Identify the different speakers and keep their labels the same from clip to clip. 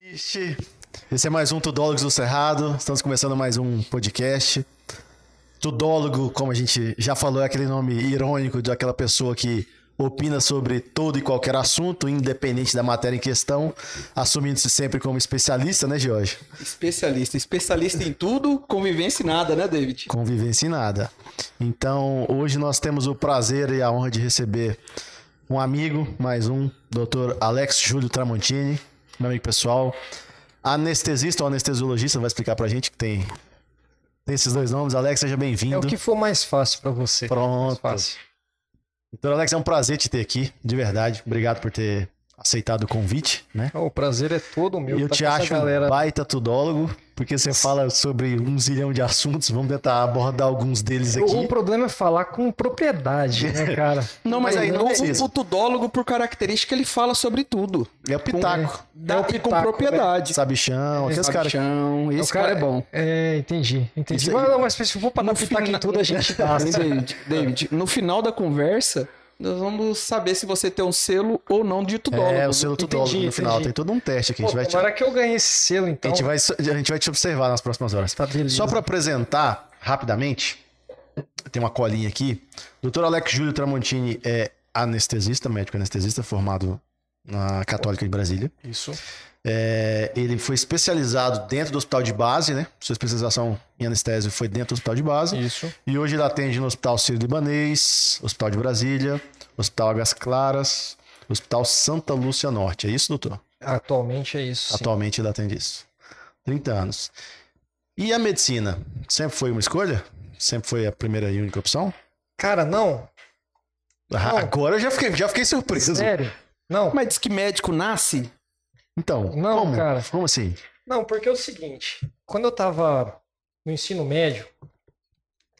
Speaker 1: Ixi, Esse é mais um Tudólogos do Cerrado. Estamos começando mais um podcast. Tudólogo, como a gente já falou, é aquele nome irônico de aquela pessoa que opina sobre todo e qualquer assunto, independente da matéria em questão, assumindo-se sempre como especialista, né, Jorge?
Speaker 2: Especialista. Especialista em tudo, convivência em nada, né, David?
Speaker 1: Convivência em nada. Então, hoje nós temos o prazer e a honra de receber um amigo, mais um, Dr. Alex Júlio Tramontini, meu amigo pessoal, anestesista ou anestesiologista, vai explicar pra gente que tem, tem esses dois nomes. Alex, seja bem-vindo.
Speaker 3: É o que for mais fácil pra você.
Speaker 1: Pronto.
Speaker 3: Mais fácil.
Speaker 1: Doutor Alex, é um prazer te ter aqui, de verdade. Obrigado por ter aceitado o convite, né?
Speaker 3: Ó, o prazer é todo meu.
Speaker 1: E eu
Speaker 3: tá
Speaker 1: te
Speaker 3: com essa
Speaker 1: acho um
Speaker 3: galera.
Speaker 1: baita tudólogo, porque você fala sobre um zilhão de assuntos, vamos tentar abordar alguns deles
Speaker 3: O, o
Speaker 1: aqui.
Speaker 3: problema é falar com propriedade, né, cara?
Speaker 2: Não, mas
Speaker 1: Mas
Speaker 2: aí
Speaker 1: aí não
Speaker 2: o,
Speaker 1: precisa.
Speaker 2: o tudólogo, por característica, ele fala sobre tudo.
Speaker 1: É o Pitaco,
Speaker 2: Dá
Speaker 3: É o
Speaker 2: e com
Speaker 3: pitaco,
Speaker 2: propriedade.
Speaker 1: Sabichão, aqueles caras
Speaker 2: Sabichão, Esse
Speaker 3: O
Speaker 2: cara,
Speaker 3: cara-
Speaker 2: é bom.
Speaker 3: É, entendi, entendi.
Speaker 1: Isso aí.
Speaker 3: Mas, não, mas se for pra
Speaker 2: No
Speaker 3: dar pitaco
Speaker 2: fina-
Speaker 3: em tudo, a gente tá. dá.
Speaker 2: Hein, David, David, no final da conversa, nós vamos saber se você tem um selo ou não de né? tudólogo.
Speaker 1: É, o selo
Speaker 3: Entendi,
Speaker 1: tudólogo no final.
Speaker 3: entendi.
Speaker 1: Tem todo um teste aqui. A
Speaker 3: Pô,
Speaker 1: gente vai te,
Speaker 3: tomara que eu ganhe esse selo,
Speaker 1: a
Speaker 3: então.
Speaker 1: gente vai, a gente vai te observar nas próximas horas.
Speaker 3: Tá beleza.
Speaker 1: Só para apresentar rapidamente, tem uma colinha aqui. Dr. Alex Júlio Tramontini é anestesista, médico anestesista, formado na Católica de Brasília.
Speaker 3: Isso.
Speaker 1: É, ele foi especializado dentro do hospital de base, né? Sua especialização em anestésio foi dentro do hospital de base.
Speaker 3: Isso.
Speaker 1: E hoje ele atende no Hospital Sírio-Libanês, Hospital de Brasília, Hospital Águas Claras, Hospital Santa Lúcia Norte. É isso, doutor?
Speaker 3: Atualmente é isso. sim.
Speaker 1: Atualmente ele atende isso. 30 anos. E a medicina? Sempre foi uma escolha? Sempre foi a primeira e única opção?
Speaker 3: Cara, não.
Speaker 1: Ah,
Speaker 3: Não. É.
Speaker 1: Agora eu já fiquei, já fiquei surpreso.
Speaker 3: Sério? Não.
Speaker 2: Mas diz que médico nasce.
Speaker 1: Então,
Speaker 3: Não,
Speaker 1: como?
Speaker 3: cara.
Speaker 1: Como assim?
Speaker 3: Não, porque é o seguinte, quando eu tava no ensino médio,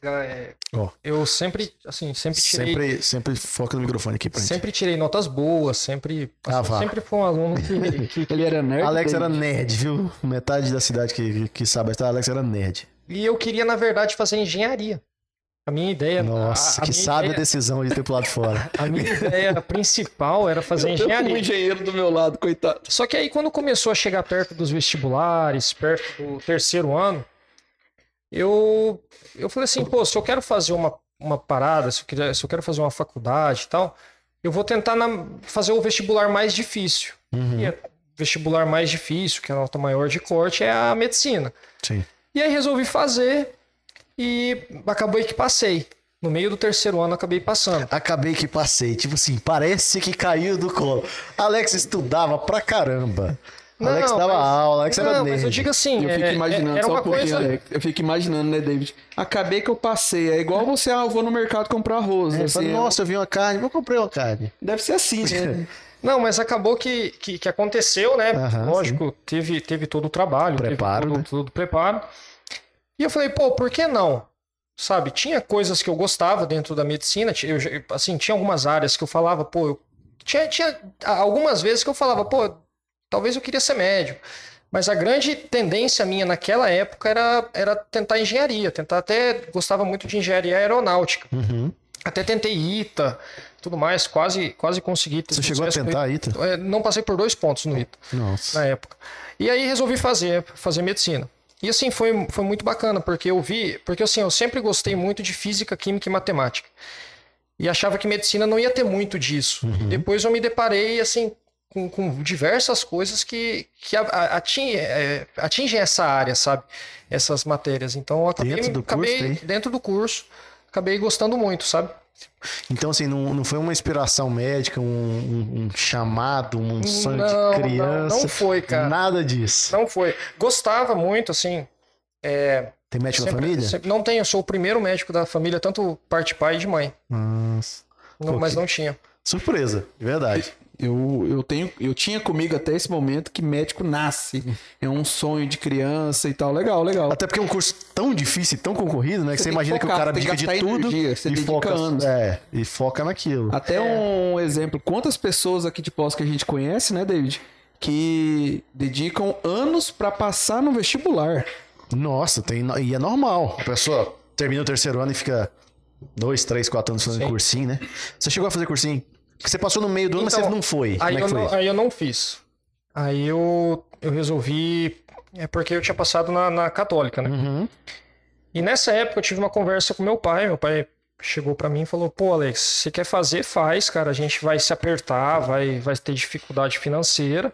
Speaker 3: é,
Speaker 1: Ó.
Speaker 3: eu sempre, assim, sempre tirei
Speaker 1: Sempre, sempre foca no microfone aqui pra gente.
Speaker 3: Sempre tirei notas boas, sempre.
Speaker 1: Ah,
Speaker 3: assim,
Speaker 1: vá.
Speaker 3: sempre foi um aluno que. que-
Speaker 2: Ele era nerd.
Speaker 1: Alex era nerd, viu? Metade da cidade que, que sabe a história, Alex era nerd.
Speaker 3: E eu queria, na verdade, fazer engenharia. A minha ideia.
Speaker 1: Nossa,
Speaker 3: É, a, a
Speaker 1: que
Speaker 3: minha
Speaker 1: sabe a
Speaker 3: ideia,
Speaker 1: decisão de ter pulado fora.
Speaker 3: a minha ideia principal era fazer
Speaker 2: Eu tenho um
Speaker 3: engenharia.
Speaker 2: engenheiro do meu lado, coitado.
Speaker 1: um
Speaker 3: Só que aí, quando começou a chegar perto dos vestibulares, perto do terceiro ano, eu, eu falei assim: pô, se eu quero fazer uma, uma parada, se eu, quiser, se eu quero fazer uma faculdade e tal, eu vou tentar na- fazer o vestibular mais difícil.
Speaker 1: Uhum,
Speaker 3: E é vestibular mais difícil, que é a nota maior de corte, é a medicina.
Speaker 1: sim.
Speaker 3: E aí resolvi fazer e acabou que passei. No meio do terceiro ano acabei passando.
Speaker 1: Acabei que passei. Tipo assim, parece que caiu do colo. Alex estudava pra caramba.
Speaker 3: Não,
Speaker 1: Alex dava
Speaker 3: mas-
Speaker 1: aula, Alex era
Speaker 3: não,
Speaker 1: nerd.
Speaker 3: mas eu digo assim,
Speaker 2: Eu
Speaker 3: é-
Speaker 2: fico
Speaker 3: é-
Speaker 2: imaginando,
Speaker 3: era
Speaker 2: só
Speaker 3: uma
Speaker 2: porque é.
Speaker 3: coisa...
Speaker 2: Alex, eu fico imaginando, né, David? Acabei que eu passei. É igual você, ah, eu vou no mercado comprar arroz.
Speaker 3: É,
Speaker 1: Ele
Speaker 2: né?
Speaker 1: fala,
Speaker 2: Assim,
Speaker 1: Nossa, eu vi uma carne, vou comprar uma carne.
Speaker 2: Deve ser assim, né?
Speaker 3: Não, mas acabou que, que, que aconteceu, né?
Speaker 1: Aham,
Speaker 3: Lógico, teve, teve todo o trabalho, teve
Speaker 1: Preparo,
Speaker 3: todo,
Speaker 1: né?
Speaker 3: todo o preparo. E eu falei, pô, por que não? Sabe, tinha coisas que eu gostava dentro da medicina, ti- eu, já- assim, tinha algumas áreas que eu falava, pô, eu, tinha, tinha algumas vezes que eu falava, pô, talvez eu queria ser médico. Mas a grande tendência minha naquela época era, era tentar engenharia, tentar até, gostava muito de engenharia aeronáutica.
Speaker 1: Uhum.
Speaker 3: Até tentei ITA, tudo mais, quase, quase consegui. ter
Speaker 1: Você chegou a
Speaker 3: sucesso com
Speaker 1: tentar aí, tá?
Speaker 3: é, não passei por dois pontos no ITA
Speaker 1: Nossa.
Speaker 3: na época. E aí resolvi fazer, fazer medicina. E assim, foi, foi muito bacana, porque eu vi, porque assim, eu sempre gostei muito de física, química e matemática. E achava que medicina não ia ter muito disso.
Speaker 1: Uhum.
Speaker 3: E depois eu me deparei, assim, com, com diversas coisas que, que a- a- atingem, é, atingem essa área, sabe? Essas matérias. Então eu acabei,
Speaker 1: Dentro do curso,
Speaker 3: acabei
Speaker 1: hein?
Speaker 3: dentro do curso, acabei gostando muito, sabe?
Speaker 1: Então, assim, não, não foi uma inspiração médica, um, um- um chamado, um sonho
Speaker 3: Não,
Speaker 1: de
Speaker 3: não,
Speaker 1: criança.
Speaker 3: não foi, cara.
Speaker 1: Nada disso.
Speaker 3: Não foi. Gostava muito, assim,
Speaker 1: Tem médico
Speaker 3: Sempre-
Speaker 1: na É tipo família?
Speaker 3: sempre- não tenho, sou o primeiro médico da família, tanto parte pai de mãe.
Speaker 1: Nossa.
Speaker 3: Não-
Speaker 1: Pô,
Speaker 3: mas
Speaker 1: que-
Speaker 3: não tinha.
Speaker 1: Surpresa, de verdade.
Speaker 2: Eu, eu, tenho, eu tinha comigo até esse momento que médico nasce. É um sonho de criança e tal. Legal, legal.
Speaker 1: Até porque é um curso tão difícil e tão concorrido, né? Que você,
Speaker 2: Você tem que
Speaker 1: imagina que,
Speaker 2: focar,
Speaker 1: o cara
Speaker 2: tem que
Speaker 1: abdica de
Speaker 2: gastar
Speaker 1: tudo
Speaker 2: energia, você
Speaker 1: e
Speaker 2: dedica
Speaker 1: foca,
Speaker 2: anos.
Speaker 1: é, e foca naquilo.
Speaker 3: É.
Speaker 2: Até um exemplo, quantas pessoas aqui de pós que a gente conhece, né, David? Que dedicam anos pra passar no vestibular.
Speaker 1: Nossa, tem, e é normal. A pessoa termina o terceiro ano e fica dois, três, quatro anos fazendo
Speaker 3: Sim.
Speaker 1: cursinho, né? Você chegou a fazer cursinho? Porque Você passou no meio do ano, mas
Speaker 3: Então,
Speaker 1: você não foi. Como
Speaker 3: Aí
Speaker 1: é
Speaker 3: eu,
Speaker 1: que foi?
Speaker 3: não, aí eu não fiz. Aí eu, eu resolvi. É porque eu tinha passado na, na católica, né?
Speaker 1: Uhum.
Speaker 3: E nessa época eu tive uma conversa com meu pai. Meu pai chegou pra mim e falou: Pô, Alex, você quer fazer? Faz, cara. A gente vai se apertar, vai, vai ter dificuldade financeira,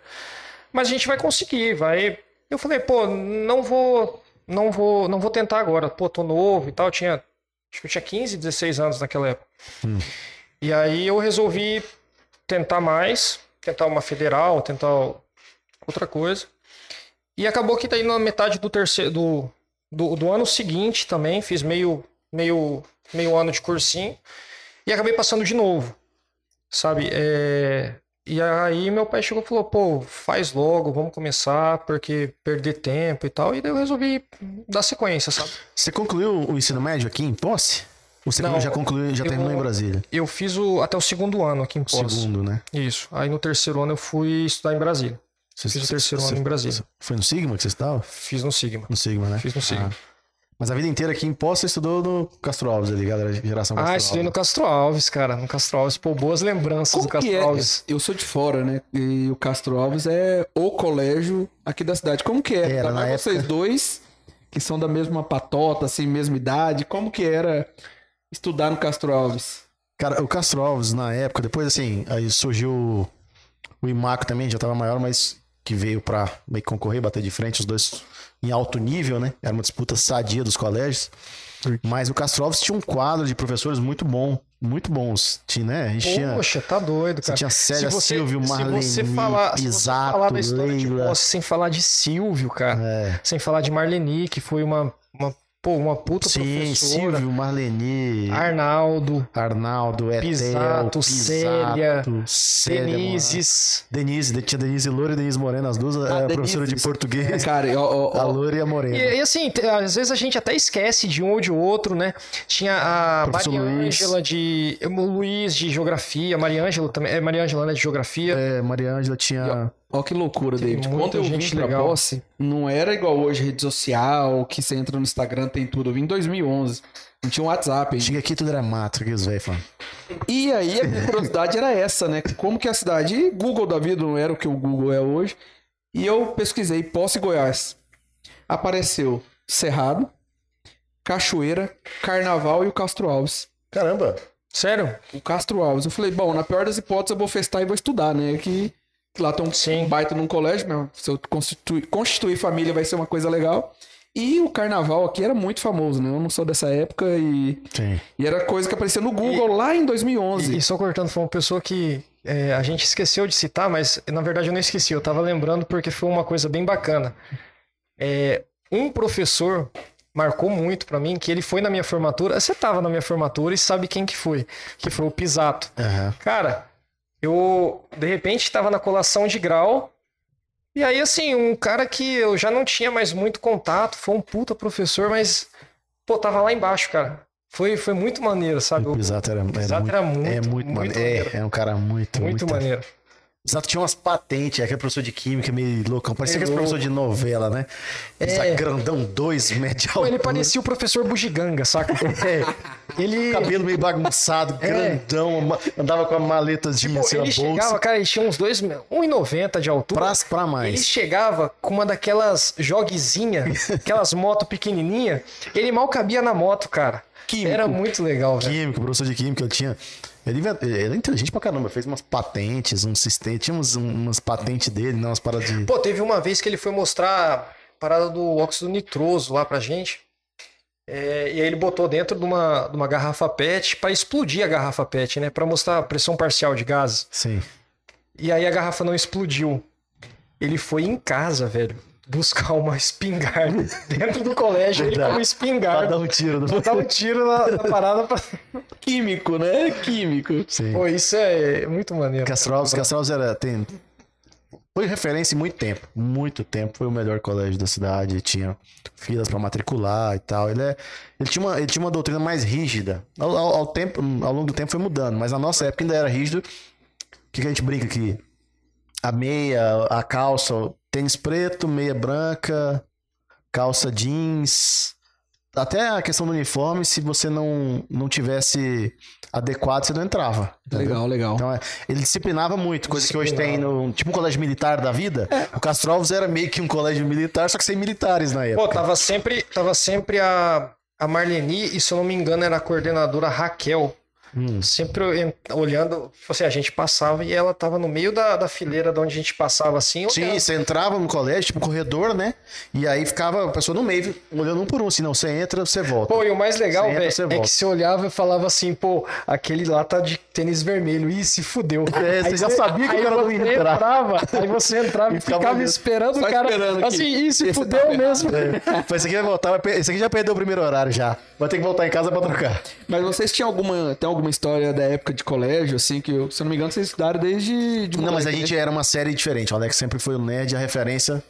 Speaker 3: mas a gente vai conseguir. Vai. Eu falei: Pô, não vou, não vou, não vou tentar agora. Pô, tô novo e tal. Eu tinha, acho que eu tinha 15, 16 anos naquela época.
Speaker 1: Hum.
Speaker 3: E aí eu resolvi tentar mais, tentar uma federal, tentar outra coisa. E acabou que daí na metade do terceiro do, do, do ano seguinte também fiz meio meio meio ano de cursinho e acabei passando de novo, sabe? É, E aí meu pai chegou e falou, pô, faz logo, vamos começar, porque perder tempo e tal. E daí eu resolvi dar sequência, sabe?
Speaker 1: Você concluiu o ensino médio aqui em Posse? Ou você
Speaker 3: Não,
Speaker 1: já concluiu, já
Speaker 3: eu-
Speaker 1: terminou em Brasília?
Speaker 3: Eu fiz o, até o segundo ano aqui em Poços.
Speaker 1: Segundo, né?
Speaker 3: Isso. Aí no terceiro ano eu fui estudar em Brasília.
Speaker 1: Você,
Speaker 3: Fiz o terceiro ano em Brasília.
Speaker 1: Foi no Sigma que você estava?
Speaker 3: Fiz no Sigma.
Speaker 1: No Sigma, né?
Speaker 3: Fiz no Sigma.
Speaker 1: Mas a vida inteira aqui em Poça você estudou no Castro Alves ali, galera, geração Castro
Speaker 3: Ah, estudei no
Speaker 1: Alves.
Speaker 3: Castro Alves, cara. No Castro Alves. Pô, boas lembranças
Speaker 2: Como
Speaker 3: do Castro
Speaker 2: que é?
Speaker 3: Alves.
Speaker 2: Eu sou de fora, né? E o Castro Alves é o colégio aqui da cidade. Como que é?
Speaker 1: Era,
Speaker 2: Ainda
Speaker 1: na
Speaker 2: mais vocês
Speaker 1: época.
Speaker 2: dois, que são da mesma patota, assim, mesma idade, como que era estudar no Castro Alves?
Speaker 1: Cara, o Castro Alves, na época, depois assim, aí surgiu o- o Imaco também, já tava maior, mas que veio pra meio que concorrer, bater de frente, os dois em alto nível, né? Era uma disputa sadia dos colégios. Mas o Castro Alves tinha um quadro de professores muito bom, muito bons. Tinha, né? A gente tinha,
Speaker 3: Poxa, tá doido,
Speaker 1: você
Speaker 3: cara.
Speaker 1: tinha Célia
Speaker 3: você-
Speaker 1: Silvio,
Speaker 3: se
Speaker 1: Marlene,
Speaker 3: você falar, se você
Speaker 1: Pisato,
Speaker 3: falar da história de
Speaker 1: Leila.
Speaker 3: Posse sem falar de Silvio, cara.
Speaker 1: É.
Speaker 3: Sem falar de Marleni, que foi uma, uma, pô, uma puta
Speaker 1: Sim,
Speaker 3: professora.
Speaker 1: Silvio, Marleni,
Speaker 3: Arnaldo,
Speaker 1: Arnaldo, Etel,
Speaker 3: Pisato,
Speaker 1: Pisato,
Speaker 3: Célia,
Speaker 1: Célia Moraes.
Speaker 3: Denizes. Ah,
Speaker 1: Denise, tinha Denise Loura e Denise Morena, as duas, a
Speaker 2: Denise.
Speaker 1: professora de
Speaker 2: É,
Speaker 1: português,
Speaker 2: cara, ó, ó,
Speaker 1: a
Speaker 2: ó,
Speaker 1: Loura e a Morena.
Speaker 3: E, e assim, te- às vezes a gente até esquece de um ou de outro, né? Tinha a
Speaker 1: Professor
Speaker 3: Maria
Speaker 1: Luiz.
Speaker 3: Ângela de. O Luiz de Geografia, Maria Ângela também. É, Maria Ângela, né? De Geografia.
Speaker 1: É, Maria Ângela tinha.
Speaker 2: ó que loucura,
Speaker 3: Teve
Speaker 2: David.
Speaker 3: muita
Speaker 2: Quando eu
Speaker 3: gente
Speaker 2: vim pra
Speaker 3: legal.
Speaker 2: posse, não era igual hoje rede social, que você entra no Instagram, tem tudo. Eu vim em 2011, não tinha um WhatsApp ainda.
Speaker 1: Chega aqui tudo era mato, que os velhos falam.
Speaker 2: E aí a minha curiosidade era essa, né? Como que a cidade. E Google da vida não era o que o Google é hoje. E eu pesquisei Posse Goiás. Apareceu Cerrado, Cachoeira, Carnaval e o Castro Alves.
Speaker 4: Caramba.
Speaker 3: Sério?
Speaker 2: O Castro Alves. Eu falei, bom, na pior das hipóteses eu vou festar e vou estudar, né? Que que lá tem um
Speaker 3: Sim.
Speaker 2: baita num colégio, meu. Se eu constituir, constituir família vai ser uma coisa legal. E o carnaval aqui era muito famoso, né? Eu não sou dessa época e,
Speaker 1: Sim.
Speaker 2: e era coisa que aparecia no Google lá em 2011.
Speaker 3: E, e só cortando, foi uma pessoa que é, a gente esqueceu de citar, mas na verdade eu não esqueci, eu tava lembrando porque foi uma coisa bem bacana. É, um professor marcou muito pra mim que ele foi na minha formatura. Você tava na minha formatura e sabe quem que foi? Que foi o Pisato.
Speaker 1: Aham.
Speaker 3: Cara, eu de repente estava na colação de grau. E aí, assim, um cara que eu já não tinha mais muito contato, foi um puta professor, mas, pô, tava lá embaixo, cara. Foi, foi muito maneiro, sabe?
Speaker 1: O Pisato era, era
Speaker 3: Pisato
Speaker 1: muito.
Speaker 3: era muito,
Speaker 1: é muito, maneiro. É, era um cara muito,
Speaker 3: muito,
Speaker 1: muito.
Speaker 3: maneiro.
Speaker 1: Pisato tinha umas patentes, aquele professor de química meio loucão. Parecia
Speaker 3: Meio
Speaker 1: aquele professor de novela, né? Pisato
Speaker 3: É.
Speaker 1: grandão, dois, média
Speaker 3: Pô,
Speaker 1: altura.
Speaker 3: ele parecia o professor Bugiganga, saca?
Speaker 1: É,
Speaker 3: Ele,
Speaker 1: Cabelo meio bagunçado, grandão, ma- andava com a maleta de
Speaker 3: pô,
Speaker 1: tipo,
Speaker 3: ele chegava,
Speaker 1: bolsa.
Speaker 3: cara, ele tinha uns dois, 1,90 de altura.
Speaker 1: Pra, pra
Speaker 3: Ele
Speaker 1: mais.
Speaker 3: chegava com uma daquelas joguezinha, aquelas motos pequenininha, ele mal cabia na moto, cara.
Speaker 1: Químico.
Speaker 3: Era muito legal, velho.
Speaker 1: Químico, professor de química, ele tinha. Ele, invent- ele era inteligente pra caramba, fez umas patentes, um sistema. Tinha uns- umas patentes dele, né? Umas paradas de.
Speaker 3: Pô, teve uma vez que ele foi mostrar a parada do óxido nitroso lá pra gente. É, e aí ele botou dentro de uma, de uma garrafa PET pra explodir a garrafa PET, né? Pra mostrar a pressão parcial de gases.
Speaker 1: Sim.
Speaker 3: E aí a garrafa não explodiu. Ele foi em casa, velho, buscar uma espingarda. dentro do colégio, ele
Speaker 1: Verdade.
Speaker 3: com uma
Speaker 1: Pra dar
Speaker 3: espingarda.
Speaker 1: um tiro no.
Speaker 3: Botar um tiro na, na parada pra...
Speaker 2: Químico, né? Químico.
Speaker 1: Sim.
Speaker 3: Pô, isso é muito maneiro.
Speaker 1: Castro Alves, Castro Alves era. Tem... Foi referência em muito tempo. Muito tempo. Foi o melhor colégio da cidade. Tinha filas pra matricular e tal. Ele, é... ele, tinha, uma... ele tinha uma doutrina mais rígida. Ao, ao- ao tempo... ao longo do tempo foi mudando, mas na nossa época ainda era rígido. O que, que a gente brinca aqui? A meia, a calça, o tênis preto, meia branca, calça jeans, Até a questão do uniforme, se você não, não tivesse adequado, você não entrava. entendeu?
Speaker 2: Legal, legal.
Speaker 1: Então, é, ele disciplinava muito, coisa que hoje tem no. Tipo um colégio militar da vida. O Castro Alves era meio que um colégio militar, só que sem militares na época.
Speaker 3: Pô, tá tava sempre, tava sempre a, a Marleni, e se eu não me engano, era a coordenadora Raquel.
Speaker 1: Hum.
Speaker 3: Sempre eu en- olhando, tipo assim, a gente passava e ela tava no meio da, da fileira de onde a gente passava assim.
Speaker 1: Sim,
Speaker 3: olhando.
Speaker 1: você entrava no colégio, tipo um corredor, né? E aí ficava a pessoa no meio, olhando um por um. Se não, você entra, você volta.
Speaker 3: Pô, e o mais legal,
Speaker 1: Você entra,
Speaker 3: velho,
Speaker 1: você
Speaker 3: é
Speaker 1: volta.
Speaker 3: que você olhava e falava assim, pô, aquele lá tá de tênis vermelho. Ih, se fudeu.
Speaker 1: É, você já sabia que o cara não ia
Speaker 3: você
Speaker 1: entrar.
Speaker 3: entrava, aí você entrava e
Speaker 1: E ficava
Speaker 3: ficava
Speaker 1: olhando.
Speaker 3: esperando o
Speaker 2: Só
Speaker 3: cara.
Speaker 2: esperando aqui.
Speaker 3: assim, ih, se fudeu mesmo.
Speaker 1: tá É. Foi esse aqui vai voltar, vai per- esse aqui já perdeu o primeiro horário já. Vai ter que voltar em casa pra trocar.
Speaker 2: Mas vocês tinham alguma, tem alguma história da época de colégio, assim, que, eu- se eu não me engano, vocês estudaram desde... de
Speaker 1: Não, mas a
Speaker 2: moleque,
Speaker 1: gente
Speaker 2: né?
Speaker 1: era uma série diferente. O Alex sempre foi o nerd, a referência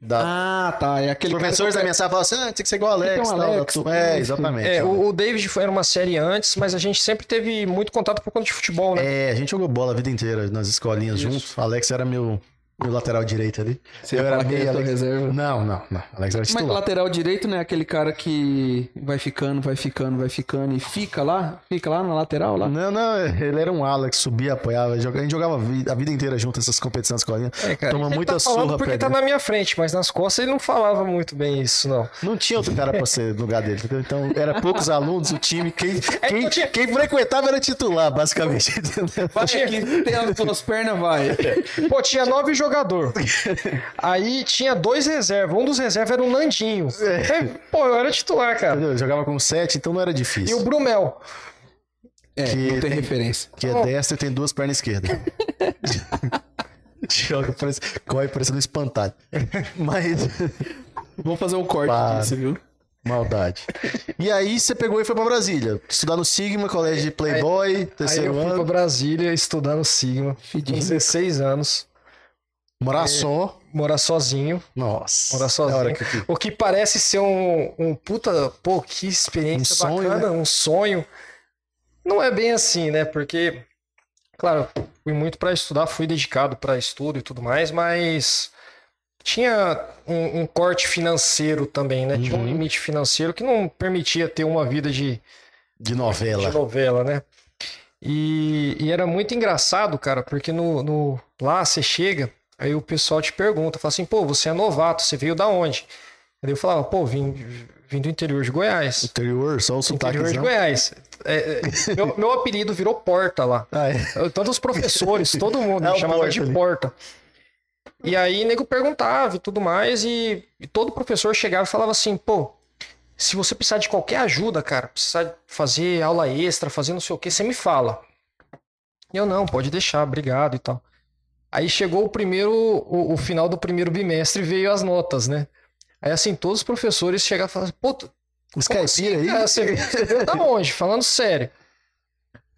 Speaker 1: da.
Speaker 2: Ah, tá. É
Speaker 1: Os
Speaker 2: aquele
Speaker 1: professores da minha sala falavam assim: ah, tem que ser igual o Alex.
Speaker 2: Então,
Speaker 1: tal, da
Speaker 2: Alex,
Speaker 1: turma.
Speaker 2: né?
Speaker 1: É, exatamente.
Speaker 3: um É, o, o David foi- era uma série antes, mas a gente sempre teve muito contato por conta de futebol, né?
Speaker 1: É, a gente jogou bola a vida inteira nas escolinhas juntos. O Alex era meu, meu lateral direito ali.
Speaker 2: Você ia falar que era tua reserva.
Speaker 1: Não, não, não. Alex era
Speaker 2: Mas
Speaker 1: titular.
Speaker 2: lateral direito, né? Aquele cara que vai ficando, vai ficando, vai ficando e fica lá? Fica lá na lateral, lá?
Speaker 1: Não, não, ele era um Alex, subia, apoiava. joga- A gente jogava a vida, a vida inteira junto essas competições escolinhas.
Speaker 2: É,
Speaker 1: Toma
Speaker 3: Ele
Speaker 1: muita
Speaker 3: tá falando
Speaker 1: surra,
Speaker 3: porque
Speaker 1: perdendo.
Speaker 3: tá na minha frente, mas nas costas ele não falava muito bem isso, não.
Speaker 1: Não tinha outro cara pra ser no lugar dele, entendeu? Então, era poucos alunos, o time,
Speaker 2: É
Speaker 1: quem, quem,
Speaker 3: não tinha-
Speaker 1: quem frequentava era titular, basicamente, entendeu?
Speaker 2: Acho que tem as duas pernas, vai.
Speaker 3: Pô, tinha nove jogador. Aí tinha dois reservas. Um dos reservas era o Nandinho. É, Pô, eu era titular, cara.
Speaker 1: Entendeu? Eu Jogava com sete, então não era
Speaker 3: E
Speaker 1: difícil.
Speaker 3: o Brumel.
Speaker 2: É,
Speaker 1: Que
Speaker 2: não tem
Speaker 1: tem-
Speaker 2: referência.
Speaker 1: Que é destro e tem duas pernas esquerdas. Joga, parece, corre parecendo um espantalho. Mas,
Speaker 2: Vamos fazer um corte
Speaker 1: Para.
Speaker 2: disso, viu?
Speaker 1: maldade. E aí, você pegou e foi pra Brasília. Estudar no Sigma, colégio de Playboy,
Speaker 3: Aí eu
Speaker 1: terceiro
Speaker 3: fui pra
Speaker 1: ano. Uhum.
Speaker 3: Brasília estudar no Sigma. Com 16 anos.
Speaker 1: Morar só.
Speaker 3: Morar sozinho.
Speaker 1: Nossa.
Speaker 3: É. Morar
Speaker 1: É a
Speaker 3: sozinho.
Speaker 1: hora que eu
Speaker 3: O que parece ser um, um puta, pô, que experiência
Speaker 1: Um sonho,
Speaker 3: bacana, um sonho. Não é bem assim, né? Porque, claro, fui muito pra estudar, fui dedicado pra estudo e tudo mais, mas tinha um, um corte financeiro também, né? Tinha um
Speaker 1: Uhum.
Speaker 3: limite financeiro que não permitia ter uma vida de,
Speaker 1: De novela.
Speaker 3: de novela, né? E, e era muito engraçado, cara, porque no, no- lá você chega, aí o pessoal te pergunta, fala assim, pô, você é novato, você veio da onde? Aí eu falava, pô, vim, vim do interior de Goiás.
Speaker 1: Interior, só o sotaque. então.
Speaker 3: Interior de Goiás. É, é, meu, meu apelido virou Porta lá.
Speaker 1: Ah, é.
Speaker 3: Eu- Todos os professores, todo mundo
Speaker 1: É
Speaker 3: me
Speaker 1: o
Speaker 3: chamava
Speaker 1: Porta
Speaker 3: de
Speaker 1: ali.
Speaker 3: Porta. E aí nego perguntava e tudo mais, e, e todo professor chegava e falava assim, pô, se você precisar de qualquer ajuda, cara, precisar fazer aula extra, fazer não sei o que, você me fala. E Eu não, pode deixar, obrigado e tal. Aí chegou o primeiro, o, o final do primeiro bimestre e veio as notas, né? Aí assim, todos os professores chegavam e falavam, assim, pô, tu-
Speaker 1: Os
Speaker 3: como
Speaker 1: caipira aí.
Speaker 3: assim, cara? Você veio- você veio da onde? Falando sério.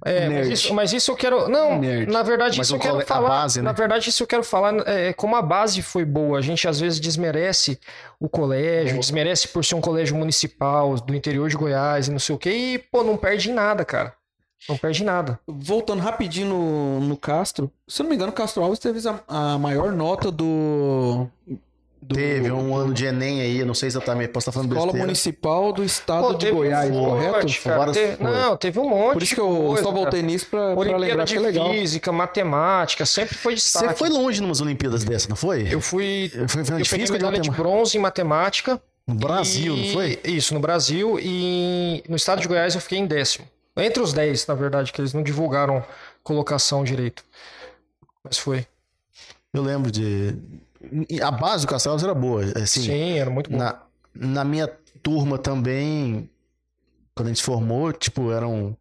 Speaker 3: É, mas
Speaker 2: Nerd.
Speaker 3: isso, mas isso eu quero. Não,
Speaker 2: Nerd.
Speaker 3: na verdade,
Speaker 1: Mas
Speaker 3: isso
Speaker 1: o
Speaker 3: eu quero
Speaker 1: cole- a
Speaker 3: falar.
Speaker 1: base, né?
Speaker 3: Na verdade, isso eu quero falar é, como a base foi boa. A gente às vezes desmerece o colégio, desmerece por ser um colégio municipal, do interior de Goiás e não sei o quê, e, pô, não perde em nada, cara. Não perde em nada.
Speaker 2: Voltando rapidinho no, no Castro, se eu não me engano, o Castro Alves teve a, a maior nota do. do
Speaker 1: Teve um ano de Enem aí, eu não sei exatamente, posso estar falando
Speaker 2: Escola
Speaker 1: besteira.
Speaker 2: Municipal do Estado
Speaker 3: Pô,
Speaker 2: de
Speaker 3: teve um
Speaker 2: Goiás,
Speaker 3: monte,
Speaker 2: correto?
Speaker 3: cara,
Speaker 1: Várias
Speaker 3: teve-
Speaker 1: coisas.
Speaker 3: não, teve um monte.
Speaker 2: Por isso que eu
Speaker 3: de coisa,
Speaker 2: só
Speaker 3: cara.
Speaker 2: voltei nisso pra, pra
Speaker 3: Olimpíada
Speaker 2: lembrar que é
Speaker 3: de
Speaker 2: legal.
Speaker 3: física, matemática, sempre foi destaque.
Speaker 1: Você foi longe numas Olimpíadas dessa, não foi?
Speaker 3: Eu fui
Speaker 1: Foi final
Speaker 3: Eu
Speaker 1: de
Speaker 3: peguei
Speaker 1: física de
Speaker 3: medalha de
Speaker 1: matemática.
Speaker 3: bronze em matemática.
Speaker 1: No Brasil,
Speaker 3: e-
Speaker 1: não foi?
Speaker 3: Isso, no Brasil. E no estado de Goiás eu fiquei em décimo. Entre os 10, na verdade, que eles não divulgaram colocação direito. Mas foi.
Speaker 1: Eu lembro de. A base do Castelos era boa, assim.
Speaker 3: Sim, era muito bom.
Speaker 1: Na, na minha turma também, quando a gente se formou, tipo, eram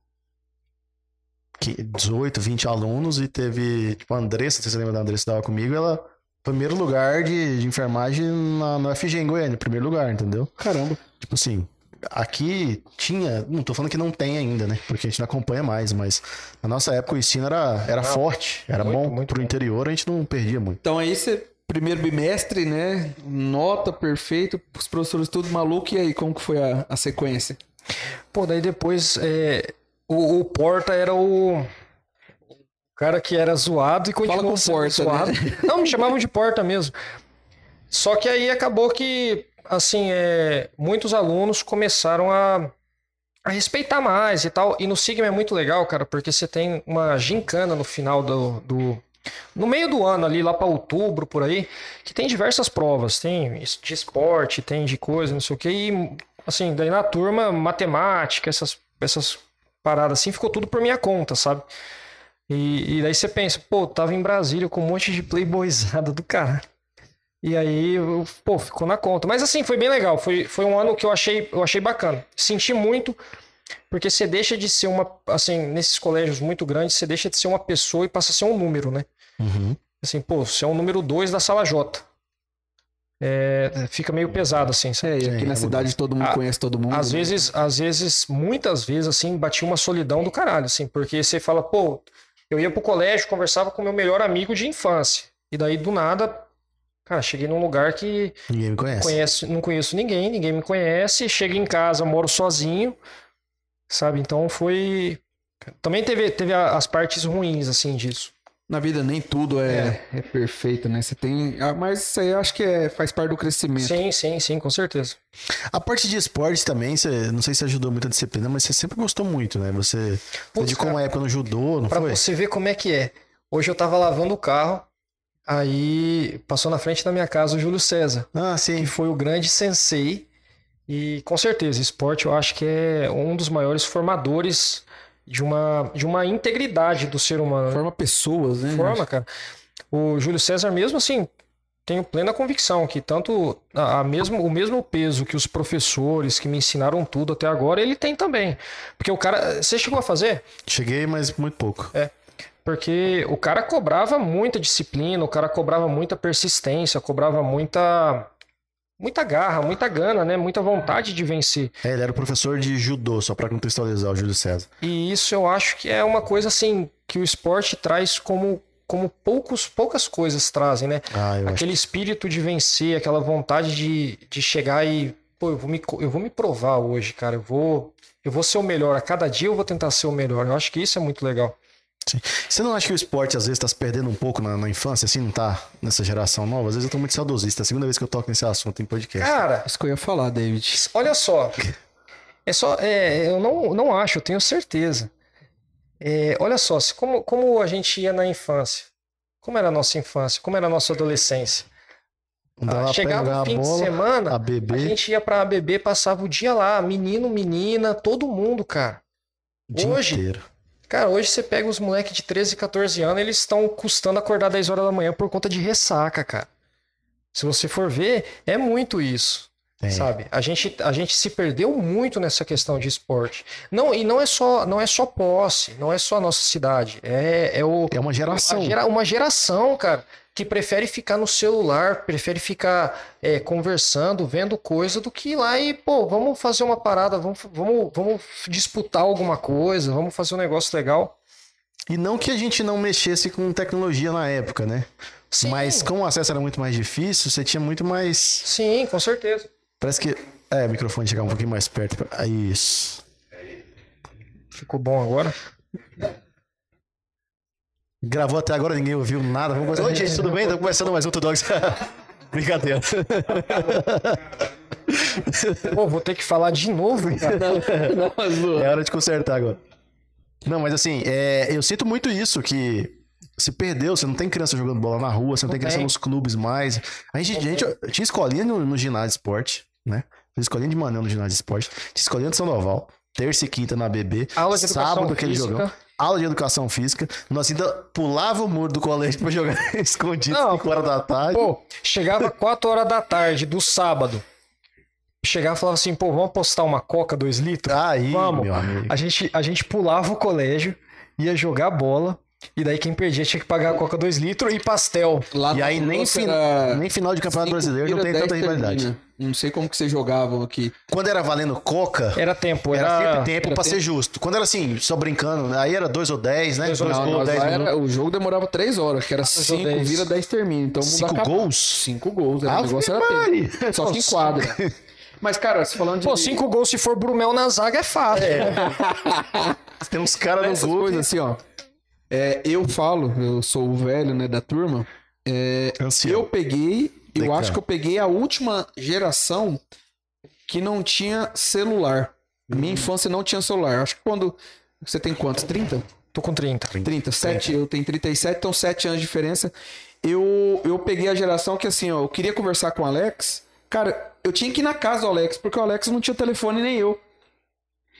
Speaker 1: que- 18, 20 alunos e teve, tipo, a Andressa, não sei se você lembra da Andressa que estava comigo, ela, primeiro lugar de, de enfermagem na, na FG em Goiânia, primeiro lugar, entendeu?
Speaker 2: Caramba.
Speaker 1: Tipo assim, aqui tinha, não tô falando que não tem ainda, né? Porque a gente não acompanha mais, mas na nossa época o ensino era, era forte, era
Speaker 3: muito,
Speaker 1: bom,
Speaker 3: muito
Speaker 1: pro
Speaker 3: bom.
Speaker 1: interior a gente não perdia muito.
Speaker 2: Então aí você. Primeiro bimestre, né? Nota perfeito, os professores tudo maluco. E aí, como que foi a, a sequência?
Speaker 3: Pô, daí depois é, o, o Porta era o. o cara que era zoado e
Speaker 2: Fala
Speaker 3: continuou
Speaker 2: com
Speaker 3: sendo
Speaker 2: Porta,
Speaker 3: zoado.
Speaker 2: né?
Speaker 3: Não, me chamavam de Porta mesmo. Só que aí acabou que, assim, é, muitos alunos começaram a, a respeitar mais e tal. E no Sigma é muito legal, cara, porque você tem uma gincana no final do. do no meio do ano ali, lá para outubro, por aí, que tem diversas provas. Tem de esporte, tem de coisa, não sei o quê. E, assim, daí na turma, matemática, essas, essas paradas assim, ficou tudo por minha conta, sabe? E, e daí você pensa, pô, eu tava em Brasília com um monte de playboyzada do cara. E aí, eu- pô, ficou na conta. Mas assim, foi bem legal. Foi, foi um ano que eu achei, eu achei bacana. Senti muito, porque você deixa de ser uma. Assim, nesses colégios muito grandes, você deixa de ser uma pessoa e passa a ser um número, né?
Speaker 1: Uhum.
Speaker 3: Assim, pô, você é o número 2 da sala J. É, fica meio pesado, assim, sabe?
Speaker 2: É, e aqui
Speaker 1: Sim,
Speaker 2: na
Speaker 1: é
Speaker 2: cidade todo mundo
Speaker 3: Ah,
Speaker 2: conhece todo mundo.
Speaker 1: Uhum.
Speaker 3: Às
Speaker 2: né?
Speaker 3: vezes, às vezes, muitas vezes, assim, bati uma solidão do caralho, assim, porque você fala, pô, eu ia pro colégio, conversava com meu melhor amigo de infância. E daí, do nada, cara, cheguei num lugar que
Speaker 1: Ninguém me conhece.
Speaker 3: conheço, não conheço ninguém, ninguém me conhece, chego em casa, moro sozinho, sabe? Então foi. Também teve, teve a- as partes ruins, assim, disso.
Speaker 2: Na vida nem tudo é, é perfeito, né? Você tem. ah, Mas isso aí eu acho que é, faz parte do crescimento.
Speaker 3: Sim, sim, sim, com certeza.
Speaker 1: A parte de esportes também, você, não sei se ajudou muito a disciplina, mas você sempre gostou muito, né? Você
Speaker 3: Putz,
Speaker 1: dedicou uma época no é judô, não
Speaker 3: Pra
Speaker 1: foi?
Speaker 3: você ver como é que é. Hoje eu tava lavando o carro, aí passou na frente da minha casa o Júlio César,
Speaker 1: Ah,
Speaker 3: que
Speaker 1: sim.
Speaker 3: foi o grande sensei. E com certeza, esporte eu acho que é um dos maiores formadores de uma, de uma integridade do ser humano. né?
Speaker 2: Forma pessoas, né?
Speaker 3: forma, cara. O Júlio César mesmo, assim, tenho plena convicção que tanto a, a mesmo, o mesmo peso que os professores que me ensinaram tudo até agora, ele tem também. Porque o cara, você chegou a fazer?
Speaker 1: Cheguei, mas muito pouco.
Speaker 3: Porque o cara cobrava muita disciplina, o cara cobrava muita persistência, cobrava muita muita garra, muita gana, né? Muita vontade de vencer.
Speaker 1: É, ele era professor de judô, só pra contextualizar o Júlio César.
Speaker 3: E isso eu acho que é uma coisa assim que o esporte traz como como poucos poucas coisas trazem, né?
Speaker 1: Ah, eu acho.
Speaker 3: aquele espírito de vencer, aquela vontade de, de chegar e, pô, eu vou, me, co- eu vou me provar hoje, cara. Eu vou, eu vou ser o melhor. A cada dia eu vou tentar ser o melhor. Eu acho que isso é muito legal.
Speaker 1: Você não acha que o esporte às vezes tá se perdendo um pouco na, na infância, assim, não tá nessa geração nova? Às vezes eu tô muito saudosista. É a segunda vez que eu toco nesse assunto em podcast.
Speaker 3: Cara,
Speaker 2: É Isso que eu ia falar, David.
Speaker 3: olha só. É só. é, eu não, não acho, eu tenho certeza. É, olha só, se como, como a gente ia na infância? Como era a nossa infância? Como era a nossa adolescência?
Speaker 1: Não dá lá pra
Speaker 3: Chegava
Speaker 1: pegar Então,
Speaker 3: no
Speaker 1: a
Speaker 3: fim de
Speaker 1: bola,
Speaker 3: semana,
Speaker 1: a
Speaker 3: a
Speaker 1: beber
Speaker 3: gente ia pra ABB, passava o dia lá, menino, menina, todo mundo, cara.
Speaker 1: o dia
Speaker 3: hoje-
Speaker 1: inteiro.
Speaker 3: Cara, hoje você pega os moleques de 13, 14 anos, eles estão custando acordar 10 horas da manhã por conta de ressaca, cara. Se você for ver, é muito isso,
Speaker 1: Tem.
Speaker 3: sabe? A gente, a gente se perdeu muito nessa questão de esporte. Não, e não é só, não é só posse, não é só a nossa cidade, é, é o
Speaker 1: É uma geração.
Speaker 3: a gera- uma geração, cara, que prefere ficar no celular, prefere ficar é, conversando, vendo coisa, do que ir lá e, pô, vamos fazer uma parada, vamos, vamos, vamos disputar alguma coisa, vamos fazer um negócio legal.
Speaker 1: E não que a gente não mexesse com tecnologia na época, né?
Speaker 3: Sim,
Speaker 1: Mas como o acesso era muito mais difícil, você tinha muito mais.
Speaker 3: sim, com certeza.
Speaker 1: Parece que. É, o microfone chegar um pouquinho mais perto. Aí, Isso.
Speaker 3: Ficou bom agora.
Speaker 1: Gravou até agora, ninguém ouviu nada. Vamos começar. Oi, gente, tudo bem? Estamos começando mais um Two Dogs. Brincadeira.
Speaker 3: Pô, vou ter que falar de novo, cara.
Speaker 1: É hora de consertar agora. Não, mas assim, é, eu sinto muito isso, que se perdeu, você não tem criança jogando bola na rua, você não,
Speaker 3: Não
Speaker 1: tem criança
Speaker 3: tem.
Speaker 1: nos clubes mais. A gente, a gente tinha escolinha no, no ginásio de esporte, né? Fiz escolinha de Manel no ginásio de esporte, tinha escolinha de São Noval, terça e quinta na BB,
Speaker 3: Aula de educação
Speaker 1: sábado aquele
Speaker 3: física.
Speaker 1: jogão, aula de educação física, nós ainda pulava o muro do colégio pra jogar escondido
Speaker 3: Não,
Speaker 1: 5 horas da tarde.
Speaker 3: Pô, chegava 4 horas da tarde do sábado. Chegava e falava assim, pô, vamos postar uma coca 2 litros?
Speaker 1: Tá Aí,
Speaker 3: vamos.
Speaker 1: meu amigo.
Speaker 3: A gente, a gente pulava o colégio, ia jogar bola, e daí quem perdia tinha que pagar a coca 2 litros e pastel.
Speaker 2: Lá
Speaker 1: E
Speaker 2: no
Speaker 1: aí nem,
Speaker 2: nosso
Speaker 1: fin-
Speaker 3: É,
Speaker 2: era
Speaker 1: nem final de campeonato
Speaker 2: cinco
Speaker 1: brasileiro não
Speaker 2: vira
Speaker 1: tem
Speaker 2: 10
Speaker 1: tanta rivalidade.
Speaker 2: termina. Não sei como que vocês jogavam aqui.
Speaker 1: Quando era valendo coca,
Speaker 3: Era tempo,
Speaker 1: Era,
Speaker 3: era.
Speaker 1: sempre tempo pra ser justo. Quando era assim, só brincando, aí era 2 ou 10, né?
Speaker 3: Dois
Speaker 1: 2
Speaker 3: ou
Speaker 1: gols,
Speaker 2: Não, nós
Speaker 1: 10
Speaker 2: lá era-
Speaker 1: minutos.
Speaker 2: o jogo demorava 3 horas, que era
Speaker 3: ou
Speaker 2: 5,
Speaker 3: dez.
Speaker 2: vira 10 termina. Então
Speaker 1: 5
Speaker 2: 5
Speaker 1: gols? Ah,
Speaker 2: 5 gols,
Speaker 3: um
Speaker 2: era, o
Speaker 1: Ave
Speaker 2: negócio era
Speaker 1: Maria.
Speaker 2: tempo. Só que em quadra. Mas, cara, se falando de.
Speaker 3: Pô, cinco gols se for Brumel na zaga é fácil.
Speaker 1: Tem uns caras
Speaker 2: essas
Speaker 1: no gol.
Speaker 2: coisas assim, ó. É, eu falo, eu sou o velho, né, da turma. É,
Speaker 3: assim,
Speaker 1: Ancião.
Speaker 2: eu peguei Eu
Speaker 1: Legal.
Speaker 2: acho que eu peguei a última geração que não tinha celular.
Speaker 1: Hum.
Speaker 2: Minha infância não tinha celular. Acho que quando. Você tem quantos? 30?
Speaker 3: Tô com 30.
Speaker 2: 30, 7, eu tenho 37, então 7 anos de diferença. Eu, eu peguei a geração que assim, ó, eu queria conversar com o Alex. Cara, eu tinha que ir na casa do Alex, porque o Alex não tinha telefone nem eu.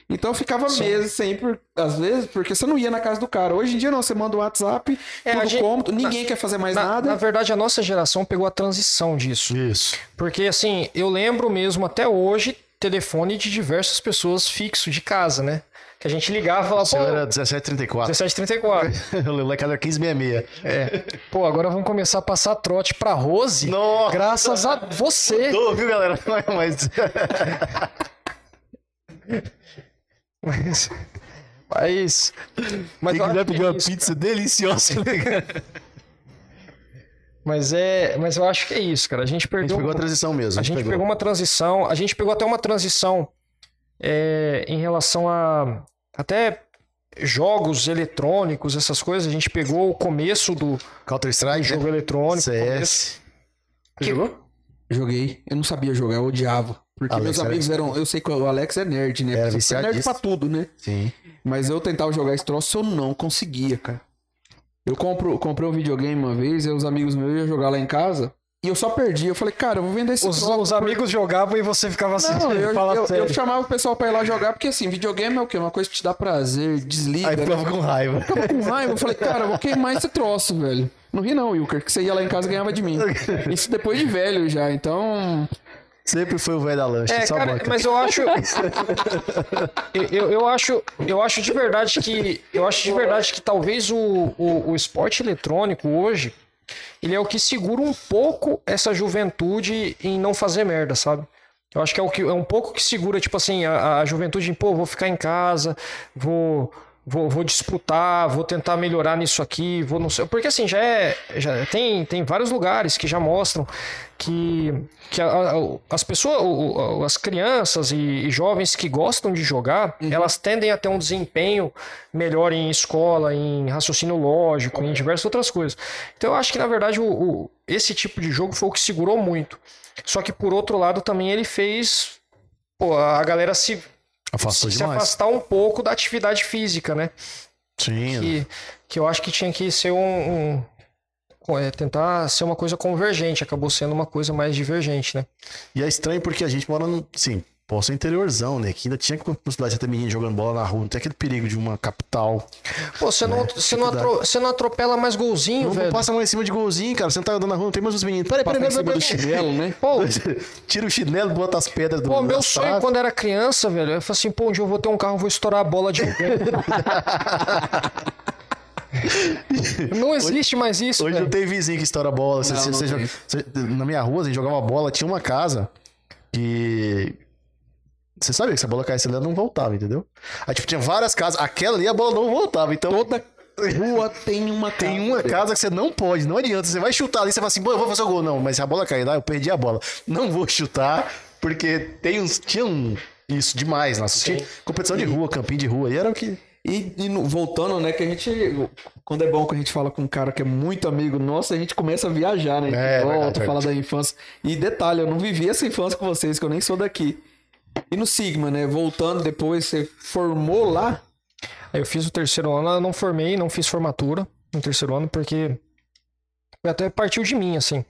Speaker 2: Então eu ficava
Speaker 3: Sim.
Speaker 2: meses sempre, às vezes, porque você não ia na casa do cara. Hoje em dia não, você manda o WhatsApp,
Speaker 3: É, a
Speaker 2: tudo
Speaker 3: gente-
Speaker 2: cômodo, ninguém quer fazer mais
Speaker 3: Na,
Speaker 2: nada.
Speaker 3: na verdade, a nossa geração pegou a transição disso.
Speaker 1: Isso.
Speaker 3: Porque, assim, eu lembro mesmo até hoje telefone de diversas pessoas fixo de casa, né? Que a gente ligava e
Speaker 1: O
Speaker 3: falava,
Speaker 1: seu era
Speaker 3: pô,
Speaker 1: 1734.
Speaker 3: 1734.
Speaker 1: O moleque era 1566.
Speaker 3: Pô, agora vamos começar a passar trote pra Rose.
Speaker 1: Nossa!
Speaker 3: Graças a você.
Speaker 1: Tô, viu, galera? Não é mais.
Speaker 3: Mas. Mas. mas
Speaker 1: Quem quiser
Speaker 3: eu acho que
Speaker 1: pedir uma
Speaker 3: é isso,
Speaker 1: pizza deliciosa, né?
Speaker 3: Mas é. Mas eu acho que é isso, cara. A gente
Speaker 1: A gente
Speaker 3: perdeu.
Speaker 1: pegou a transição mesmo.
Speaker 3: a gente pegou uma transição. A gente pegou até uma transição é, em relação a. Até jogos eletrônicos, essas coisas. A gente pegou o começo do
Speaker 1: Counter-Strike,
Speaker 3: jogo eletrônico. começo-
Speaker 1: CS.
Speaker 3: Que-
Speaker 2: Joguei, eu não sabia jogar, eu odiava. Porque
Speaker 1: Alex
Speaker 2: meus
Speaker 1: era-
Speaker 2: amigos eram. Eu sei que o Alex é nerd, né?
Speaker 1: Era
Speaker 2: Porque você é nerd
Speaker 1: viciadíssimo.
Speaker 2: pra tudo, né?
Speaker 1: Sim.
Speaker 2: Mas eu tentava jogar esse troço, eu não conseguia, cara. Eu compro, comprei um videogame uma vez, e os amigos meus iam jogar lá em casa, e eu só perdi. Eu falei, cara, eu vou vender esse
Speaker 3: Os,
Speaker 2: troço.
Speaker 3: os amigos jogavam e você ficava assim,
Speaker 2: Não, eu,
Speaker 3: fala
Speaker 2: eu- eu
Speaker 3: sério.
Speaker 2: chamava o pessoal pra ir lá jogar, porque assim, videogame é o quê? Uma coisa que te dá prazer, desliga.
Speaker 1: Aí
Speaker 2: né?
Speaker 1: ficava com raiva.
Speaker 2: Ficava com raiva, eu falei, cara, eu vou queimar esse troço, velho. Não ri não, Wilker, que você ia lá em casa e ganhava de mim. Isso depois de velho já, então...
Speaker 1: Sempre foi o velho da lanche.
Speaker 3: É,
Speaker 1: só
Speaker 3: cara,
Speaker 1: banca.
Speaker 3: mas eu acho. eu, eu- eu acho. Eu acho de verdade que. Eu acho de verdade que talvez o, o, o esporte eletrônico hoje. Ele é o que segura um pouco essa juventude em não fazer merda, sabe? Eu acho que é, o que, é um pouco que segura, tipo assim, a, a juventude em, pô, vou ficar em casa, vou, vou, vou disputar, vou tentar melhorar nisso aqui, vou não sei. Porque assim, já é. Já tem, tem vários lugares que já mostram que, que a- a- o- as pessoas, o- o- as crianças e, e jovens que gostam de jogar, elas tendem a ter um desempenho melhor em escola, em raciocínio lógico, em diversas outras coisas. Então eu acho que, na verdade, o- o- esse tipo de jogo foi o que segurou muito. Só que, por outro lado, também ele fez pô, a galera se,
Speaker 1: Afastou
Speaker 3: se
Speaker 1: demais.
Speaker 3: afastar um pouco da atividade física, né?
Speaker 1: Sim.
Speaker 3: que, que eu acho que tinha que ser um. um- é, tentar ser uma coisa convergente, acabou sendo uma coisa mais divergente, né?
Speaker 1: E é estranho porque a gente mora, no, sim, posso interiorzão, né? Que ainda tinha possibilidade de ter menino jogando bola na rua, não tem aquele perigo de uma capital.
Speaker 3: Pô, você não, você não, atro- você não atropela mais golzinho,
Speaker 1: É, Não, não
Speaker 3: velho.
Speaker 1: passa a mão em cima de golzinho, cara. Você não tá andando na rua, não tem mais uns meninos. Peraí, peraí,
Speaker 2: Passar em
Speaker 1: peraí,
Speaker 2: cima do
Speaker 1: peraí.
Speaker 2: chinelo, né?
Speaker 3: Pô,
Speaker 1: peraí. Tira o chinelo, bota as pedras do tá?
Speaker 3: pô, meu
Speaker 1: da
Speaker 3: sonho
Speaker 1: sala.
Speaker 3: quando era criança, velho, eu falei assim, pô, um dia eu vou ter um carro, eu vou estourar a bola de alguém. não existe mais isso,
Speaker 1: Hoje não
Speaker 3: velho.
Speaker 1: tem vizinho que estoura bola. Você-
Speaker 2: Não,
Speaker 1: você-
Speaker 2: não
Speaker 1: você
Speaker 2: tem.
Speaker 1: joga- você- na minha rua, você jogava bola, tinha uma casa que. Você sabia que se a bola caísse ali, ela não voltava, entendeu? Aí, tipo, tinha várias casas. Aquela ali, a bola não voltava. Então,
Speaker 2: Toda rua tem uma casa.
Speaker 1: tem uma casa que você não pode, não adianta. Você vai chutar ali, você fala assim, pô, eu vou fazer o gol. Não, mas se a bola cair lá, eu perdi a bola. Não vou chutar, porque tem uns, tinha um, isso demais. Nossa, tinha competição
Speaker 3: Uhum.
Speaker 1: de rua, campinho de rua. E era o que...
Speaker 2: E, e no- voltando, né, que a gente. Quando é bom que a gente fala com um cara que é muito amigo nosso, a gente começa a viajar, né? A gente
Speaker 1: É,
Speaker 2: volta,
Speaker 1: verdade,
Speaker 2: fala da infância. E detalhe, eu não vivi essa infância com vocês, que eu nem sou daqui. E no Sigma, né? Voltando depois, você formou lá.
Speaker 3: Aí eu fiz o terceiro ano, eu não formei, não fiz formatura no terceiro ano, porque até partiu de mim, assim.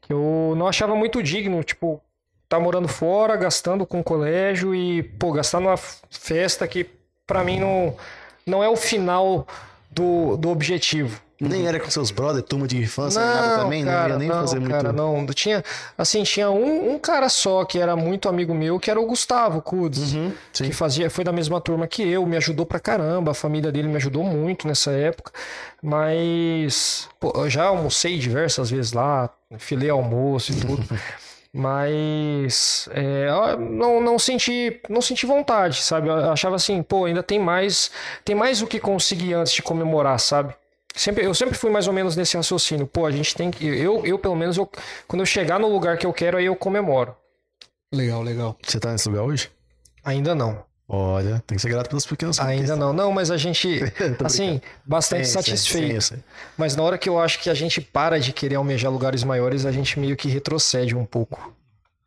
Speaker 3: que Eu não achava muito digno, tipo, tá morando fora, gastando com o colégio e, pô, gastar numa f- festa que pra mim não, não é o final do, do objetivo.
Speaker 1: Nem era com seus brother, turma de infância, nada também. não ia nem
Speaker 3: não,
Speaker 1: fazer
Speaker 3: cara,
Speaker 1: muito...
Speaker 3: não. Tinha, assim, tinha um, um cara só que era muito amigo meu, que era o Gustavo Kudes
Speaker 1: Uhum, sim.
Speaker 3: que fazia, foi da mesma turma que eu, me ajudou pra caramba, a família dele me ajudou muito nessa época, mas pô, eu já almocei diversas vezes lá, filei almoço e tudo, mas é, eu não, não senti não senti vontade, sabe? Eu achava assim, pô, ainda tem mais tem mais o que conseguir antes de comemorar, sabe? Sempre, eu sempre fui mais ou menos nesse raciocínio. Pô, a gente tem que. Eu, eu pelo menos, eu, quando eu chegar no lugar que eu quero, aí eu comemoro.
Speaker 2: Legal, legal.
Speaker 1: Você tá nesse lugar hoje?
Speaker 3: Ainda não.
Speaker 1: Olha, tem que ser grato pelas pequenas
Speaker 3: Ainda não, não, mas a gente,
Speaker 1: Tô
Speaker 3: assim, bastante
Speaker 1: Sim, sim,
Speaker 3: satisfeito.
Speaker 1: sim, eu sei.
Speaker 3: Mas na hora que eu acho que a gente para de querer almejar lugares maiores, a gente meio que retrocede um pouco.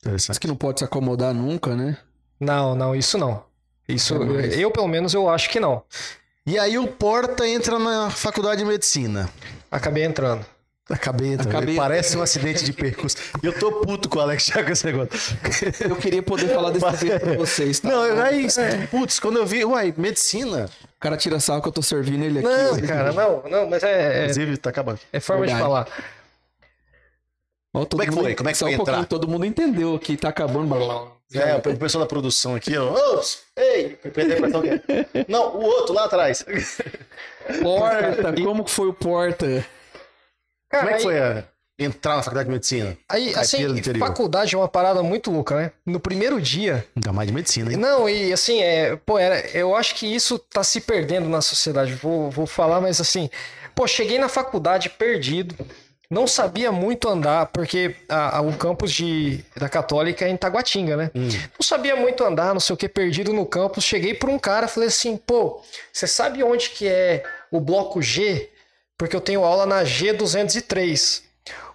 Speaker 2: Mas
Speaker 1: Interessante.
Speaker 2: que não pode se acomodar nunca, né?
Speaker 3: Não, não, isso É, não. Isso,
Speaker 2: Jamais.
Speaker 3: eu pelo menos eu acho que não.
Speaker 1: E aí o Porta entra na faculdade de medicina.
Speaker 3: Acabei entrando.
Speaker 1: Acabei entrando.
Speaker 2: Acabei-
Speaker 1: Parece um acidente de percurso. Eu tô puto com o Alex já com esse negócio.
Speaker 2: Eu queria poder falar desse jeito pra vocês, tá?
Speaker 1: Não,
Speaker 3: é
Speaker 1: eu, aí, putz, quando eu vi, uai, medicina.
Speaker 2: O cara tira sal que eu tô servindo ele aqui.
Speaker 3: Não,
Speaker 2: Olha
Speaker 3: cara, não, não, mas é, é,
Speaker 1: Inclusive, tá acabando.
Speaker 3: é forma de
Speaker 2: Verdade.
Speaker 3: falar.
Speaker 2: todo
Speaker 1: Como é que
Speaker 2: mundo-
Speaker 1: foi? Como é que
Speaker 2: só
Speaker 1: foi
Speaker 2: um pouquinho,
Speaker 1: entrar?
Speaker 2: todo mundo entendeu aqui, tá acabando. blá, blá, blá.
Speaker 1: É, o pessoal da produção aqui, ó. Ops, ei! Perdeu a impressão que- Não, o outro lá atrás.
Speaker 2: Porta, como que foi o porta?
Speaker 1: Como é
Speaker 3: Cara,
Speaker 1: que foi a- entrar na faculdade de medicina?
Speaker 3: aí, aí, assim,
Speaker 1: Caipira do interior.
Speaker 3: faculdade é uma parada muito louca, né? No primeiro dia,
Speaker 1: Ainda mais de medicina, hein?
Speaker 3: Não, e assim, é, pô, era, eu acho que isso tá se perdendo na sociedade. Vou, vou falar, mas assim, pô, cheguei na faculdade perdido, não sabia muito andar, porque a- a- o campus de, da Católica é em Taguatinga, né? Não sabia muito andar, não sei o que, perdido no campus. Cheguei pra um cara, falei assim, pô, você sabe onde que é o bloco G? Porque eu tenho aula na G203.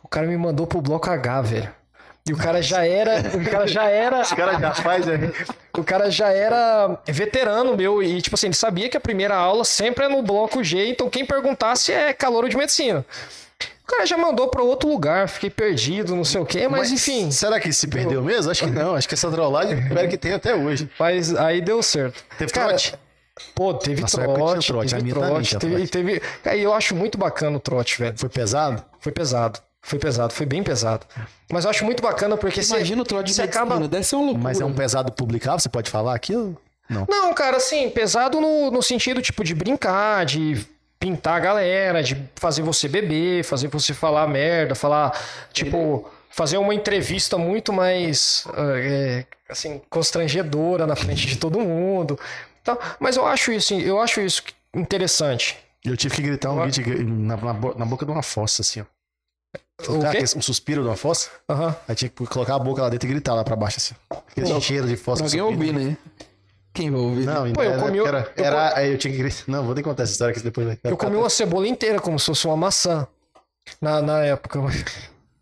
Speaker 3: O cara me mandou pro bloco H, velho. E o cara já era, o cara já é. era
Speaker 1: Os caras já fazem. né?
Speaker 3: o cara já era veterano meu e, tipo assim, ele sabia que a primeira aula sempre é no bloco G, então quem perguntasse é calouro de medicina. O cara já mandou pra outro lugar, fiquei perdido, não sei o quê, mas, enfim.
Speaker 1: Será que se perdeu mesmo? Acho que não. Acho que essa trollagem espero que tenha até hoje.
Speaker 3: Mas aí deu certo.
Speaker 1: Teve
Speaker 3: Cara,
Speaker 1: trote?
Speaker 3: Pô, teve
Speaker 1: Nossa época tinha
Speaker 3: trote,
Speaker 1: trote, a
Speaker 3: teve
Speaker 1: minha também
Speaker 3: trote,
Speaker 1: tinha
Speaker 3: teve,
Speaker 1: trote.
Speaker 3: teve... Aí eu acho muito bacana o trote, velho.
Speaker 1: Foi pesado?
Speaker 3: Foi pesado, foi pesado, foi bem pesado. Mas eu acho muito bacana porque você...
Speaker 2: Imagina o trote de
Speaker 3: você
Speaker 2: medicina,
Speaker 3: acaba
Speaker 2: deve ser uma loucura.
Speaker 1: Mas é um pesado publicável? Você pode falar aquilo? Não.
Speaker 3: Não, cara, assim, pesado no, no sentido, tipo, de brincar, de pintar a galera, de fazer você beber, fazer você falar merda, falar, tipo, fazer uma entrevista muito mais, ah, é, assim, constrangedora na frente de todo mundo. Tá? Mas eu acho isso, eu acho isso interessante.
Speaker 1: Eu tive que gritar um grito na, na bo- na boca de uma fossa, assim, ó.
Speaker 3: O
Speaker 1: Sabe
Speaker 3: quê?
Speaker 1: aquele- um suspiro de uma fossa?
Speaker 3: Aham.
Speaker 1: Aí tinha que colocar a boca lá dentro e gritar lá pra baixo, assim. Aquele
Speaker 2: Pô,
Speaker 1: cheiro de fossa.
Speaker 2: Pra alguém
Speaker 1: subindo.
Speaker 2: ouvir, né? Quem vai ouvir?
Speaker 1: Não, ainda
Speaker 3: Pô, eu
Speaker 1: era,
Speaker 3: comi
Speaker 1: porque
Speaker 3: o-
Speaker 1: era,
Speaker 3: eu
Speaker 1: era- aí eu tinha que gritar. Não, vou nem contar essa história que depois vai.
Speaker 3: Eu comi uma cebola inteira, como se fosse uma maçã. Na, na época.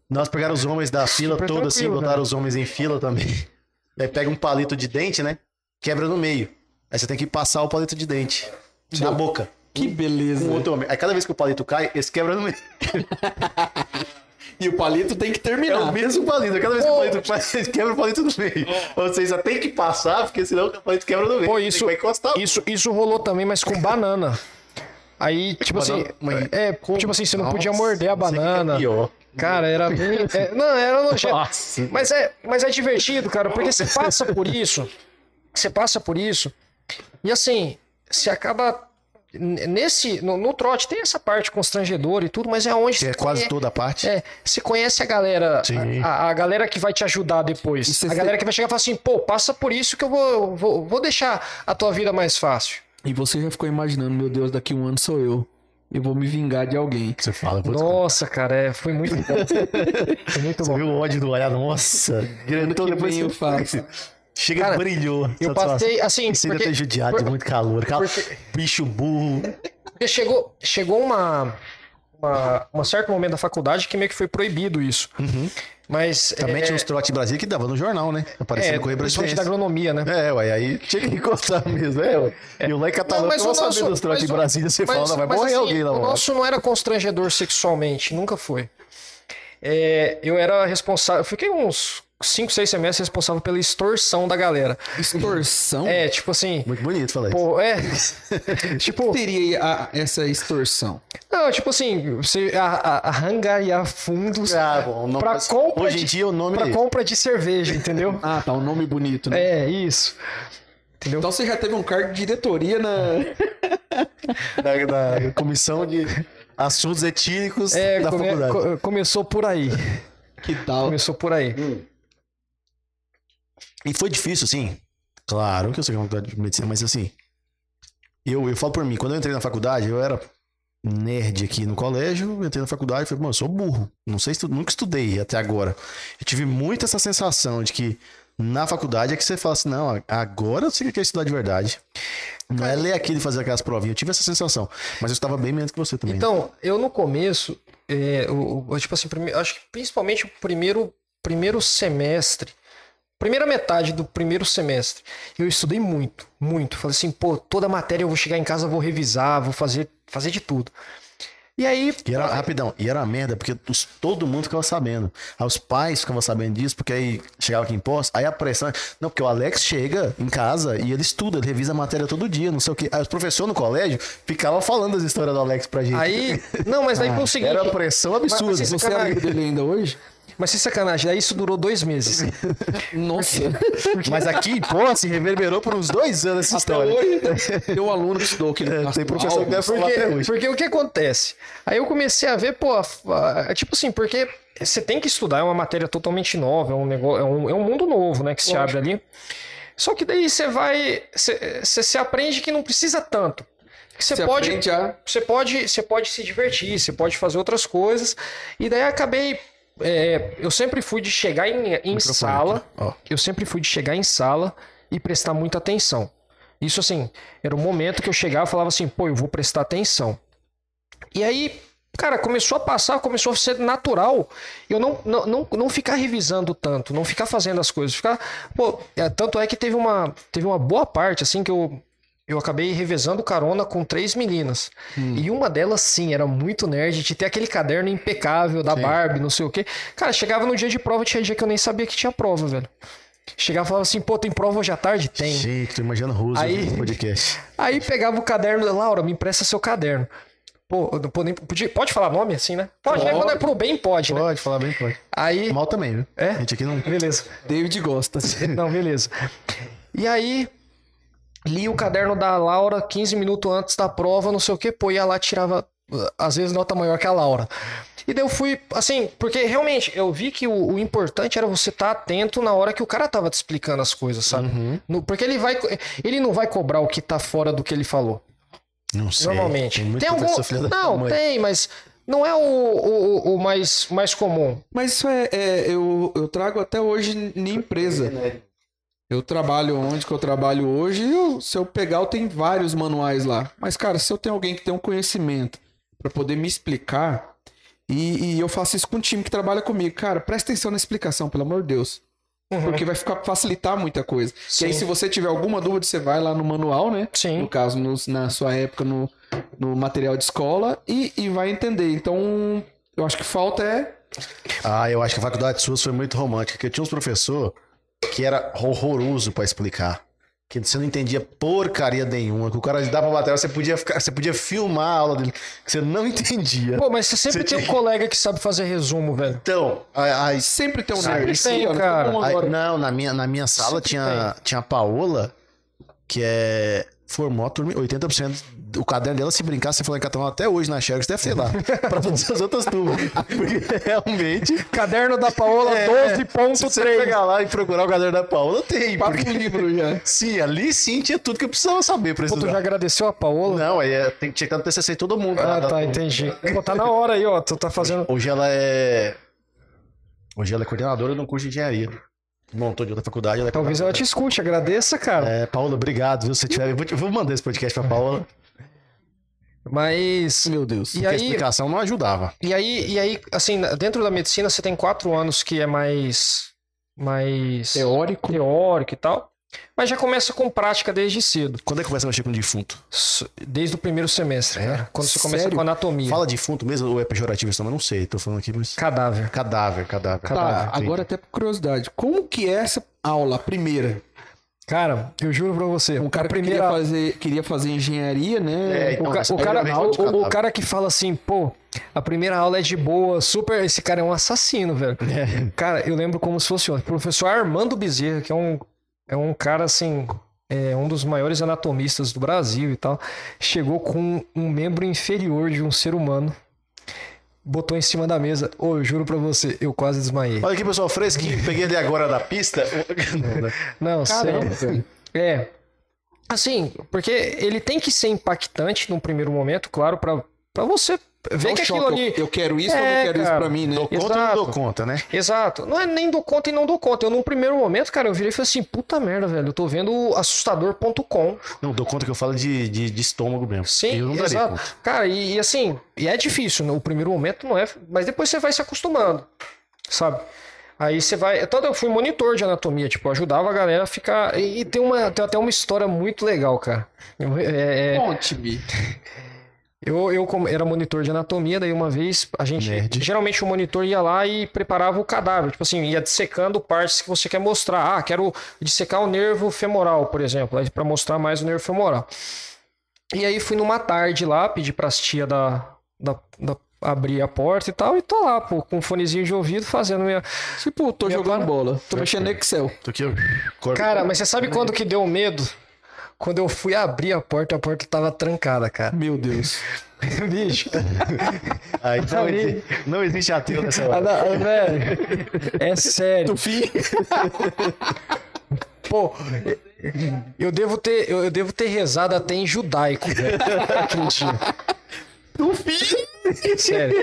Speaker 1: Nós pegaram os homens da fila
Speaker 3: um- Super
Speaker 1: toda, assim,
Speaker 3: tranquilo, né?
Speaker 1: botaram
Speaker 3: cara.
Speaker 1: os homens em fila também. Aí pega um palito de dente, né? Quebra no meio. Aí você tem que passar o palito de dente na boca.
Speaker 2: Que beleza.
Speaker 1: Um outro homem. Aí cada vez que o palito cai, esse quebra no meio.
Speaker 2: E o palito tem que
Speaker 1: É
Speaker 3: Ah.
Speaker 2: terminar.
Speaker 1: o mesmo palito. Cada vez que o palito cai, ele quebra o palito no meio. Ou seja, tem que passar, porque senão o palito quebra no meio.
Speaker 3: Pô,
Speaker 1: Tem que-
Speaker 3: isso-
Speaker 1: vai encostar.
Speaker 3: Isso, isso rolou também, mas com banana. Aí, tipo assim,
Speaker 1: banana, mas-
Speaker 3: é, tipo assim, você não podia
Speaker 1: Nossa,
Speaker 3: morder a
Speaker 1: isso aqui é
Speaker 3: banana.
Speaker 1: pior. Ah.
Speaker 3: Cara, era bem. é, não, era nojento.
Speaker 1: Nossa.
Speaker 3: Mas é, mas é divertido, cara, porque você passa por isso. Você passa por isso. E assim, você acaba. n- Nesse, no, no trote tem essa parte constrangedora e tudo, mas é onde
Speaker 1: Que
Speaker 3: você
Speaker 1: é quase
Speaker 3: conhe-
Speaker 1: toda a parte.
Speaker 3: é, você conhece a galera,
Speaker 1: Sim.
Speaker 3: a, a galera que vai te ajudar depois.
Speaker 2: E você-
Speaker 3: a galera que vai chegar e falar assim, pô, passa por isso que eu vou, vou, vou deixar a tua vida mais fácil.
Speaker 2: E você já ficou imaginando, meu Deus, daqui um ano sou eu. Eu vou me vingar de alguém.
Speaker 1: Você fala, vou descontar.
Speaker 3: Nossa, cara, é, foi muito bom. Foi muito
Speaker 1: Você
Speaker 3: bom.
Speaker 1: viu o ódio do olhar? Nossa. Então
Speaker 2: que
Speaker 1: depois
Speaker 2: vem eu
Speaker 1: você... Chega,
Speaker 3: Cara,
Speaker 1: brilhou.
Speaker 3: Eu
Speaker 1: Satisfação.
Speaker 3: passei, assim,
Speaker 1: Você ainda
Speaker 3: porque,
Speaker 1: tem judiado de
Speaker 3: por-
Speaker 1: muito calor. Cal...
Speaker 3: porque-
Speaker 1: Bicho burro.
Speaker 3: porque chegou, chegou uma, uma, um certo momento da faculdade que meio que foi proibido isso. Mas
Speaker 1: Também tinha uns trotes em Brasília que dava no jornal, né?
Speaker 3: é,
Speaker 1: Aparecendo com
Speaker 3: é,
Speaker 1: o
Speaker 3: principalmente da
Speaker 1: Brasília.
Speaker 3: agronomia, né?
Speaker 1: É, ué, aí tinha que encostar mesmo, é, ué. E o lá em Catalão,
Speaker 3: Não, mas
Speaker 1: não,
Speaker 3: o nosso-
Speaker 1: sabendo dos trotes
Speaker 3: mas
Speaker 1: em
Speaker 3: o-
Speaker 1: Brasília, você
Speaker 3: Mas-
Speaker 1: fala, vai
Speaker 3: mas,
Speaker 1: morrer
Speaker 3: assim,
Speaker 1: alguém lá,
Speaker 3: O
Speaker 1: mano.
Speaker 3: nosso não era constrangedor sexualmente, nunca foi. É, eu era responsável. Eu fiquei uns 5, 6 semestres responsável pela extorsão da galera.
Speaker 2: Extorsão?
Speaker 3: É, tipo assim.
Speaker 1: Muito bonito falar isso.
Speaker 3: Pô, é.
Speaker 2: O
Speaker 3: tipo,
Speaker 2: que teria aí a- essa extorsão?
Speaker 3: não, tipo assim, você a, a, arrangaria fundos
Speaker 1: Ah, bom, o nome-
Speaker 3: pra compra
Speaker 1: hoje em
Speaker 3: de-
Speaker 1: dia o nome
Speaker 3: pra compra de cerveja, entendeu?
Speaker 2: Ah, tá, um nome bonito, né?
Speaker 3: é, isso. Entendeu?
Speaker 2: Então você já teve um cargo de diretoria na.
Speaker 1: da, da Comissão de Assuntos Etílicos
Speaker 3: É,
Speaker 1: da
Speaker 3: come-
Speaker 1: Faculdade.
Speaker 3: co- começou por aí.
Speaker 2: Que tal?
Speaker 3: Começou por aí.
Speaker 1: Hum. E foi difícil, sim. Claro que eu sei que é uma faculdade de medicina, mas assim. Eu, eu falo por mim, quando eu entrei na faculdade, eu era nerd aqui no colégio, eu entrei na faculdade e falei, mano, eu sou burro. Não sei estu- nunca estudei até agora. Eu tive muito essa sensação de que na faculdade é que você fala assim, não, agora eu sei o que é estudar de verdade. Não é ler aquilo e fazer aquelas provinhas. Eu tive essa sensação. Mas eu estava bem menos que você também.
Speaker 3: Então, eu no começo, é, o, o- tipo assim, prime- acho que principalmente o primeiro, primeiro semestre, primeira metade do primeiro semestre, eu estudei muito, muito. Falei assim, pô, toda matéria eu vou chegar em casa, vou revisar, vou fazer, fazer de tudo. E aí,
Speaker 1: E era rapidão, e era uma merda, porque os- todo mundo ficava sabendo. Aí os pais ficavam sabendo disso, porque aí chegava aqui em posse, aí a pressão. Não, porque o Alex chega em casa e ele estuda, ele revisa a matéria todo dia, não sei o quê. Aí os professores no colégio ficavam falando as histórias do Alex pra gente.
Speaker 3: aí, não, mas daí foi o seguinte,
Speaker 1: era uma pressão absurda.
Speaker 3: mas assim, isso-
Speaker 2: Você é amigo dele ainda hoje?
Speaker 3: mas sem sacanagem, daí isso durou dois meses.
Speaker 2: Nossa.
Speaker 1: Mas aqui em posse reverberou por uns dois anos essa
Speaker 2: Até
Speaker 1: história.
Speaker 2: hoje, tem um aluno que estudou aquele
Speaker 1: É, tem professor que
Speaker 2: algo.
Speaker 1: deve falar até
Speaker 3: Porque,
Speaker 1: hoje.
Speaker 3: porque o que acontece? Aí eu comecei a ver, pô, a- a- é tipo assim, porque você tem que estudar, é uma matéria totalmente nova, é um negócio, é um, é um mundo novo, né, que se
Speaker 2: Lógico.
Speaker 3: abre ali. Só que daí você vai, você você se aprende que não precisa tanto. Que você
Speaker 2: Você
Speaker 3: pode,
Speaker 2: aprende a-
Speaker 3: você pode, você pode se divertir, você pode fazer outras coisas. E daí eu acabei, é, eu sempre fui de chegar em, em
Speaker 1: Microfone
Speaker 3: sala
Speaker 1: aqui, ó.
Speaker 3: eu sempre fui de chegar em sala e prestar muita atenção. Isso assim, era o momento que eu chegava e falava assim, pô, eu vou prestar atenção. E aí, cara, começou a passar, começou a ser natural eu não, não, não, não ficar revisando tanto, não ficar fazendo as coisas, ficar. Pô, é, tanto é que teve uma, teve uma boa parte, assim, que eu. Eu acabei revezando carona com três meninas. E uma delas, sim, era muito nerd, de ter aquele caderno impecável da
Speaker 1: Sim.
Speaker 3: Barbie, não sei o quê. Cara, chegava no dia de prova, tinha dia que eu nem sabia que tinha prova, velho. Chegava e falava assim, pô, tem prova hoje à tarde? Tem.
Speaker 1: Gente, tô imaginando Russo
Speaker 3: Aí-
Speaker 1: no podcast.
Speaker 3: Aí pegava o caderno, Laura, me empresta seu caderno. Pô, eu não pô, nem, podia, pode falar nome assim, né? Pode, né?
Speaker 2: Pode.
Speaker 3: Quando é pro bem, pode, né?
Speaker 1: Pode falar bem, pode.
Speaker 3: Aí.
Speaker 1: Mal também, viu?
Speaker 3: É?
Speaker 1: A gente aqui não.
Speaker 3: Beleza.
Speaker 2: David gosta.
Speaker 3: Não, beleza. E aí, li o caderno da Laura 15 minutos antes da prova, não sei o que, pô, ia lá tirava, uh, às vezes, nota maior que a Laura. E daí eu fui, assim, porque realmente eu vi que o, o importante era você estar atento na hora que o cara tava te explicando as coisas, sabe? No- porque ele vai, co- ele não vai cobrar o que tá fora do que ele falou.
Speaker 1: Não sei.
Speaker 3: Normalmente.
Speaker 1: Tem muito
Speaker 3: É, Tem algum.
Speaker 1: professor filha da
Speaker 3: Não,
Speaker 1: mãe.
Speaker 3: tem, mas não é o, o, o- o mais, mais comum.
Speaker 2: Mas isso é, é- eu, eu trago até hoje em empresa.
Speaker 3: né?
Speaker 2: Eu trabalho onde que eu trabalho hoje, eu- se eu pegar, eu tenho vários manuais lá. Mas, cara, se eu tenho alguém que tem um conhecimento para poder me explicar, e, e eu faço isso com o time que trabalha comigo, cara, presta atenção na explicação, pelo amor de Deus. Porque vai ficar facilitar muita coisa. E aí,
Speaker 3: Uhum. Sim.
Speaker 2: se você tiver alguma dúvida, você vai lá no manual, né?
Speaker 3: Sim.
Speaker 2: No caso, no- na sua época, no, no material de escola, e, e vai entender. Então, eu acho que falta é.
Speaker 1: Ah, eu acho que a faculdade sua foi muito romântica, porque tinha uns professor que era horroroso pra explicar. Que você não entendia porcaria nenhuma, que o cara dava matéria, você podia ficar, você podia filmar a aula dele, que você não entendia.
Speaker 3: Pô, mas você sempre
Speaker 1: Você
Speaker 3: tem um colega que sabe fazer resumo, velho.
Speaker 1: Então, aí,
Speaker 2: Sempre tem um
Speaker 1: Sempre
Speaker 2: nerd.
Speaker 3: tem,
Speaker 2: Sim, olha,
Speaker 3: cara.
Speaker 2: todo mundo
Speaker 1: aí-
Speaker 2: agora.
Speaker 1: não, na minha, na minha sala
Speaker 3: Sempre
Speaker 1: tinha, tinha a Paola, que é formou a turma, 80% do caderno dela, se brincar, você falou em catalão até hoje na Xerox, deve ser lá, pra todas as outras turmas. Porque realmente
Speaker 3: Caderno da Paola
Speaker 1: É, Se você
Speaker 3: 12.3.
Speaker 1: pegar lá e procurar o caderno da Paola, tem.
Speaker 2: Quatro
Speaker 1: Porque...
Speaker 2: livros já.
Speaker 1: Sim, ali sim tinha tudo que eu precisava saber pra
Speaker 3: Pô, tu já
Speaker 1: estudar.
Speaker 3: agradeceu a Paola?
Speaker 1: Não, aí é, tem que checar no TCC todo mundo.
Speaker 3: Ah,
Speaker 1: Ela-
Speaker 3: tá, entendi. Pô, tá na hora aí, ó. Tu tá fazendo.
Speaker 1: Hoje ela é... Hoje ela é coordenadora de um curso de engenharia. Montou de outra faculdade. Ela é
Speaker 3: Talvez ela te escute, agradeça, cara.
Speaker 1: É, Paola, obrigado, viu? Se tiver... eu vou, te- eu vou mandar esse podcast pra Paola,
Speaker 3: Mas.
Speaker 2: Meu Deus.
Speaker 3: E
Speaker 1: porque a
Speaker 3: aí,
Speaker 1: explicação não ajudava.
Speaker 3: É. e aí, e aí, assim, dentro da medicina você tem quatro anos que é mais. Mais.
Speaker 2: Teórico.
Speaker 3: teórico e tal. Mas já começa com prática desde cedo.
Speaker 1: Quando é que começa a mexer com defunto?
Speaker 3: S- Desde o primeiro semestre,
Speaker 1: É?
Speaker 3: cara. Quando você começa
Speaker 2: Sério?
Speaker 3: com anatomia.
Speaker 1: Fala defunto mesmo ou é pejorativo isso? Eu não sei, tô falando aqui, mas...
Speaker 3: Cadáver.
Speaker 1: Cadáver, cadáver.
Speaker 2: Tá,
Speaker 1: Entendi.
Speaker 2: agora até por curiosidade. Como que é essa aula, a primeira?
Speaker 3: Cara, eu juro pra você.
Speaker 2: Um cara
Speaker 3: a
Speaker 2: que
Speaker 3: primeira
Speaker 2: queria fazer, queria fazer engenharia, né?
Speaker 1: É, então,
Speaker 3: O, ca-
Speaker 1: mas
Speaker 3: o cara,
Speaker 1: primeiramente
Speaker 3: o- o,
Speaker 1: cadáver.
Speaker 3: cara que fala assim, pô, a primeira aula é de boa, super. Esse cara é um assassino, velho.
Speaker 2: É.
Speaker 3: Cara, eu lembro como se fosse ontem. Professor Armando Bezerra, que é um, é um cara assim, é um dos maiores anatomistas do Brasil e tal, chegou com um membro inferior de um ser humano, botou em cima da mesa. Ô, eu juro pra você, eu quase desmaiei.
Speaker 1: Olha aqui, pessoal, fresquinho. Peguei ele agora da pista. Não, né?
Speaker 3: Não, sério.
Speaker 2: Caramba, velho.
Speaker 3: É. Assim, porque ele tem que ser impactante num primeiro momento, claro, pra pra você Vê
Speaker 1: um
Speaker 2: Não
Speaker 3: que aquilo
Speaker 2: choca, um eu-
Speaker 3: ali.
Speaker 2: Eu quero isso, eu não
Speaker 3: É,
Speaker 2: quero isso
Speaker 3: cara.
Speaker 2: pra mim, né?
Speaker 1: Dou conta ou não
Speaker 3: Exato.
Speaker 1: dou conta, né?
Speaker 3: Exato. Não é nem dou conta e não dou conta. Eu, num primeiro momento, cara, eu virei e falei assim: puta merda, velho. Eu tô vendo o assustador.com.
Speaker 1: Não, dou conta que eu falo de, de, de estômago mesmo.
Speaker 3: Sim,
Speaker 1: eu não daria
Speaker 3: exato.
Speaker 1: conta.
Speaker 3: Cara, e, e assim, e é difícil, né? O primeiro momento não é, mas depois você vai se acostumando, sabe? Aí você vai. é Tanto eu fui monitor de anatomia, tipo, eu ajudava a galera a ficar. E, e tem, uma, tem até uma história muito legal, cara. Eu, é, é,
Speaker 2: Conte-me.
Speaker 3: eu, eu como era monitor de anatomia, daí uma vez a gente.
Speaker 1: Nerd.
Speaker 3: Geralmente o monitor ia lá e preparava o cadáver. Tipo assim, ia dissecando partes que você quer mostrar. Ah, quero dissecar o nervo femoral, por exemplo, aí pra mostrar mais o nervo femoral. E aí fui numa tarde lá, pedi pras tia da, da, da- abrir a porta e tal, e tô lá, pô, com um fonezinho de ouvido fazendo minha.
Speaker 2: Tipo, tô
Speaker 3: Minha
Speaker 2: jogando
Speaker 3: cara-
Speaker 2: bola. Tô mexendo no Excel.
Speaker 1: Tô aqui, ó, corpo.
Speaker 3: Cara, mas você sabe quando que deu medo? Quando eu fui abrir a porta, a porta tava trancada, cara.
Speaker 2: Meu Deus.
Speaker 3: Bicho.
Speaker 1: Aí não,
Speaker 3: ali.
Speaker 1: exi- Ah, então não existe ateu nessa
Speaker 3: Ah,
Speaker 1: hora.
Speaker 3: não, ah, velho, é sério.
Speaker 2: No fim,
Speaker 3: Pô, eu devo ter, eu, eu devo ter rezado até em judaico, velho. aquele dia.
Speaker 2: no fim.
Speaker 3: Sério.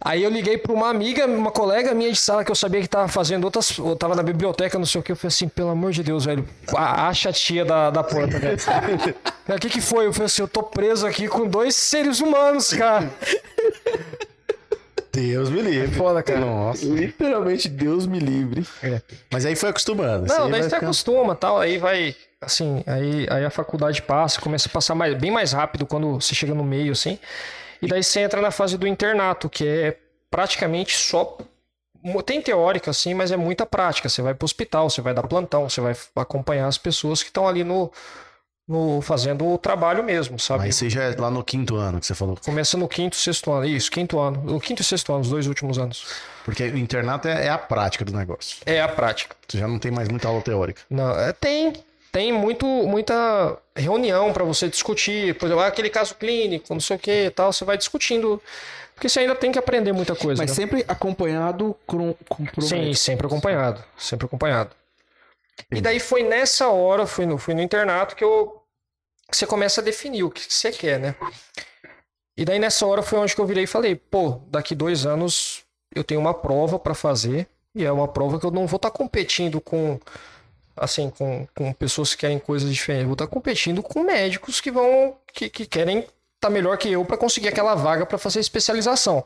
Speaker 3: Aí eu liguei pra uma amiga, uma colega minha de sala que eu sabia que tava fazendo outras. Ou tava na biblioteca, não sei o que. Eu falei assim, pelo amor de Deus, velho. a- Acha a tia da, da porta, velho. O que que foi? Eu falei assim, eu tô preso aqui com dois seres humanos, cara.
Speaker 1: Deus me livre.
Speaker 3: É Foda, cara.
Speaker 1: Nossa. É.
Speaker 2: Literalmente, Deus me livre.
Speaker 1: Mas aí foi acostumando. Isso
Speaker 3: Não,
Speaker 1: aí
Speaker 3: daí
Speaker 1: vai
Speaker 3: você tá
Speaker 1: ficando-
Speaker 3: acostuma tal, aí vai. Assim, aí, aí a faculdade passa, começa a passar mais- bem mais rápido quando você chega no meio, assim. E daí você entra na fase do internato, que é praticamente só. Tem teórica, assim, mas é muita prática. Você vai pro hospital, você vai dar plantão, você vai acompanhar as pessoas que estão ali no, no. fazendo o trabalho mesmo, sabe?
Speaker 1: Mas isso aí já é lá no quinto ano que você falou.
Speaker 3: Começa no quinto, sexto ano. Isso, quinto ano. O quinto e sexto ano, os dois últimos anos.
Speaker 1: Porque o internato é, é a prática do negócio.
Speaker 3: É a prática.
Speaker 1: Tu já não tem mais muita aula teórica.
Speaker 3: Não, é, tem. Tem muito, muita reunião para você discutir. Por exemplo, ah, aquele caso clínico, não sei o que e tal. Você vai discutindo. Porque você ainda tem que aprender muita coisa.
Speaker 2: Mas
Speaker 3: né?
Speaker 2: sempre acompanhado com, com
Speaker 3: Sim,
Speaker 2: proveito.
Speaker 3: sempre acompanhado. Sempre acompanhado. E daí foi nessa hora, fui no, fui no internato, que eu que você começa a definir o que você quer, né? E daí nessa hora foi onde que eu virei e falei, pô, daqui dois anos eu tenho uma prova pra fazer, e é uma prova que eu não vou estar competindo com assim, com, com pessoas que querem coisas diferentes, eu vou estar competindo com médicos que vão que, que querem estar melhor que eu pra conseguir aquela vaga pra fazer especialização.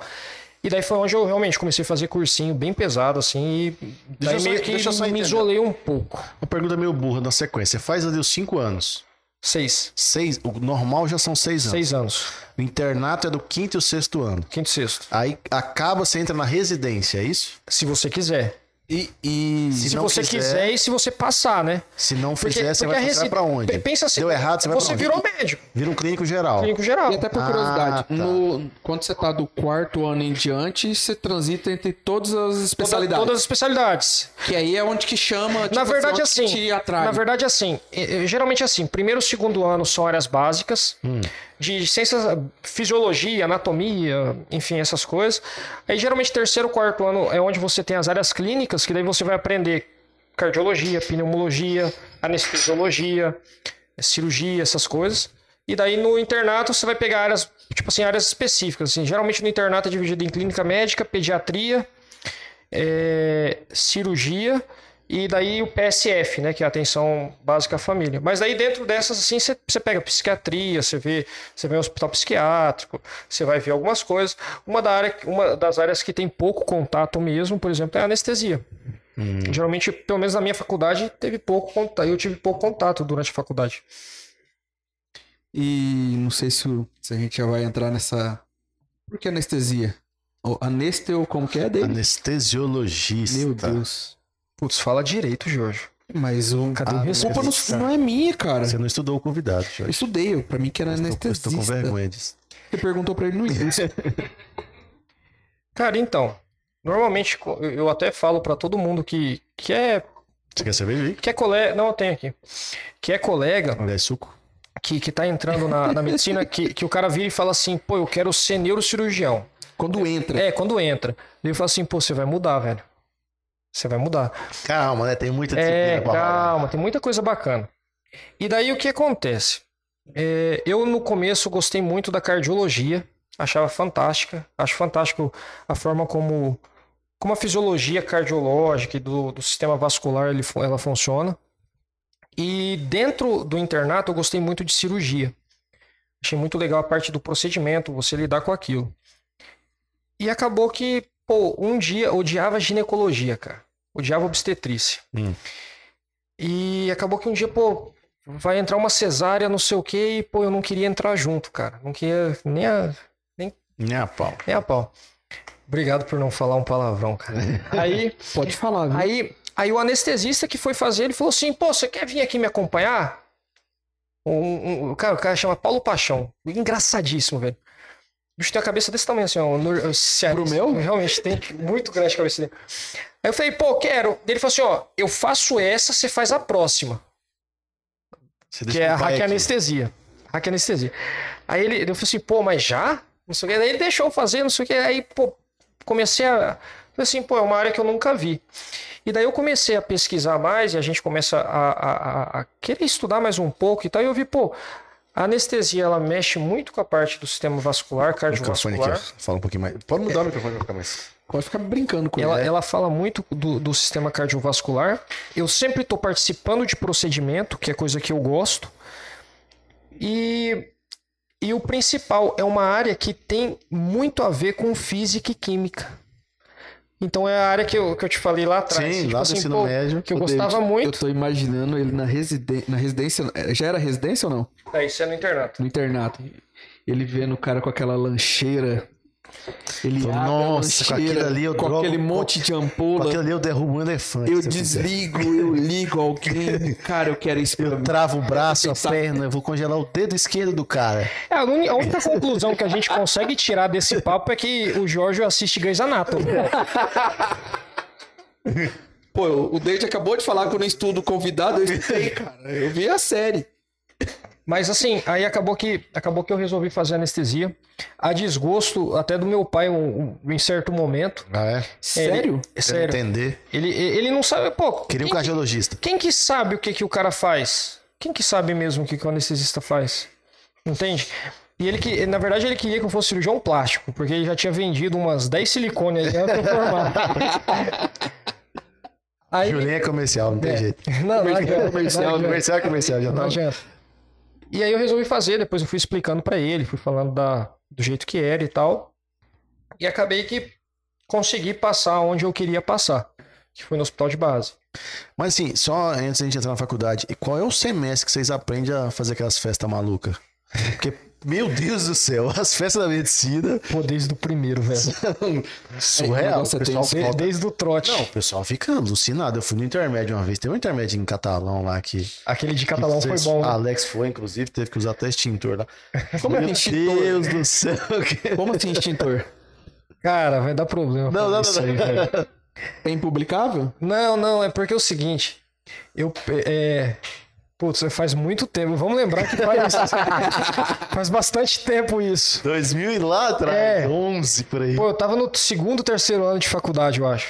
Speaker 3: E daí foi onde eu realmente comecei a fazer cursinho bem pesado assim e
Speaker 1: Deixa
Speaker 3: daí
Speaker 1: eu só-
Speaker 3: meio que
Speaker 1: deixa eu só
Speaker 3: me
Speaker 1: entender.
Speaker 3: isolei um pouco.
Speaker 1: Uma pergunta meio burra na sequência. Você faz ali os cinco anos.
Speaker 3: Seis.
Speaker 1: Seis, o normal já são seis anos.
Speaker 3: Seis anos.
Speaker 1: O internato é do quinto e o sexto ano.
Speaker 3: Quinto e sexto.
Speaker 1: Aí acaba, você entra na residência, é isso?
Speaker 3: Se você quiser.
Speaker 2: E, e
Speaker 1: Se
Speaker 3: Se,
Speaker 1: não
Speaker 3: você
Speaker 1: quiser-
Speaker 3: quiser... e se você passar, né?
Speaker 1: Se não fizer, você
Speaker 3: a
Speaker 1: vai, você
Speaker 3: resi-
Speaker 1: vai pra onde?
Speaker 3: Pe- Pensa assim.
Speaker 1: Deu errado, você vai pra onde?
Speaker 3: virou médico,
Speaker 1: Vira um clínico geral.
Speaker 3: clínico geral.
Speaker 2: E até por
Speaker 1: Ah,
Speaker 2: curiosidade,
Speaker 1: tá.
Speaker 2: no- quando você tá do quarto ano em diante, você transita entre todas as especialidades.
Speaker 3: Todas as especialidades.
Speaker 2: Que aí é onde que chama, tipo
Speaker 3: na verdade,
Speaker 2: onde que né?
Speaker 3: assim.
Speaker 2: te atrai.
Speaker 3: Na verdade, assim. eh, eh, Geralmente, assim. Primeiro e segundo ano são áreas básicas. De ciências, ah, fisiologia, anatomia, enfim, essas coisas. Aí, geralmente, terceiro, quarto ano é onde você tem as áreas clínicas, que daí você vai aprender cardiologia, pneumologia, anestesiologia, cirurgia, essas coisas. E daí no internato você vai pegar áreas, tipo assim, áreas específicas. Assim. Geralmente no internato é dividido em clínica médica, pediatria, é, cirurgia e daí o PSF, né, que é a atenção básica à família. Mas daí dentro dessas assim você você pega psiquiatria, você vê, você vê um hospital psiquiátrico, você vai ver algumas coisas. Uma da área, uma das áreas que tem pouco contato mesmo, por exemplo, é a anestesia. Geralmente, pelo menos na minha faculdade, teve pouco contato, eu tive pouco contato durante a faculdade.
Speaker 2: E não sei se, o- se a gente já vai entrar nessa. Por que anestesia? Ou anesteu, como que é dele?
Speaker 1: Anestesiologista.
Speaker 2: Meu Deus.
Speaker 3: Putz, fala direito, Jorge.
Speaker 2: Mas o.
Speaker 3: Cadê o
Speaker 2: a
Speaker 3: respeito,
Speaker 2: culpa não, não é minha, cara.
Speaker 1: Você não estudou o convidado,
Speaker 2: Eu
Speaker 1: Jorge.
Speaker 2: estudei, eu- pra mim que era
Speaker 3: é
Speaker 1: Eu estou- eu Estou com
Speaker 2: anestesista.
Speaker 1: vergonha disso.
Speaker 2: Você perguntou pra ele no início.
Speaker 3: Cara, então, normalmente co- eu- eu até falo pra todo mundo que, que é
Speaker 1: Você quer saber, Vic?
Speaker 3: que é colega, não eu tenho aqui, que é colega
Speaker 1: Aliás, suco.
Speaker 3: que, que tá entrando na, na medicina, que, que o cara vira e fala assim, pô, eu quero ser neurocirurgião.
Speaker 2: Quando entra.
Speaker 3: É, quando entra. Ele fala assim, pô, você vai mudar, velho. Você vai mudar.
Speaker 1: Calma, né? Tem muita disciplina
Speaker 3: É,
Speaker 1: pra rolar.
Speaker 3: calma, tem muita coisa bacana. E daí o que acontece? É, eu no começo gostei muito da cardiologia, Achava fantástica. Acho fantástico a forma como, como a fisiologia cardiológica e do, do sistema vascular ele, fu- ela funciona. E dentro do internato eu gostei muito de cirurgia. Achei muito legal a parte do procedimento, você lidar com aquilo. E acabou que, pô, um dia odiava ginecologia, cara. Odiava obstetrícia.
Speaker 1: Hum.
Speaker 3: E acabou que um dia, pô, vai entrar uma cesárea, não sei o quê, e, pô, eu não queria entrar junto, cara. Não queria nem a,
Speaker 1: Né, pau.
Speaker 3: nem a pau. Obrigado por não falar um palavrão, cara. É, Aí.
Speaker 2: Pode falar, viu?
Speaker 3: Aí, aí o anestesista que foi fazer, ele falou assim: pô, você quer vir aqui me acompanhar? Um, um- o, cara, o cara chama Paulo Paixão. Engraçadíssimo, velho. O bicho tem a cabeça desse tamanho, assim, ó. no- se-
Speaker 2: Pro meu?
Speaker 3: Realmente, tem muito grande a cabeça dele. Aí eu falei, pô, quero. Ele falou assim: ó, eu faço essa, você faz a próxima.
Speaker 1: Você
Speaker 3: Que
Speaker 1: deixa
Speaker 3: é a
Speaker 1: o pai aqui.
Speaker 3: hack anestesia. Hack anestesia. Aí ele, eu falei assim, pô, mas já? Não sei o que. Daí ele deixou eu fazer, não sei o que. Aí, pô, comecei a. Falei assim, pô, é uma área que eu nunca vi. E daí eu comecei a pesquisar mais e a gente começa a, a- a- a querer estudar mais um pouco e tal. E eu vi, pô, a anestesia, ela mexe muito com a parte do sistema vascular,
Speaker 1: O microfone
Speaker 3: cardiovascular.
Speaker 1: aqui, ó. fala um pouquinho mais. Pode mudar o microfone pra ficar mais.
Speaker 2: Pode ficar brincando com
Speaker 3: Ela,
Speaker 1: é.
Speaker 2: ele. É.
Speaker 3: ela fala muito do, do sistema cardiovascular. Eu sempre estou participando de procedimento, que é coisa que eu gosto. E, e o principal é uma área que tem muito a ver com física e química. Então é a área que eu, que eu te falei lá atrás.
Speaker 1: Sim,
Speaker 3: Tipo
Speaker 1: lá do
Speaker 3: assim,
Speaker 1: ensino
Speaker 3: pô,
Speaker 1: médio.
Speaker 3: Que eu
Speaker 2: Ô, David,
Speaker 3: gostava
Speaker 2: Eu
Speaker 3: muito.
Speaker 2: tô imaginando ele na, residen... na residência. Já era residência ou não?
Speaker 3: É, isso é no internato.
Speaker 2: No internato. Ele vendo o cara com aquela lancheira. Ele abre a
Speaker 1: Nossa, com
Speaker 2: lancheira,
Speaker 1: aquilo ali eu
Speaker 2: com
Speaker 1: drogo- um
Speaker 2: aquele monte de ampola.
Speaker 1: Com aquilo ali eu derrubo um elefante.
Speaker 2: Eu
Speaker 1: se eu quiser.
Speaker 2: desligo, eu ligo alguém. Cara, eu quero isso pra
Speaker 1: Eu
Speaker 2: mim.
Speaker 1: travo o braço, a
Speaker 2: Pensar-
Speaker 1: perna, eu vou congelar o dedo esquerdo do cara.
Speaker 3: É, a, uni- a única conclusão que a gente consegue tirar desse papo é que o Jorge assiste Grey's Anatomy.
Speaker 2: Pô, o David acabou de falar que eu não estudo convidado. Eu estudei, cara. Eu vi a
Speaker 1: É.
Speaker 2: série.
Speaker 3: Mas assim, aí acabou que acabou que eu resolvi fazer anestesia. A desgosto até do meu pai um- um- em certo momento.
Speaker 1: Ah, é?
Speaker 2: Sério?
Speaker 3: É
Speaker 1: Quero
Speaker 3: sério.
Speaker 1: entender.
Speaker 3: Ele, ele não sabe, pô.
Speaker 1: Queria um
Speaker 3: quem,
Speaker 1: cardiologista.
Speaker 3: quem que sabe o que, que o cara faz? Quem que sabe mesmo o que, que o anestesista faz? Entende? E ele que, na verdade, ele queria que eu fosse cirurgião plástico, porque ele já tinha vendido umas 10 silicone ali antes de eu formar. Aí,
Speaker 1: Julinha é comercial, não tem
Speaker 3: É.
Speaker 1: jeito.
Speaker 3: não, não, adianta, não
Speaker 1: Comercial,
Speaker 3: adianta.
Speaker 1: comercial, é comercial. Já
Speaker 3: Não
Speaker 1: tá...
Speaker 3: adianta. E aí eu resolvi fazer, depois eu fui explicando pra ele, fui falando da, do jeito que era e tal. E acabei que consegui passar onde eu queria passar, que foi no hospital de base.
Speaker 1: Mas assim, só antes da gente entrar na faculdade, e qual é o semestre que vocês aprendem a fazer aquelas festas malucas? Porque, meu Deus do céu, as festas da medicina
Speaker 3: Pô, desde o primeiro, velho.
Speaker 1: surreal.
Speaker 2: Nossa,
Speaker 1: o, pessoal
Speaker 2: tem-
Speaker 1: volta-
Speaker 3: desde o trote.
Speaker 1: é Não, o pessoal fica alucinado. Eu fui no intermédio uma vez, tem um intermédio em catalão lá que.
Speaker 3: Aquele de catalão foi
Speaker 1: Vocês-
Speaker 3: bom. né? é
Speaker 1: Alex foi, inclusive, teve que usar até extintor lá.
Speaker 2: Como
Speaker 1: Meu
Speaker 2: assim, extintor?
Speaker 1: Deus do céu. que-
Speaker 2: Como assim, extintor?
Speaker 3: Cara, vai dar problema.
Speaker 1: Não,
Speaker 3: falar
Speaker 1: não,
Speaker 3: isso
Speaker 1: não,
Speaker 3: aí,
Speaker 1: não.
Speaker 3: velho.
Speaker 2: É impublicável?
Speaker 3: Não, não, é porque é o seguinte, eu pe- é Putz, faz muito tempo. Vamos lembrar que faz, faz bastante tempo isso.
Speaker 1: 2000 e lá atrás,
Speaker 3: É.
Speaker 1: 11 por aí.
Speaker 3: Pô, eu tava no segundo, terceiro ano de faculdade, eu acho.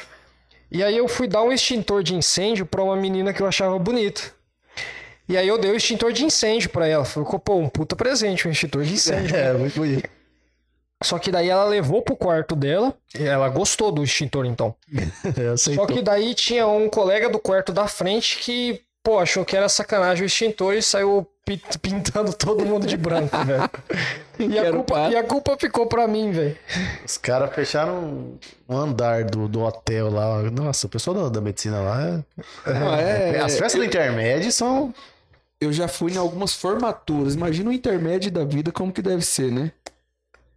Speaker 3: E aí eu fui dar um extintor de incêndio pra uma menina que eu achava bonita. E aí eu dei o extintor de incêndio pra ela. Ficou, pô, um puta presente, um extintor de incêndio.
Speaker 1: é, muito bonito.
Speaker 3: Só que daí ela levou pro quarto dela. e Ela gostou do extintor, então.
Speaker 1: É, aceitou.
Speaker 3: Só que daí tinha um colega do quarto da frente que, pô, achou que era sacanagem o extintor e saiu pi- pintando todo mundo de branco, velho. E a
Speaker 2: Quero
Speaker 3: culpa,
Speaker 2: par.
Speaker 3: e a culpa ficou pra mim, velho.
Speaker 1: Os caras fecharam um andar do, do hotel lá. Nossa, o pessoal da, da medicina lá.
Speaker 2: Não,
Speaker 1: é-
Speaker 2: é.
Speaker 1: As festas do intermédio são.
Speaker 2: Eu já fui em algumas formaturas. Imagina o intermédio da vida, como que deve ser, né?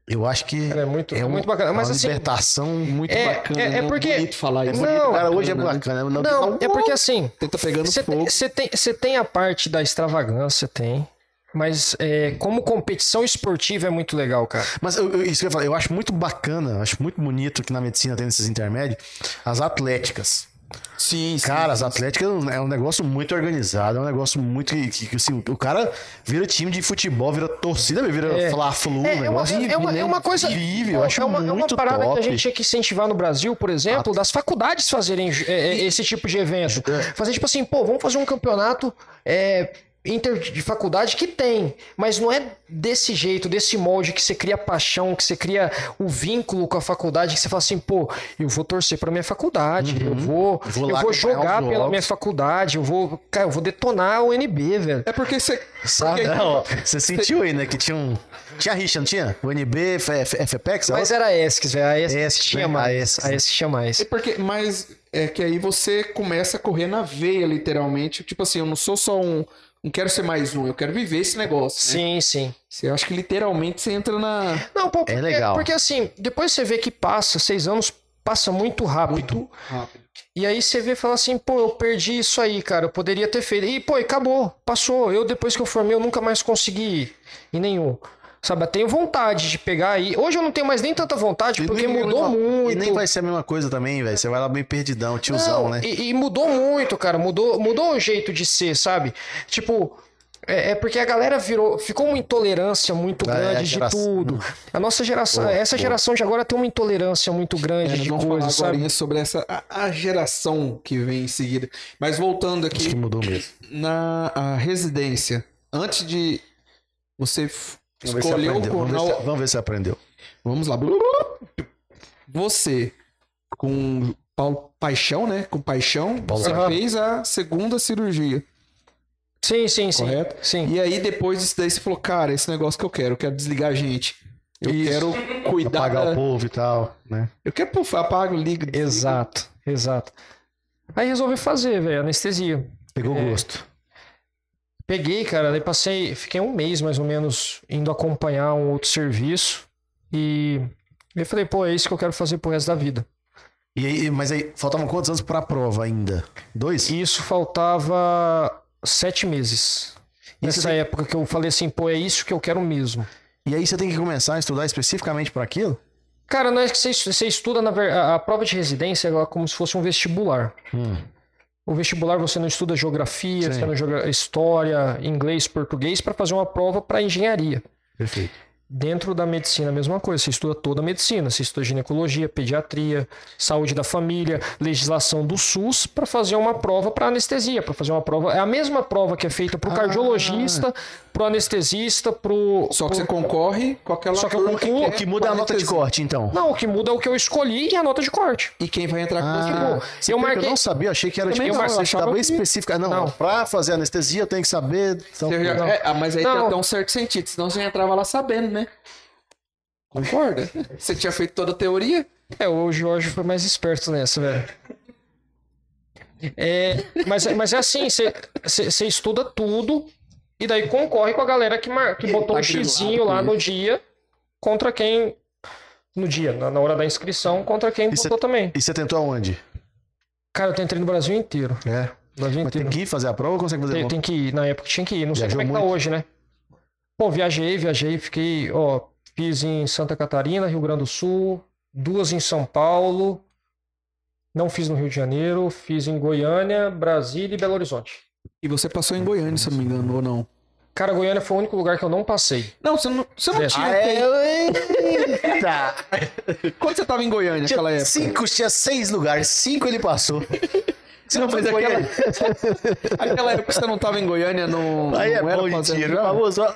Speaker 1: Eu acho que.
Speaker 3: Cara, é muito- é
Speaker 1: um-
Speaker 3: muito bacana, mas
Speaker 1: uma
Speaker 3: assim-
Speaker 1: libertação muito.
Speaker 2: Muito
Speaker 3: É,
Speaker 2: bacana.
Speaker 3: é- é
Speaker 2: né?
Speaker 3: porque-
Speaker 2: Bonito falar isso.
Speaker 3: Não,
Speaker 1: cara, hoje é
Speaker 2: bacana, né?
Speaker 1: bacana. Não,
Speaker 3: Não, é
Speaker 1: porque.
Speaker 3: porque assim.
Speaker 2: Tenta pegando
Speaker 3: Você tem,
Speaker 2: fogo.
Speaker 3: você tem, você tem a parte da extravagância, tem. Mas é, como competição esportiva é muito legal, cara.
Speaker 1: Mas eu, eu- isso que eu ia falar, eu acho muito bacana, acho muito bonito que na medicina tem nesses intermédios as atléticas.
Speaker 2: Sim, sim.
Speaker 1: Cara, as atléticas é um negócio muito organizado, é um negócio muito. que, que, que, assim, o cara vira time de futebol, vira torcida, vira
Speaker 3: É.
Speaker 1: fla-flu, um negócio
Speaker 3: é uma-
Speaker 1: né?
Speaker 3: é uma coisa.
Speaker 1: incrível. Eu acho
Speaker 3: é uma, é
Speaker 1: muito
Speaker 3: uma parada
Speaker 1: top. Ah.
Speaker 3: que a gente tinha que incentivar no Brasil, por exemplo, das faculdades fazerem é, é, esse tipo de evento. Fazer tipo assim, pô, vamos fazer um campeonato é, inter de faculdade que tem, mas não é desse jeito, desse molde que você cria paixão, que você cria o vínculo com a faculdade, que você fala assim, pô, eu vou torcer para minha faculdade, eu vou,
Speaker 1: Uhum. Vou lá
Speaker 3: eu vou
Speaker 1: acompanhar
Speaker 3: jogar
Speaker 1: os
Speaker 3: pela
Speaker 1: jogos.
Speaker 3: minha faculdade, eu vou, cara, eu vou detonar o NB, velho.
Speaker 2: É porque você.
Speaker 1: Sabe?
Speaker 2: porque-
Speaker 1: Não, você sentiu aí, né? Que tinha um. Tinha rixa, não tinha? O NB, FPEX?
Speaker 3: Mas é, era a ESCS, velho. A ESCS,
Speaker 1: ESCS,
Speaker 3: tinha
Speaker 1: né? A
Speaker 3: mais.
Speaker 1: ESCS,
Speaker 3: A ESCS tinha
Speaker 2: É
Speaker 3: mais.
Speaker 2: porque, mas é que aí você começa a correr na veia, literalmente. Tipo assim, eu não sou só um. Não quero ser mais um, eu quero viver esse negócio. né?
Speaker 3: Sim, sim.
Speaker 2: Você acha que literalmente você entra na.
Speaker 3: Não, pô, porque,
Speaker 1: É legal.
Speaker 3: porque assim, depois você vê que passa, seis anos passa muito rápido.
Speaker 2: Muito rápido.
Speaker 3: E aí você vê e fala assim, pô, eu perdi isso aí, cara, eu poderia ter feito. E, pô, e acabou, passou. Eu, depois que eu formei, eu nunca mais consegui ir em nenhum. Sabe, eu tenho vontade de pegar aí. Hoje eu não tenho mais nem tanta vontade, tipo, porque mudou muito.
Speaker 1: E nem vai ser a mesma coisa também, velho. Você vai lá bem perdidão, tiozão,
Speaker 3: Não,
Speaker 1: né?
Speaker 3: E, e mudou muito, cara. Mudou, mudou o jeito de ser, sabe? Tipo, é, é porque a galera virou, ficou uma intolerância muito
Speaker 1: É, a
Speaker 3: grande de
Speaker 1: geração-
Speaker 3: tudo. A nossa geração,
Speaker 1: Boa,
Speaker 3: essa
Speaker 1: boa.
Speaker 3: geração de agora tem uma intolerância muito grande
Speaker 2: É, nós
Speaker 3: de
Speaker 2: vamos
Speaker 3: coisas,
Speaker 2: falar
Speaker 3: sabe?
Speaker 2: agora sobre essa a, a geração que vem em seguida. Mas voltando aqui.
Speaker 1: Acho que mudou mesmo.
Speaker 2: na a residência, antes de você f-
Speaker 1: ver se
Speaker 2: escolher o
Speaker 1: aprendeu. Vamos ver
Speaker 2: curso.
Speaker 1: se- Vamos ver se aprendeu.
Speaker 2: Vamos lá. Você, com Paulo Paixão, né? Com Paixão,
Speaker 1: Paulo
Speaker 2: você
Speaker 3: Paixão.
Speaker 2: fez a segunda cirurgia,
Speaker 3: Sim, sim, sim.
Speaker 2: correto?
Speaker 3: Sim.
Speaker 2: E aí, depois disso daí, você falou, cara, esse negócio que eu quero, eu quero desligar a gente. Eu
Speaker 3: Isso.
Speaker 2: quero cuidar.
Speaker 1: Apagar
Speaker 2: da-
Speaker 1: o povo e tal, né?
Speaker 2: Eu quero puf, apago, ligo. desligo.
Speaker 3: Exato, exato. Aí resolvi fazer, velho, anestesia.
Speaker 1: Pegou
Speaker 3: É.
Speaker 1: gosto.
Speaker 3: Peguei, cara, daí passei, fiquei um mês mais ou menos indo acompanhar um outro serviço e eu falei, pô, é isso que eu quero fazer pro resto da vida.
Speaker 1: E aí, mas aí, faltavam quantos anos pra prova ainda? Dois?
Speaker 3: E Isso faltava sete meses.
Speaker 1: Isso
Speaker 3: Nessa
Speaker 1: tem-
Speaker 3: época que eu falei assim, pô, é isso que eu quero mesmo.
Speaker 1: E aí você tem que começar a estudar especificamente para aquilo?
Speaker 3: Cara, não é que você, es- você estuda na ver- a, a prova de residência é como se fosse um vestibular.
Speaker 2: Hum.
Speaker 3: O vestibular você não estuda geografia,
Speaker 1: Sim.
Speaker 3: você não joga história, inglês, português para fazer uma prova para engenharia.
Speaker 1: Perfeito.
Speaker 3: Dentro da medicina, a mesma coisa. Você estuda toda a medicina. Você estuda ginecologia, pediatria, saúde da família, legislação do SUS, para fazer uma prova para anestesia, para fazer uma prova. É a mesma prova que é feita para o
Speaker 1: Ah.
Speaker 3: cardiologista, para o anestesista, para o.
Speaker 2: Só que você concorre com aquela
Speaker 3: Só que eu
Speaker 2: turma
Speaker 3: concluo
Speaker 1: O
Speaker 2: quer
Speaker 1: que muda é a nota de
Speaker 2: 40.
Speaker 1: corte, então.
Speaker 3: Não, o que muda é o que eu escolhi e a nota de corte.
Speaker 2: E quem vai entrar com você?
Speaker 1: Ah,
Speaker 3: tipo,
Speaker 1: você
Speaker 3: eu
Speaker 1: eu,
Speaker 3: marquei-
Speaker 1: eu não sabia, eu achei que era
Speaker 3: Também
Speaker 1: tipo,
Speaker 3: não,
Speaker 1: ah,
Speaker 3: eu
Speaker 1: você
Speaker 3: achava
Speaker 1: tá bem
Speaker 3: que-
Speaker 1: específica. Não,
Speaker 3: Não.
Speaker 1: pra fazer anestesia eu tenho que saber. Então,
Speaker 2: Você já-
Speaker 1: não.
Speaker 2: é, ah, mas aí
Speaker 3: Não.
Speaker 2: tem até um certo sentido, senão você entrava lá sabendo, né? Concorda? você tinha feito toda a teoria?
Speaker 3: É, o Jorge foi mais esperto nessa, velho. É, mas, mas é assim, você- você você estuda tudo e daí concorre com a galera que, mar, que
Speaker 2: Ele
Speaker 3: botou
Speaker 2: tá
Speaker 3: o xizinho
Speaker 2: grilado
Speaker 3: lá
Speaker 2: com
Speaker 3: no dia contra quem... No dia, na, na hora da inscrição, contra quem
Speaker 1: cê-
Speaker 3: botou também.
Speaker 1: E você tentou aonde?
Speaker 3: Cara, eu tentei no Brasil inteiro.
Speaker 1: É.
Speaker 3: Brasil
Speaker 1: Mas tem
Speaker 3: inteiro.
Speaker 1: que ir fazer a prova ou consegue fazer
Speaker 3: Tem,
Speaker 1: a
Speaker 3: tem que ir, na época tinha que ir. Não sei
Speaker 1: Viajou
Speaker 3: como é que tá
Speaker 1: muito.
Speaker 3: hoje, né? Pô, viajei, viajei, fiquei, ó, fiz em Santa Catarina, Rio Grande do Sul, duas em São Paulo, não fiz no Rio de Janeiro, fiz em Goiânia, Brasília e Belo Horizonte.
Speaker 2: E você passou em Goiânia, se eu não me engano, ou não?
Speaker 3: Cara, Goiânia foi o único lugar que eu não passei.
Speaker 2: Não, você não, você não
Speaker 3: É.
Speaker 2: tinha.
Speaker 1: Ah, é? Eita!
Speaker 2: Quando você tava em Goiânia naquela
Speaker 1: Tinha
Speaker 2: época?
Speaker 1: cinco, tinha seis lugares, cinco ele passou. Você
Speaker 2: Não, mas
Speaker 1: foi
Speaker 2: aquela,
Speaker 1: ele?
Speaker 2: aquela época que você não tava em Goiânia, não,
Speaker 1: Aí é
Speaker 2: não era
Speaker 1: bom de
Speaker 2: fazendo
Speaker 1: tiro,
Speaker 2: nada?
Speaker 1: famoso.
Speaker 2: Hã?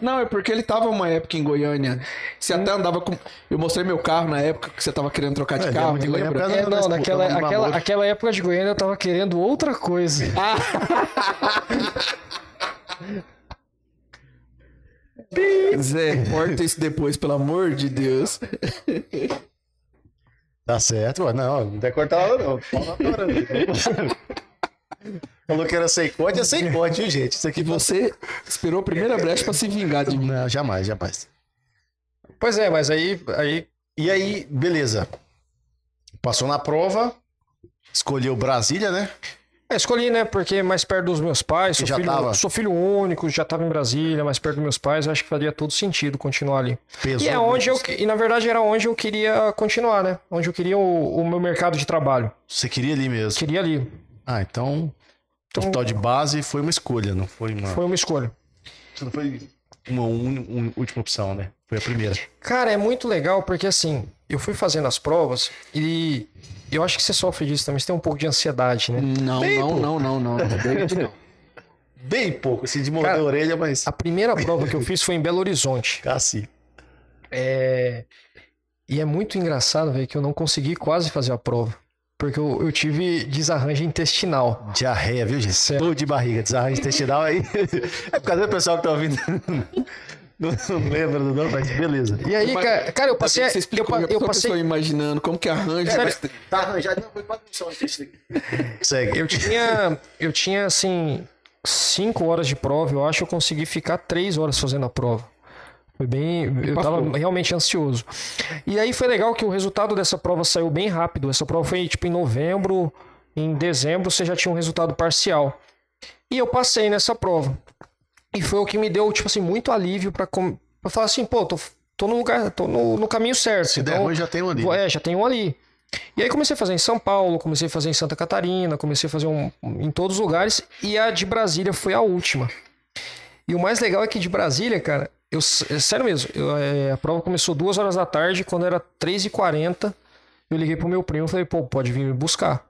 Speaker 2: Não, é porque ele tava uma época em Goiânia. Você até andava com. Eu mostrei meu carro na época que você tava querendo trocar de
Speaker 1: É,
Speaker 2: carro,
Speaker 1: lembro de
Speaker 2: lembra?
Speaker 1: Goiânia por causa
Speaker 3: É,
Speaker 1: do-
Speaker 3: não,
Speaker 1: do-
Speaker 3: naquela,
Speaker 1: do namoro.
Speaker 3: aquela, aquela época de Goiânia eu tava querendo outra coisa. Ah,
Speaker 2: Zé, corta isso depois, pelo amor de Deus.
Speaker 1: Tá certo, mano. Não, não tem que cortar nada, não. Fala agora, né? Falou que era sem corte, é sem corte, viu, gente? Isso aqui um-
Speaker 2: E você esperou a primeira brecha pra se vingar de mim.
Speaker 1: Não, jamais, jamais.
Speaker 3: Pois é, mas aí, aí
Speaker 1: E aí, beleza. Passou na prova, escolheu Brasília, né?
Speaker 3: É, escolhi, né? Porque mais perto dos meus pais, sou
Speaker 1: E já
Speaker 3: filho,
Speaker 1: tava?
Speaker 3: sou filho único, já tava em Brasília, mais perto dos meus pais, eu acho que faria todo sentido continuar ali.
Speaker 1: Pesou.
Speaker 3: E é
Speaker 2: um
Speaker 3: onde eu, e na verdade era onde eu queria continuar, né? Onde eu queria o, o meu mercado de trabalho.
Speaker 1: Você queria ali mesmo.
Speaker 3: Queria ali.
Speaker 1: Ah, então.
Speaker 3: Então-
Speaker 1: Hospital de base foi uma escolha, não foi uma.
Speaker 3: Foi uma escolha.
Speaker 1: Não foi uma un- un- última opção, né? Foi a primeira.
Speaker 3: Cara, é muito legal porque assim, eu fui fazendo as provas e eu acho que você sofre disso também, você tem um pouco de ansiedade, né?
Speaker 2: Não, não, não, não, não. não.
Speaker 1: Bem pouco, assim, de morder
Speaker 3: Cara,
Speaker 1: a orelha, mas.
Speaker 3: A primeira prova que eu fiz foi em Belo Horizonte.
Speaker 1: Assim.
Speaker 3: É, E é muito engraçado, velho, que eu não consegui quase fazer a prova. Porque eu, eu tive desarranjo intestinal.
Speaker 1: Diarreia, viu, gente?
Speaker 3: Certo.
Speaker 1: Dor de barriga, desarranjo intestinal aí. É por causa do pessoal que tá ouvindo. Não, não lembra do nome, mas beleza.
Speaker 3: E aí,
Speaker 2: Mas-
Speaker 3: cara, cara, eu passei.
Speaker 2: Você
Speaker 3: Eu,
Speaker 2: explicou,
Speaker 3: pa-
Speaker 2: eu,
Speaker 3: eu passei.
Speaker 2: estou imaginando como que arranja.
Speaker 3: Sério?
Speaker 2: mas-
Speaker 1: Tá arranjado, não, foi pra missão Segue.
Speaker 3: Eu tinha, eu tinha assim, cinco horas de prova. Eu acho que eu consegui ficar três horas fazendo a prova. Foi bem. Eu
Speaker 2: Passou.
Speaker 3: tava realmente ansioso. E aí foi legal que o resultado dessa prova saiu bem rápido. Essa prova foi tipo em novembro, em dezembro você já tinha um resultado parcial. E eu passei nessa prova. E foi o que me deu, tipo assim, muito alívio pra, com... pra falar assim, pô, tô, tô no lugar, tô no, no caminho certo.
Speaker 1: Se der
Speaker 3: então,
Speaker 1: ruim, já tem um ali.
Speaker 3: Vou- É, já tem um ali. E aí comecei a fazer em São Paulo, comecei a fazer em Santa Catarina, comecei a fazer um, em todos os lugares. E a de Brasília foi a última. E o mais legal é que de Brasília, cara, eu, s- é sério mesmo, eu, é, a prova começou duas horas da tarde, quando era 3h40, eu liguei pro meu primo e falei, pô, pode vir me buscar.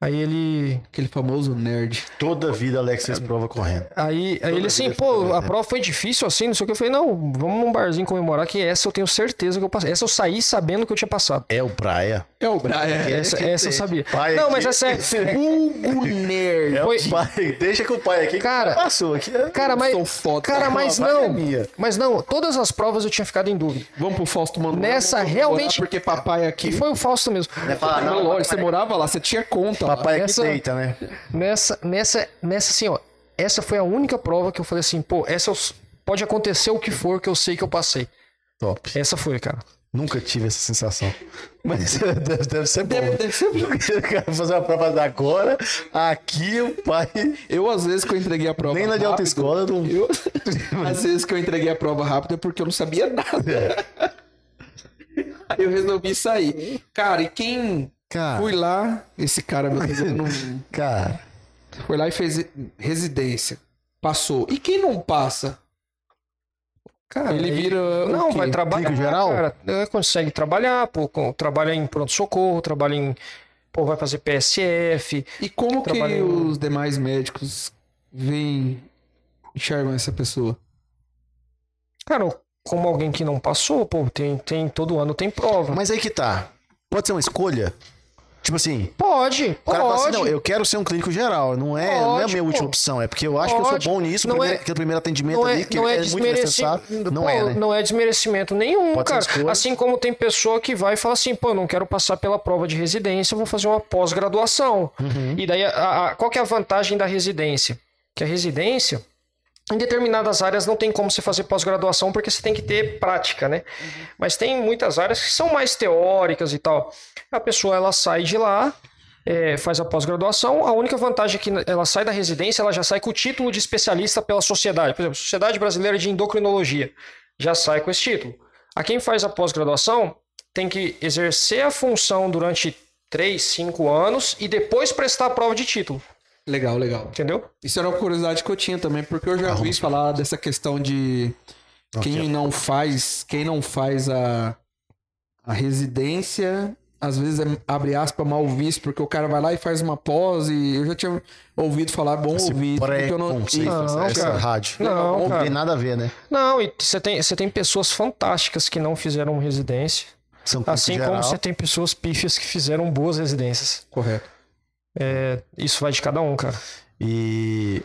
Speaker 3: Aí ele.
Speaker 2: Aquele famoso nerd.
Speaker 1: Toda vida Alex fez prova correndo.
Speaker 3: Aí, aí ele assim, pô, a prova foi difícil assim, não sei o que. Eu falei, não, vamos num barzinho comemorar, que essa eu tenho certeza que eu passei. Essa eu saí sabendo que eu tinha passado.
Speaker 1: É o Praia.
Speaker 2: É o Brian.
Speaker 3: Essa,
Speaker 1: que
Speaker 3: essa eu
Speaker 1: tem.
Speaker 3: sabia.
Speaker 1: Pai
Speaker 3: não,
Speaker 1: aqui.
Speaker 3: mas essa é.
Speaker 2: Vulgo nerd.
Speaker 1: É
Speaker 3: Foi-
Speaker 1: o pai. Deixa com o pai aqui. que
Speaker 3: Cara-
Speaker 1: passou aqui. é-
Speaker 3: Cara, mas.
Speaker 2: Sou foda.
Speaker 3: Cara, mas
Speaker 1: Uma vaga
Speaker 3: não.
Speaker 1: minha.
Speaker 3: Mas não, todas as provas eu tinha ficado em dúvida.
Speaker 2: Vamos pro Fausto Manuel.
Speaker 3: Nessa,
Speaker 2: vamos
Speaker 3: realmente-
Speaker 2: comemorar, Porque papai
Speaker 3: E
Speaker 2: aqui...
Speaker 3: foi o Fausto mesmo.
Speaker 1: Fala,
Speaker 2: Não, é
Speaker 1: não,
Speaker 2: lógico, você morava lá, você tinha conta lá.
Speaker 1: papai aqui
Speaker 3: Essa-
Speaker 1: deita, né?
Speaker 3: Nessa, nessa, nessa assim, ó. Essa foi a única prova que eu falei assim, pô, essa eu- pode acontecer o que for que eu sei que eu passei.
Speaker 1: Top.
Speaker 3: Essa foi, cara.
Speaker 1: Nunca tive essa sensação. Mas deve, deve ser é bom.
Speaker 2: Deve- deve ser bom.
Speaker 1: Eu quero fazer uma prova da agora. Aqui o pai.
Speaker 2: Eu, às vezes, que eu entreguei a prova
Speaker 1: Nem na de
Speaker 2: rápido,
Speaker 1: autoescola não.
Speaker 2: Eu... Às vezes que eu entreguei a prova rápida é porque eu não sabia nada. Aí eu resolvi sair. Cara, e quem
Speaker 1: Cara.
Speaker 2: fui lá, esse cara meu Deus, eu não-
Speaker 1: Cara,
Speaker 2: foi lá e fez residência. Passou. E quem não passa?
Speaker 3: Cara,
Speaker 2: Ele
Speaker 3: aí-
Speaker 2: vira. o
Speaker 3: Não,
Speaker 2: quê?
Speaker 3: vai trabalhar.
Speaker 1: Clínico geral?
Speaker 3: Cara, É, consegue trabalhar, pô, com- trabalha em pronto-socorro, trabalha em. Pô, vai fazer PSF.
Speaker 2: E como que
Speaker 3: Trabalha em-
Speaker 2: os demais médicos veem, enxergam essa pessoa?
Speaker 3: Cara, como alguém que não passou, pô, tem, tem todo ano tem prova.
Speaker 1: mas aí que tá. Pode ser uma escolha? Tipo assim,
Speaker 3: Pode,
Speaker 1: o cara fala assim:
Speaker 3: pode.
Speaker 1: não, eu quero ser um clínico geral. Não é, não é a
Speaker 3: Pode,
Speaker 1: minha
Speaker 3: pô.
Speaker 1: última opção. É porque eu acho que eu
Speaker 3: Pode.
Speaker 1: sou bom nisso.
Speaker 3: Não
Speaker 1: primeiro-
Speaker 3: é-
Speaker 1: aquele primeiro atendimento
Speaker 3: não
Speaker 1: ali,
Speaker 3: é,
Speaker 1: que
Speaker 3: não é,
Speaker 1: muito
Speaker 3: desmereci-
Speaker 1: necessário. Não é,
Speaker 3: pô,
Speaker 1: né?
Speaker 3: não é desmerecimento nenhum,
Speaker 1: Pode ser
Speaker 3: cara.
Speaker 1: escolha.
Speaker 3: Assim como tem pessoa que vai e fala assim, pô, eu não quero passar pela prova de residência, eu vou fazer uma pós-graduação.
Speaker 1: Uhum.
Speaker 3: E daí, a- a- qual que é a vantagem da residência? Que a residência, em determinadas áreas não tem como você fazer pós-graduação porque você tem que ter prática, né?
Speaker 1: Uhum.
Speaker 3: Mas tem muitas áreas que são mais teóricas e tal. A pessoa ela sai de lá, é, faz a pós-graduação. A única vantagem é que ela sai da residência, ela já sai com o título de especialista pela sociedade. Por exemplo, Sociedade Brasileira de Endocrinologia já sai com esse título. A quem faz a pós-graduação tem que exercer a função durante 3, 5 anos e depois prestar a prova de título,
Speaker 2: Legal, legal.
Speaker 3: entendeu?
Speaker 2: Isso era uma curiosidade que eu tinha também, porque eu já ouvi falar dessa questão de quem não faz, quem não faz a, a residência, às vezes é, abre aspas, mal visto, porque o cara vai lá e faz uma pós e eu já tinha ouvido falar bom
Speaker 1: Esse
Speaker 2: ouvido, porque eu não,
Speaker 1: preconceito,
Speaker 2: Isso,
Speaker 1: essa,
Speaker 3: Não,
Speaker 1: essa
Speaker 3: cara.
Speaker 1: rádio.
Speaker 3: Não,
Speaker 1: não
Speaker 3: cara.
Speaker 1: tem nada a ver, né?
Speaker 3: Não, e você tem, você tem pessoas fantásticas que não fizeram residência,
Speaker 1: São um clínico
Speaker 3: assim
Speaker 1: geral.
Speaker 3: como você tem pessoas pífias que fizeram boas residências. É,
Speaker 2: correto.
Speaker 3: Isso vai de cada um, cara.
Speaker 1: E.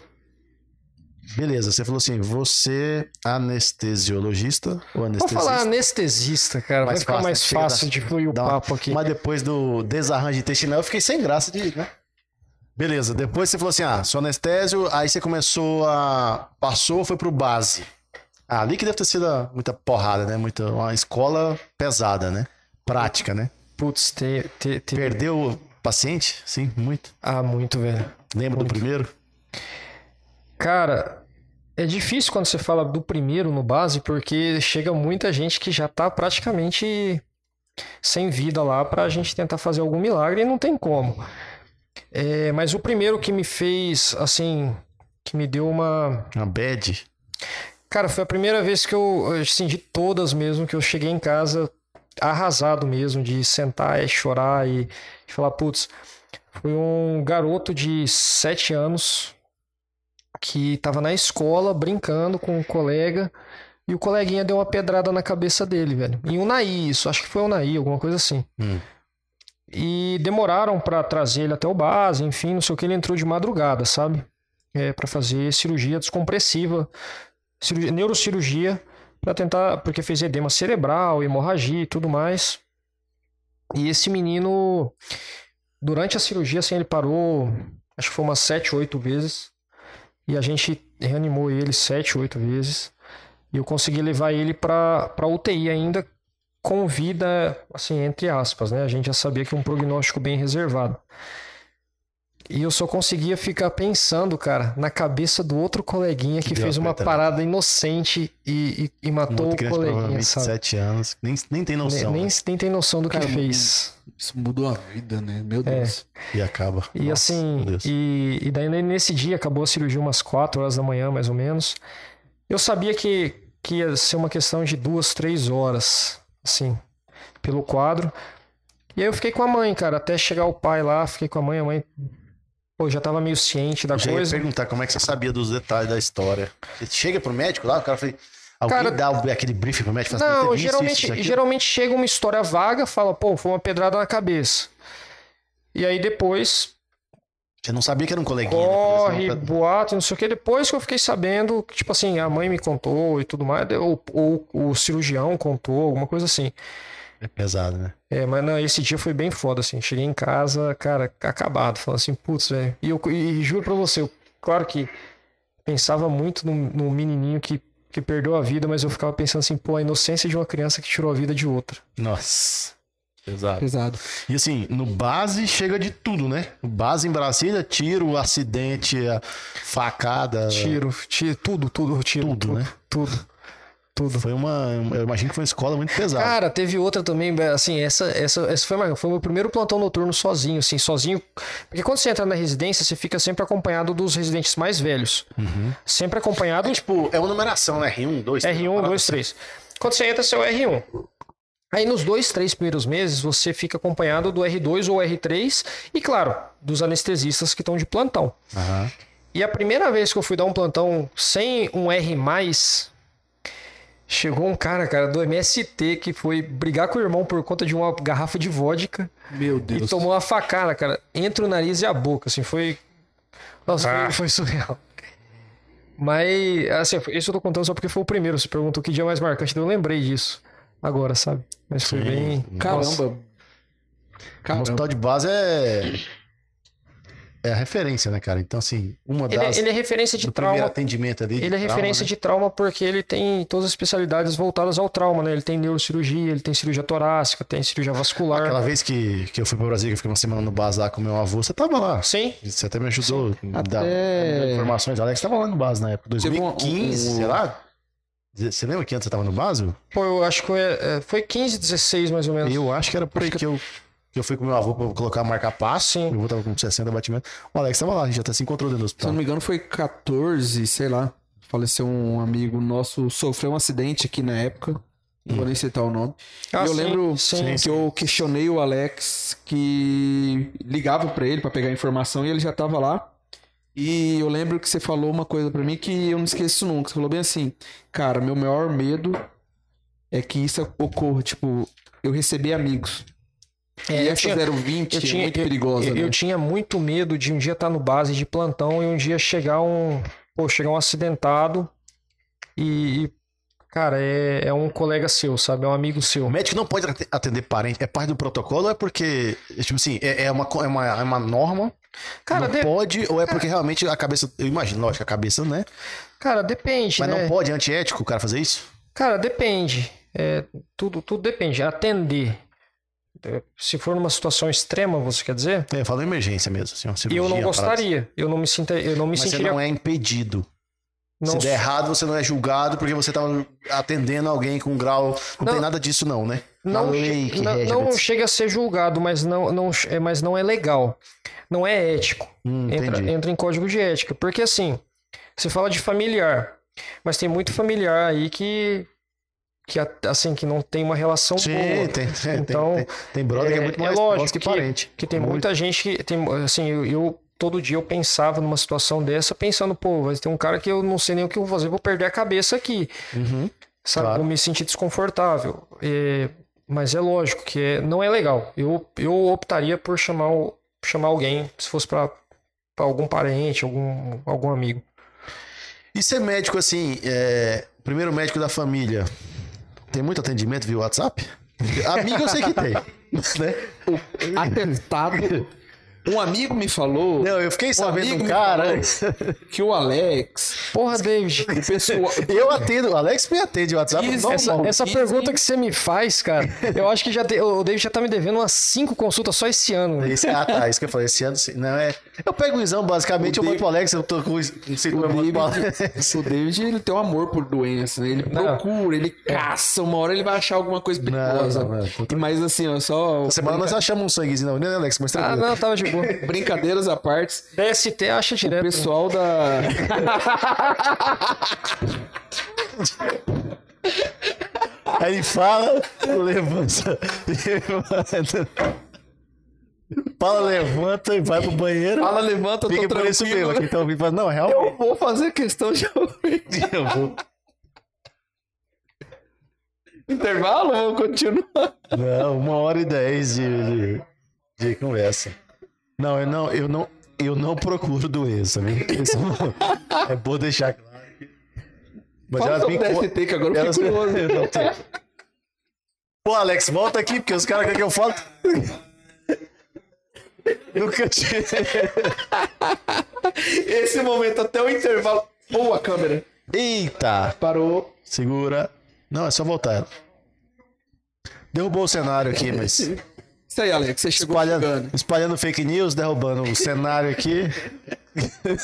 Speaker 1: Beleza, você falou assim: você anestesiologista ou
Speaker 3: Vou
Speaker 1: anestesista?
Speaker 3: falar anestesista, cara, vai
Speaker 1: Mais
Speaker 3: ficar
Speaker 1: fácil,
Speaker 3: mais
Speaker 1: né? Chega
Speaker 3: fácil
Speaker 1: da-
Speaker 3: de fluir o
Speaker 1: dá uma-
Speaker 3: papo aqui.
Speaker 1: Mas depois do desarranjo intestinal, eu fiquei sem graça de. Né? Beleza, depois você falou assim: ah, sou anestésio, aí você começou a. Passou, foi pro base. Ah, ali que deve ter sido muita porrada, né? Muita, uma escola pesada, né? Prática, né?
Speaker 3: Putz, te, te, te...
Speaker 1: Perdeu paciente? Sim, muito.
Speaker 3: Ah, muito, velho.
Speaker 1: Lembra do primeiro?
Speaker 3: Cara, é difícil quando você fala do primeiro no base, porque chega muita gente que já tá praticamente sem vida lá pra gente tentar fazer algum milagre e não tem como. É, mas o primeiro que me fez, assim, que me deu uma.
Speaker 1: Uma bad.
Speaker 3: Cara, foi a primeira vez que eu, assim, de todas mesmo, que eu cheguei em casa arrasado mesmo, de sentar e chorar e falar, putz, foi um garoto de sete anos que estava na escola brincando com um colega e o coleguinha deu uma pedrada na cabeça dele, velho. Em Unaí, isso, acho que foi Unaí, alguma coisa assim.
Speaker 1: Hum.
Speaker 3: E demoraram pra trazer ele até o base, enfim, não sei o que, ele entrou de madrugada, sabe? É, para fazer cirurgia descompressiva, cirurgia- neurocirurgia, pra tentar, porque fez edema cerebral, hemorragia e tudo mais. E esse menino, durante a cirurgia, assim, ele parou, acho que foi umas 7, 8 vezes. E a gente reanimou ele 7, 8 vezes. E eu consegui levar ele pra, pra UTI ainda, com vida, assim, entre aspas, né? A gente já sabia que é um prognóstico bem reservado. E eu só conseguia ficar pensando, cara, na cabeça do outro coleguinha que,
Speaker 1: Que deu
Speaker 3: fez
Speaker 1: a
Speaker 3: uma
Speaker 1: pedra.
Speaker 3: parada inocente e, e, e
Speaker 1: Um
Speaker 3: matou
Speaker 1: outro
Speaker 3: o
Speaker 1: criança,
Speaker 3: coleguinha,
Speaker 1: provavelmente,
Speaker 3: sabe?
Speaker 1: 7 anos. Nem, nem tem noção.
Speaker 3: nem,
Speaker 1: né?
Speaker 3: nem, nem tem noção do que
Speaker 2: Cara,
Speaker 3: ele fez.
Speaker 2: Isso mudou a vida, né? Meu Deus.
Speaker 1: E acaba.
Speaker 3: E
Speaker 1: Nossa,
Speaker 3: assim,
Speaker 1: meu Deus.
Speaker 3: e, e daí nesse dia acabou a cirurgia umas 4 horas da manhã, mais ou menos. Eu sabia que, que ia ser uma questão de duas, três horas, assim, pelo quadro. E aí eu fiquei com a mãe, cara, até chegar o pai lá, fiquei com a mãe, a mãe pô, já tava meio ciente da
Speaker 1: Eu já ia
Speaker 3: coisa.
Speaker 1: perguntar como é que você sabia dos detalhes da história. Você chega pro médico lá, o cara fala. Alguém
Speaker 3: Cara-
Speaker 1: dá o- aquele briefing pro médico? fala assim,
Speaker 3: Não,
Speaker 1: "Teve isso,
Speaker 3: geralmente,
Speaker 1: isso, isso, aquilo."
Speaker 3: geralmente chega uma história vaga, fala, pô, foi uma pedrada na cabeça. E aí depois
Speaker 1: Você não sabia que era um coleguinha. né?
Speaker 3: corre,
Speaker 1: Você não-
Speaker 3: boato, não sei o que. Depois que eu fiquei sabendo, que, tipo assim, a mãe me contou e tudo mais, ou, ou o cirurgião contou, alguma coisa assim.
Speaker 1: É pesado, né?
Speaker 3: É, mas não, esse dia foi bem foda, assim. Cheguei em casa, cara, acabado, falando assim, putz, velho. E eu e, juro pra você, eu, claro que pensava muito no, no menininho que, que perdeu a vida, mas eu ficava pensando assim, pô, a inocência de uma criança que tirou a vida de outra.
Speaker 1: Nossa. Pesado.
Speaker 2: Pesado.
Speaker 1: E assim, no base chega de tudo, né? No base em Brasília, tiro, acidente, a facada.
Speaker 3: Tiro, tiro, tudo, tudo, tiro.
Speaker 1: Tudo, né?
Speaker 3: Tudo, tudo.
Speaker 1: Foi uma. Eu imagino que foi uma escola muito pesada.
Speaker 3: Cara, teve outra também, assim, essa, essa, essa foi, uma- foi o meu primeiro plantão noturno sozinho, assim, sozinho. Porque quando você entra na residência, você fica sempre acompanhado dos residentes mais velhos. Sempre acompanhado, tipo,
Speaker 1: Tipo, é uma numeração, né? R1, 2,
Speaker 3: R1, 2, 3. Quando você entra, você é o R1. Aí nos dois, três primeiros meses, você fica acompanhado do R2 ou R3 e, claro, dos anestesistas que estão de plantão.
Speaker 1: Aham.
Speaker 3: E a primeira vez que eu fui dar um plantão sem um R, chegou um cara, cara, do MST que foi brigar com o irmão por conta de uma garrafa de vodka
Speaker 2: Meu
Speaker 3: e
Speaker 2: Deus.
Speaker 3: tomou uma facada, cara, entre o nariz e a boca, assim, foi. Nossa,
Speaker 1: Ah.
Speaker 3: foi- foi surreal. Mas, assim, isso eu tô contando só porque foi o primeiro. Você perguntou que dia mais marcante, eu lembrei disso agora, sabe? Mas foi
Speaker 1: Sim.
Speaker 3: bem. Nossa.
Speaker 2: Caramba.
Speaker 1: O
Speaker 2: Caramba.
Speaker 1: hospital de base é. É a referência, né, cara? Então, assim, uma
Speaker 3: Ele,
Speaker 1: das.
Speaker 3: ele é referência de
Speaker 1: do primeiro
Speaker 3: trauma.
Speaker 1: atendimento ali. de
Speaker 3: Ele é
Speaker 1: trauma,
Speaker 3: referência
Speaker 1: né?
Speaker 3: de trauma porque ele tem todas as especialidades voltadas ao trauma, né? Ele tem neurocirurgia, ele tem cirurgia torácica, tem cirurgia vascular.
Speaker 1: Aquela vez que, que eu fui pra Brasília, que eu fiquei uma semana no bazar com meu avô, você tava lá.
Speaker 3: Sim,
Speaker 1: Você até me ajudou a dar
Speaker 2: Até-
Speaker 1: informações. Alex tava lá no base na época,
Speaker 2: Teve um-
Speaker 1: 2015,
Speaker 2: um-
Speaker 1: sei lá. Você lembra que antes você tava no base?
Speaker 3: pô, eu acho que foi, é, foi 15, 16 mais ou menos.
Speaker 1: Eu acho que era por aí que eu, que eu fui com meu avô pra colocar marca passo.
Speaker 3: Sim.
Speaker 1: Meu avô tava com 60 batimentos. O Alex tava lá, a gente até se encontrou dentro do
Speaker 2: Se eu
Speaker 1: hospital.
Speaker 2: não me engano, foi 14, sei lá. Faleceu um amigo nosso, sofreu um acidente aqui na época. Não vou nem citar o nome.
Speaker 3: Hum. Ah,
Speaker 2: e eu
Speaker 3: sim,
Speaker 2: lembro
Speaker 3: sim.
Speaker 2: que eu questionei o Alex que ligava pra ele pra pegar informação e ele já tava lá. E eu lembro que você falou uma coisa pra mim que eu não esqueço nunca. Você falou bem assim, cara, meu maior medo é que isso ocorra, tipo, eu receber amigos.
Speaker 3: É,
Speaker 2: e
Speaker 3: eu
Speaker 2: essa
Speaker 3: tinha-
Speaker 2: 020
Speaker 3: eu tinha-
Speaker 2: é muito
Speaker 3: eu-
Speaker 2: perigosa,
Speaker 3: Eu,
Speaker 2: né?
Speaker 3: eu tinha muito medo de um dia estar no base de plantão e um dia chegar um, pô, chegar um acidentado e, e, cara, é, é um colega seu, sabe? É um amigo
Speaker 1: O
Speaker 3: seu.
Speaker 1: médico não pode ate- atender parente. É parte do protocolo ou é porque, tipo assim, é, é uma, co- é, uma, é uma norma?
Speaker 3: Cara,
Speaker 1: não
Speaker 3: de-
Speaker 1: pode ou é porque realmente a cabeça... Eu imagino, lógico, a cabeça, né?
Speaker 3: cara depende,
Speaker 1: Mas
Speaker 3: né?
Speaker 1: não pode, é antiético o cara fazer isso?
Speaker 3: Cara, depende. É, tudo, tudo depende. Atender. É, Se for numa situação extrema, você quer dizer?
Speaker 1: É, eu falo emergência mesmo, assim, uma cirurgia,
Speaker 3: eu não
Speaker 1: uma parada assim.
Speaker 3: gostaria. Eu não me sinta, eu não me
Speaker 1: Mas você
Speaker 3: sentiria.
Speaker 1: não é impedido.
Speaker 3: não-
Speaker 1: Se der errado, você não é julgado porque você tava atendendo alguém com um grau. Não,
Speaker 3: Não.
Speaker 1: tem nada disso, não, né?
Speaker 3: não,
Speaker 1: Na
Speaker 3: che-
Speaker 1: lei que
Speaker 3: não-
Speaker 1: rege a
Speaker 3: não
Speaker 1: medicina.
Speaker 3: chega a ser julgado, mas não, não, é, mas não é legal. Não é ético.
Speaker 1: Hum,
Speaker 3: entra,
Speaker 1: entendi.
Speaker 3: entra em um código de ética. Porque assim, você fala de familiar, mas tem muito familiar aí que, que a- assim, que não tem uma relação boa.
Speaker 1: Sim, tem, tem,
Speaker 3: Então,
Speaker 1: tem, tem brother que é muito mais
Speaker 3: lógico
Speaker 1: próximo que parente.
Speaker 3: Que tem
Speaker 1: Muito.
Speaker 3: muita gente que tem assim, eu, eu todo dia eu pensava numa situação dessa, pensando, pô, vai ter um cara que eu não sei nem o que eu vou fazer, vou perder a cabeça aqui.
Speaker 1: Uhum.
Speaker 3: Sabe?
Speaker 1: Claro.
Speaker 3: Vou me sentir desconfortável. É, mas é lógico que é- não é legal. Eu, eu optaria por chamar, o- chamar alguém, se fosse para algum parente, algum, algum amigo.
Speaker 1: E ser médico, assim, é, primeiro médico da família, tem muito atendimento via WhatsApp? Amigo eu sei que tem, né?
Speaker 2: Atentado. Um amigo me falou
Speaker 1: Não, eu fiquei sabendo
Speaker 2: amigo
Speaker 1: um
Speaker 2: me
Speaker 1: cara...
Speaker 2: que o Alex,
Speaker 3: Porra, David.
Speaker 2: o pessoal.
Speaker 1: Eu atendo, o Alex me atende o WhatsApp
Speaker 2: Isso,
Speaker 1: normal.
Speaker 3: Essa,
Speaker 2: Bom,
Speaker 3: essa
Speaker 2: e-
Speaker 3: pergunta que você me faz, cara, eu acho que já te- o David já tá me devendo umas cinco consultas só esse ano. né?
Speaker 1: Esse, ah, tá, isso que eu falei, esse ano sim. Não, é. Eu pego o exame, basicamente,
Speaker 2: O
Speaker 1: eu mando
Speaker 2: David-
Speaker 1: pro Alex, eu tô com. Não sei como
Speaker 2: O
Speaker 1: eu mando pro Alex.
Speaker 2: David, o David, ele tem um amor por doença, né? Ele
Speaker 3: Não.
Speaker 2: procura, ele caça, uma hora ele vai achar alguma coisa perigosa.
Speaker 1: não, não.
Speaker 2: E Mas assim, ó, só
Speaker 1: Semana nós achamos um sanguezinho, não, né, Alex? Mas
Speaker 3: Ah,
Speaker 1: tranquilo.
Speaker 3: não, tava de boa.
Speaker 2: brincadeiras à parte,
Speaker 3: DST acha
Speaker 2: o
Speaker 3: direto.
Speaker 2: pessoal da.
Speaker 1: Aí ele fala, levanta. levanta. Fala, levanta e vai pro banheiro.
Speaker 2: Fala, levanta, eu tô
Speaker 1: Fica por isso mesmo.
Speaker 2: tranquilo.
Speaker 1: Aqui tá ouvindo fala, não, realmente.
Speaker 2: Eu vou fazer questão de ouvir.
Speaker 1: Eu vou.
Speaker 2: Intervalo? Vamos continuar.
Speaker 1: Não, uma hora e dez de, de, de conversa. Não, eu não, eu não, eu não procuro doença, viu? Isso não- é bom deixar claro. Mas
Speaker 2: Fala
Speaker 1: elas
Speaker 2: sobre
Speaker 1: me con-
Speaker 2: DST, que agora eu
Speaker 1: elas
Speaker 2: fico
Speaker 1: me-
Speaker 2: curioso.
Speaker 1: Eu não tenho. Pô, Alex, volta aqui, porque os caras querem que eu falo. Nunca tinha.
Speaker 2: Esse momento até o intervalo. Boa câmera.
Speaker 1: Eita!
Speaker 2: Parou.
Speaker 1: Segura. Não, é só voltar. Derrubou o cenário aqui, mas.
Speaker 2: Isso aí, Alex. Você chegou
Speaker 1: Espalhando,
Speaker 2: chegando.
Speaker 1: espalhando fake news, derrubando o cenário aqui.
Speaker 3: né?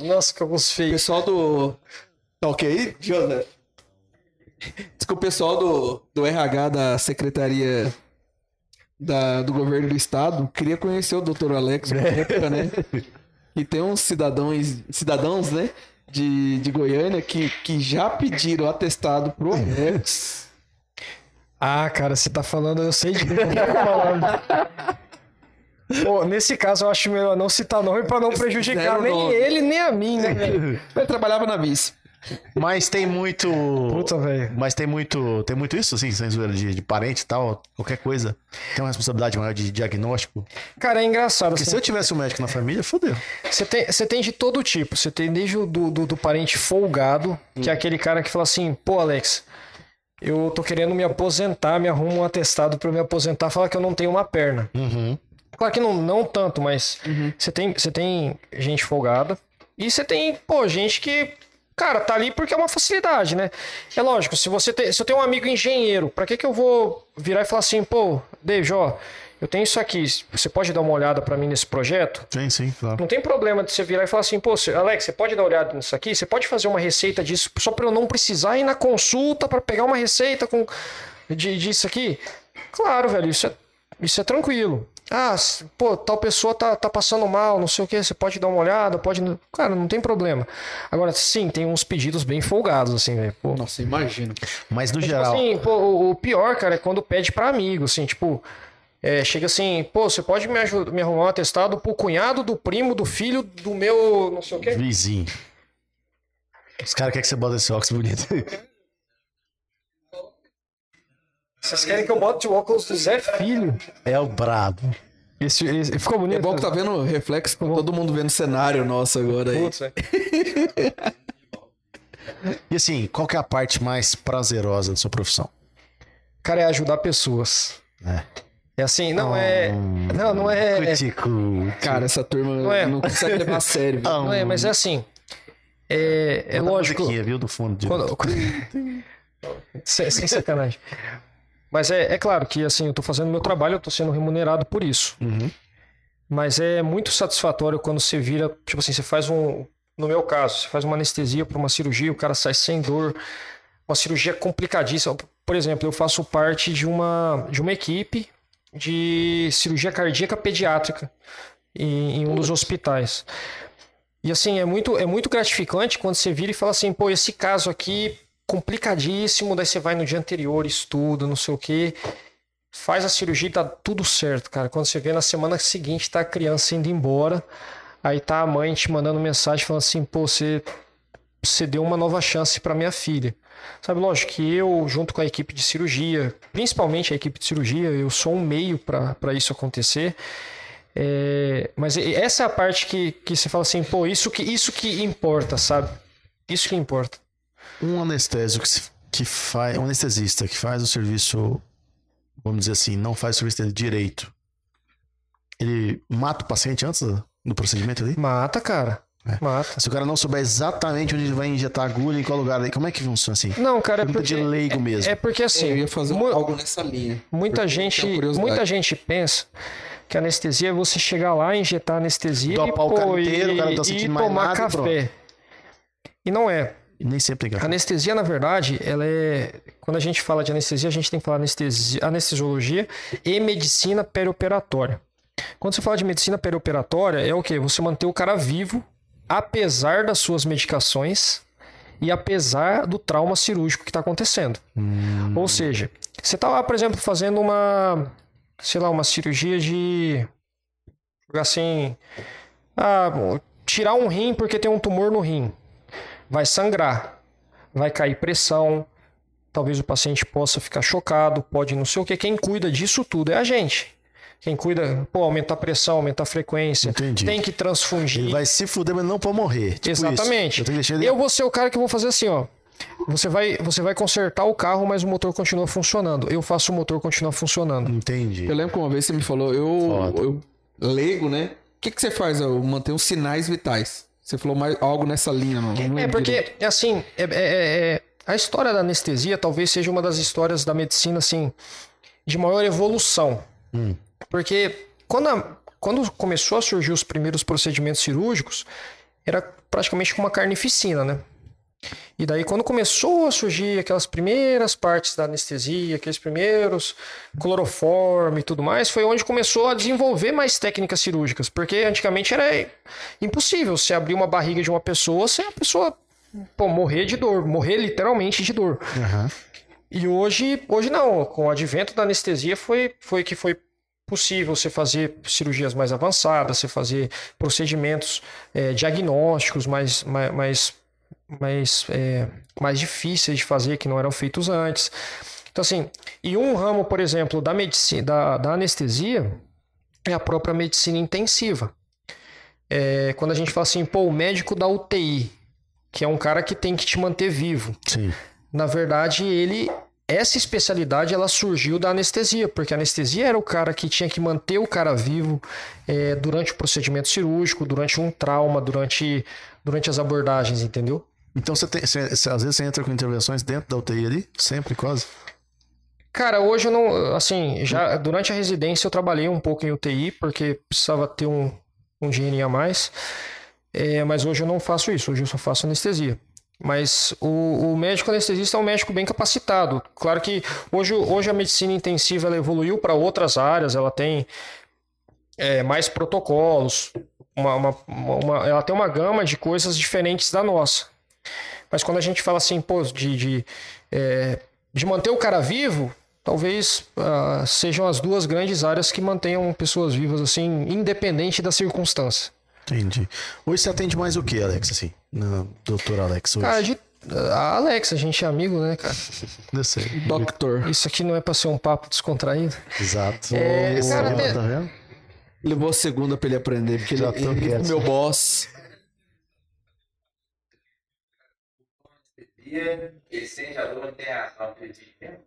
Speaker 3: Nossa, que alguns
Speaker 2: O
Speaker 3: feios.
Speaker 2: pessoal do. Tá ok, José? Diz que o pessoal do, do RH da Secretaria da, do Governo do Estado queria conhecer o Dr. Alex na época, né? E tem uns cidadãos, cidadãos né? De, de Goiânia que, que já pediram atestado pro Alex.
Speaker 3: Ah, cara, você tá falando, eu sei de quem você tá falando. Pô, nesse caso, eu acho melhor não citar nome pra não prejudicar
Speaker 2: Zero
Speaker 3: nem
Speaker 2: nome.
Speaker 3: ele, nem a mim, né, velho?
Speaker 2: Ele trabalhava na vice.
Speaker 1: Mas tem muito.
Speaker 3: Puta, velho.
Speaker 1: Mas tem muito. Tem muito isso, assim, sem zoeira de, de parente e tal, qualquer coisa. Tem uma responsabilidade maior de diagnóstico.
Speaker 3: Cara, é engraçado.
Speaker 1: Porque
Speaker 3: assim.
Speaker 1: se eu tivesse um médico na família, fodeu.
Speaker 3: Você tem, você tem de todo tipo. Você tem desde o do, do, do parente folgado, que é aquele cara que fala assim, pô, Alex, eu tô querendo me aposentar, me arrumo um atestado pra eu me aposentar, fala que eu não tenho uma perna.
Speaker 1: Uhum.
Speaker 3: Claro que não, não tanto, mas você tem, você tem gente folgada. E você tem, pô, gente que, cara, tá ali porque é uma facilidade, né? É lógico, se você tem, se eu tenho um amigo engenheiro, pra que que eu vou virar e falar assim, pô, David, ó, eu tenho isso aqui, você pode dar uma olhada pra mim nesse projeto?
Speaker 1: Sim, sim, claro.
Speaker 3: Não tem problema de você virar e falar assim, pô, você- Alex, você pode dar uma olhada nisso aqui? Você pode fazer uma receita disso só pra eu não precisar ir na consulta pra pegar uma receita com de, disso aqui? Claro, velho, isso é, isso é tranquilo. Ah, s- pô, tal pessoa tá, tá passando mal, não sei o que, você pode dar uma olhada, pode. Cara, não tem problema. Agora, sim, tem uns pedidos bem folgados, assim, velho. Pô,
Speaker 2: Nossa, imagino.
Speaker 1: Mas no
Speaker 3: Tipo
Speaker 1: geral.
Speaker 3: assim, pô, o- o pior, cara, é quando pede pra amigo, assim, tipo, é, chega assim, pô, você pode me, ajudar, me arrumar um atestado pro cunhado do primo do filho do meu não sei o quê?
Speaker 1: Vizinho. Os caras querem que você bota esse óculos bonito.
Speaker 3: Vocês querem que eu bote o óculos do Zé Filho?
Speaker 1: É o brabo.
Speaker 3: Esse, esse- ficou bonito.
Speaker 2: É bom que tá vendo o reflexo, todo mundo vendo o cenário nosso agora aí.
Speaker 3: Putz, é.
Speaker 1: E assim, qual que é a parte mais prazerosa da sua profissão?
Speaker 3: Cara, é ajudar pessoas.
Speaker 1: É.
Speaker 3: É assim, não é. Não, não é.
Speaker 1: Cutico.
Speaker 2: Cara, essa turma
Speaker 3: Não é?
Speaker 2: não consegue levar a sério. velho.
Speaker 1: Ah,
Speaker 3: Não é, mas é assim. É,
Speaker 1: Bota
Speaker 3: é
Speaker 1: a
Speaker 3: lógico.
Speaker 1: musiquinha, viu, do fundo. De...
Speaker 3: Quando- quando- sem, sem sacanagem. Mas é, é claro que assim, eu tô fazendo meu trabalho, eu tô sendo remunerado por isso.
Speaker 1: Uhum.
Speaker 3: Mas é muito satisfatório quando você vira, tipo assim, você faz um, no meu caso, você faz uma anestesia para uma cirurgia, o cara sai sem dor. Uma cirurgia complicadíssima. Por exemplo, eu faço parte de uma de uma equipe de cirurgia cardíaca pediátrica em, em um dos hospitais. E assim, é muito, é muito gratificante quando você vira e fala assim, pô, esse caso aqui complicadíssimo, daí você vai no dia anterior, estuda, não sei o quê. faz a cirurgia e dá tudo certo, cara. Quando você vê na semana seguinte, tá a criança indo embora, aí tá a mãe te mandando mensagem falando assim, pô, você, você deu uma nova chance para minha filha. Sabe, lógico que eu, junto com a equipe de cirurgia, principalmente a equipe de cirurgia, eu sou um meio para isso acontecer. É, mas essa é a parte que, que você fala assim, pô, isso que, isso que importa, sabe? Isso que importa.
Speaker 1: Um anestésico que, se- que faz. Um anestesista que faz o serviço, vamos dizer assim, não faz o serviço dele direito. Ele mata o paciente antes do do procedimento ali?
Speaker 3: Mata, cara.
Speaker 1: É.
Speaker 3: Mata.
Speaker 1: Se o cara não souber exatamente onde ele vai injetar a agulha, em qual lugar, aí como é que funciona assim?
Speaker 3: Não, cara, é
Speaker 1: Pergunta
Speaker 3: porque,
Speaker 1: de leigo mesmo.
Speaker 3: é porque assim.
Speaker 2: eu ia fazer
Speaker 3: mu-
Speaker 2: algo nessa linha.
Speaker 3: Muita
Speaker 2: Porque eu
Speaker 3: gente,
Speaker 2: tenho curiosidade.
Speaker 3: muita gente pensa que anestesia é você chegar lá, injetar anestesia e,
Speaker 1: Dopar o cara
Speaker 3: pô, e-
Speaker 1: inteiro, o cara não tá
Speaker 3: e
Speaker 1: sentindo mais
Speaker 3: tomar
Speaker 1: nada e
Speaker 3: café. E não é.
Speaker 1: Nem sempre tem
Speaker 3: A
Speaker 1: que
Speaker 3: anestesia, na verdade, ela é. Quando a gente fala de anestesia, a gente tem que falar anestesia, anestesiologia e medicina perioperatória. Quando você fala de medicina perioperatória, é o quê? Você manter o cara vivo, apesar das suas medicações e apesar do trauma cirúrgico que está acontecendo. Ou seja, você tá lá, por exemplo, fazendo uma, sei lá, uma cirurgia de assim, ah, bom, tirar um rim porque tem um tumor no rim. Vai sangrar, vai cair pressão, talvez o paciente possa ficar chocado, pode não sei o que. Quem cuida disso tudo é a gente. Quem cuida, pô, aumentar a pressão, aumentar a frequência,
Speaker 1: Entendi.
Speaker 3: tem que transfundir.
Speaker 1: Ele vai se fuder, mas não pode morrer. Tipo isso.
Speaker 3: Exatamente.
Speaker 1: Eu tenho que deixar ele.
Speaker 3: Eu vou ser o cara que vou fazer assim, ó. Você vai, você vai consertar o carro, mas o motor continua funcionando. Eu faço o motor continuar funcionando.
Speaker 1: Entendi.
Speaker 2: Eu lembro que uma vez você me falou, eu,
Speaker 1: Foda.
Speaker 2: eu leigo, né? O que, que você faz? Eu mantenho os sinais vitais. Você falou mais algo nessa linha, não? não
Speaker 3: É
Speaker 2: lembro direito.
Speaker 3: porque, é assim, é, é- é- é- a história da anestesia talvez seja uma das histórias da medicina, assim, de maior evolução.
Speaker 1: Hum.
Speaker 3: Porque quando, a- quando começou a surgir os primeiros procedimentos cirúrgicos, era praticamente uma carnificina, né? E daí, quando começou a surgir aquelas primeiras partes da anestesia, aqueles primeiros cloroforme e tudo mais, foi onde começou a desenvolver mais técnicas cirúrgicas. Porque antigamente era impossível você abrir uma barriga de uma pessoa sem a pessoa pô, morrer de dor, morrer literalmente de dor.
Speaker 1: Aham.
Speaker 3: E hoje, hoje não, com o advento da anestesia foi, foi que foi possível você fazer cirurgias mais avançadas, você fazer procedimentos eh, diagnósticos mais, mais, mais, mais, eh, mais difíceis de fazer, que não eram feitos antes. Então, assim, e um ramo, por exemplo, da, medicina, da, da anestesia é a própria medicina intensiva. Eh, quando a gente fala assim, pô, o médico da UTI, que é um cara que tem que te manter vivo.
Speaker 1: Sim.
Speaker 3: Na verdade, ele essa especialidade ela surgiu da anestesia, porque a anestesia era o cara que tinha que manter o cara vivo eh, durante o procedimento cirúrgico, durante um trauma, durante, durante as abordagens, entendeu?
Speaker 1: Então você tem. você- você- às vezes você entra com intervenções dentro da UTI ali? Sempre, quase.
Speaker 3: Cara, hoje eu não, assim, já durante a residência eu trabalhei um pouco em UTI, porque precisava ter um, um dinheirinho a mais, É, mas hoje eu não faço isso, hoje eu só faço anestesia. Mas o, o médico anestesista é um médico bem capacitado. Claro que hoje, hoje a medicina intensiva ela evoluiu para outras áreas, ela tem é, mais protocolos, uma- uma- uma- uma- ela tem uma gama de coisas diferentes da nossa. Mas quando a gente fala assim, pô, de, de, é, de manter o cara vivo, talvez ah, sejam as duas grandes áreas que mantenham pessoas vivas, assim, independente da circunstância.
Speaker 1: Entendi. Hoje você atende mais o que, Alex, assim? Na, doutor Alex, hoje.
Speaker 3: Cara, de, ah, Alex, a gente é amigo, né, cara?
Speaker 1: Eu sei.
Speaker 2: Doctor.
Speaker 3: Isso aqui não é pra ser um papo descontraído.
Speaker 1: Exato.
Speaker 3: É,
Speaker 1: Ô,
Speaker 3: cara, de-
Speaker 1: tá vendo?
Speaker 2: Levou a segunda pra ele aprender, porque ele,
Speaker 1: Já tô
Speaker 2: ele-
Speaker 1: quieto.
Speaker 2: meu boss.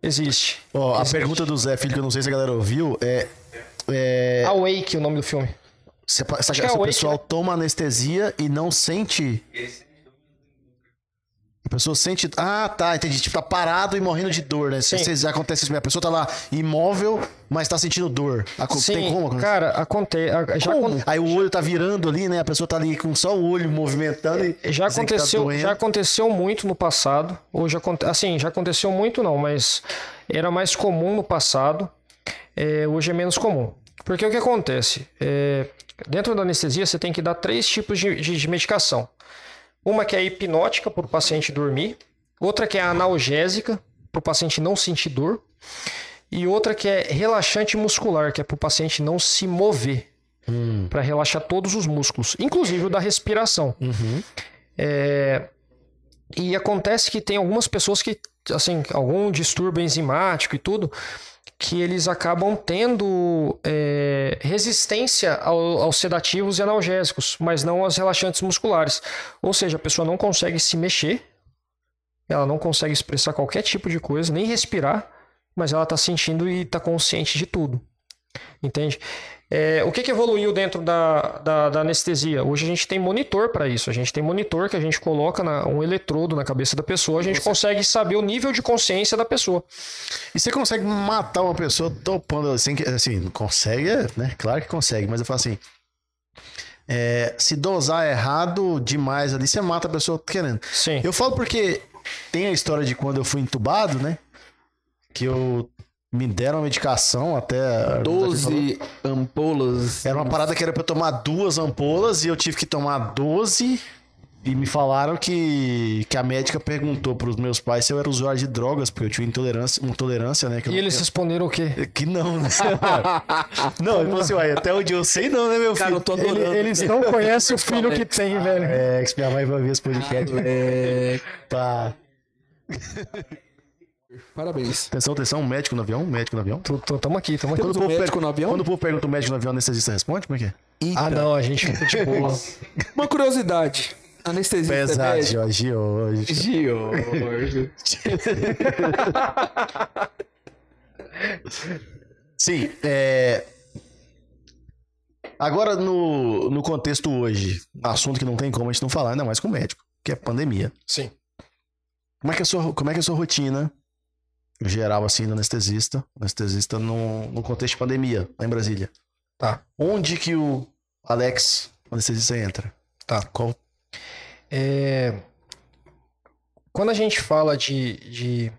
Speaker 3: Existe.
Speaker 1: Ó, a pergunta do Zé Filho, que eu não sei se a galera ouviu, é. é
Speaker 3: Awake, o nome do filme.
Speaker 1: se a- se a-
Speaker 3: que é
Speaker 1: se o
Speaker 3: oito,
Speaker 1: pessoal
Speaker 3: né?
Speaker 1: toma anestesia e não sente. A pessoa sente. Ah, tá, entendi. Tipo, tá parado e morrendo de dor, né? Se
Speaker 3: Sim.
Speaker 1: vocês acontece isso mesmo. A pessoa tá lá imóvel, mas tá sentindo dor. A, co- tem
Speaker 3: Sim,
Speaker 1: como? acontecer?
Speaker 3: cara, acontece. Já, aconte-
Speaker 1: Aí o olho tá virando ali, né? A pessoa tá ali com só o olho movimentando e.
Speaker 3: É, já
Speaker 1: dizem que tá
Speaker 3: aconteceu,
Speaker 1: doendo.
Speaker 3: já aconteceu muito no passado. Hoje aconte- assim, já aconteceu muito não, mas era mais comum no passado. É, hoje é menos comum. Porque o que acontece? É, dentro da anestesia você tem que dar três tipos de, de- de medicação. Uma que é hipnótica para o paciente dormir, outra que é analgésica para o paciente não sentir dor E outra que é relaxante muscular, que é para o paciente não se mover,
Speaker 1: Hum.
Speaker 3: para relaxar todos os músculos, inclusive o da respiração.
Speaker 1: Uhum.
Speaker 3: É, E acontece que tem algumas pessoas que, assim, algum distúrbio enzimático e tudo, que eles acabam tendo é, resistência ao- aos sedativos e analgésicos, mas não aos relaxantes musculares. Ou seja, a pessoa não consegue se mexer, ela não consegue expressar qualquer tipo de coisa, nem respirar, mas ela está sentindo e está consciente de tudo. Entende? É, o que, que evoluiu dentro da, da, da anestesia? Hoje a gente tem monitor para isso. A gente tem monitor que a gente coloca na- um eletrodo na cabeça da pessoa, a gente consegue saber o nível de consciência da pessoa.
Speaker 1: E você consegue matar uma pessoa topando assim, que- assim, consegue, né? Claro que consegue, mas eu falo assim, é, se dosar errado demais ali, você mata a pessoa querendo.
Speaker 3: Sim.
Speaker 1: Eu falo porque tem a história de quando eu fui entubado, né? Que eu me deram uma medicação até...
Speaker 2: 12 ampolas.
Speaker 1: Era uma parada que era pra eu tomar duas ampolas e eu tive que tomar 12. E me falaram que, que a médica perguntou pros meus pais se eu era usuário de drogas, porque eu tinha intolerância, intolerância né? Que eu
Speaker 3: E
Speaker 1: não-
Speaker 3: eles responderam o quê?
Speaker 1: que não, né? não, ele falou assim, uai, até onde eu sei não, né, meu
Speaker 2: Cara,
Speaker 1: filho?
Speaker 2: eu tô
Speaker 1: Ele-
Speaker 2: adorando.
Speaker 1: eles não...
Speaker 3: não conhecem o filho que tem, velho.
Speaker 1: É, que se minha mãe vai ver esse podcast.
Speaker 2: É,
Speaker 1: Tá.
Speaker 2: Parabéns.
Speaker 1: Atenção, atenção, um médico no avião, um médico no avião.
Speaker 3: Tô- tô- Tamo aqui, tamo aqui.
Speaker 2: Temos
Speaker 1: o
Speaker 2: um
Speaker 1: povo
Speaker 2: médico no avião?
Speaker 1: Quando o povo pergunta o médico no avião, o anestesista responde? Como é que é?
Speaker 3: Ah, não, a gente fica de boa.
Speaker 2: Uma curiosidade. Anestesia
Speaker 1: Pesado, Jorge, hoje.
Speaker 2: Gio.
Speaker 1: Sim, é... Agora, no, no contexto hoje, assunto que não tem como a gente não falar, ainda mais com o médico, que é pandemia.
Speaker 3: Sim.
Speaker 1: Como é que é a sua, como é que é a sua rotina geral, assim, do anestesista? Anestesista no, no contexto de pandemia, lá em Brasília.
Speaker 3: Tá.
Speaker 1: Onde que o Alex, anestesista, entra?
Speaker 3: Tá.
Speaker 1: Qual?
Speaker 3: É, Quando a gente fala de, de,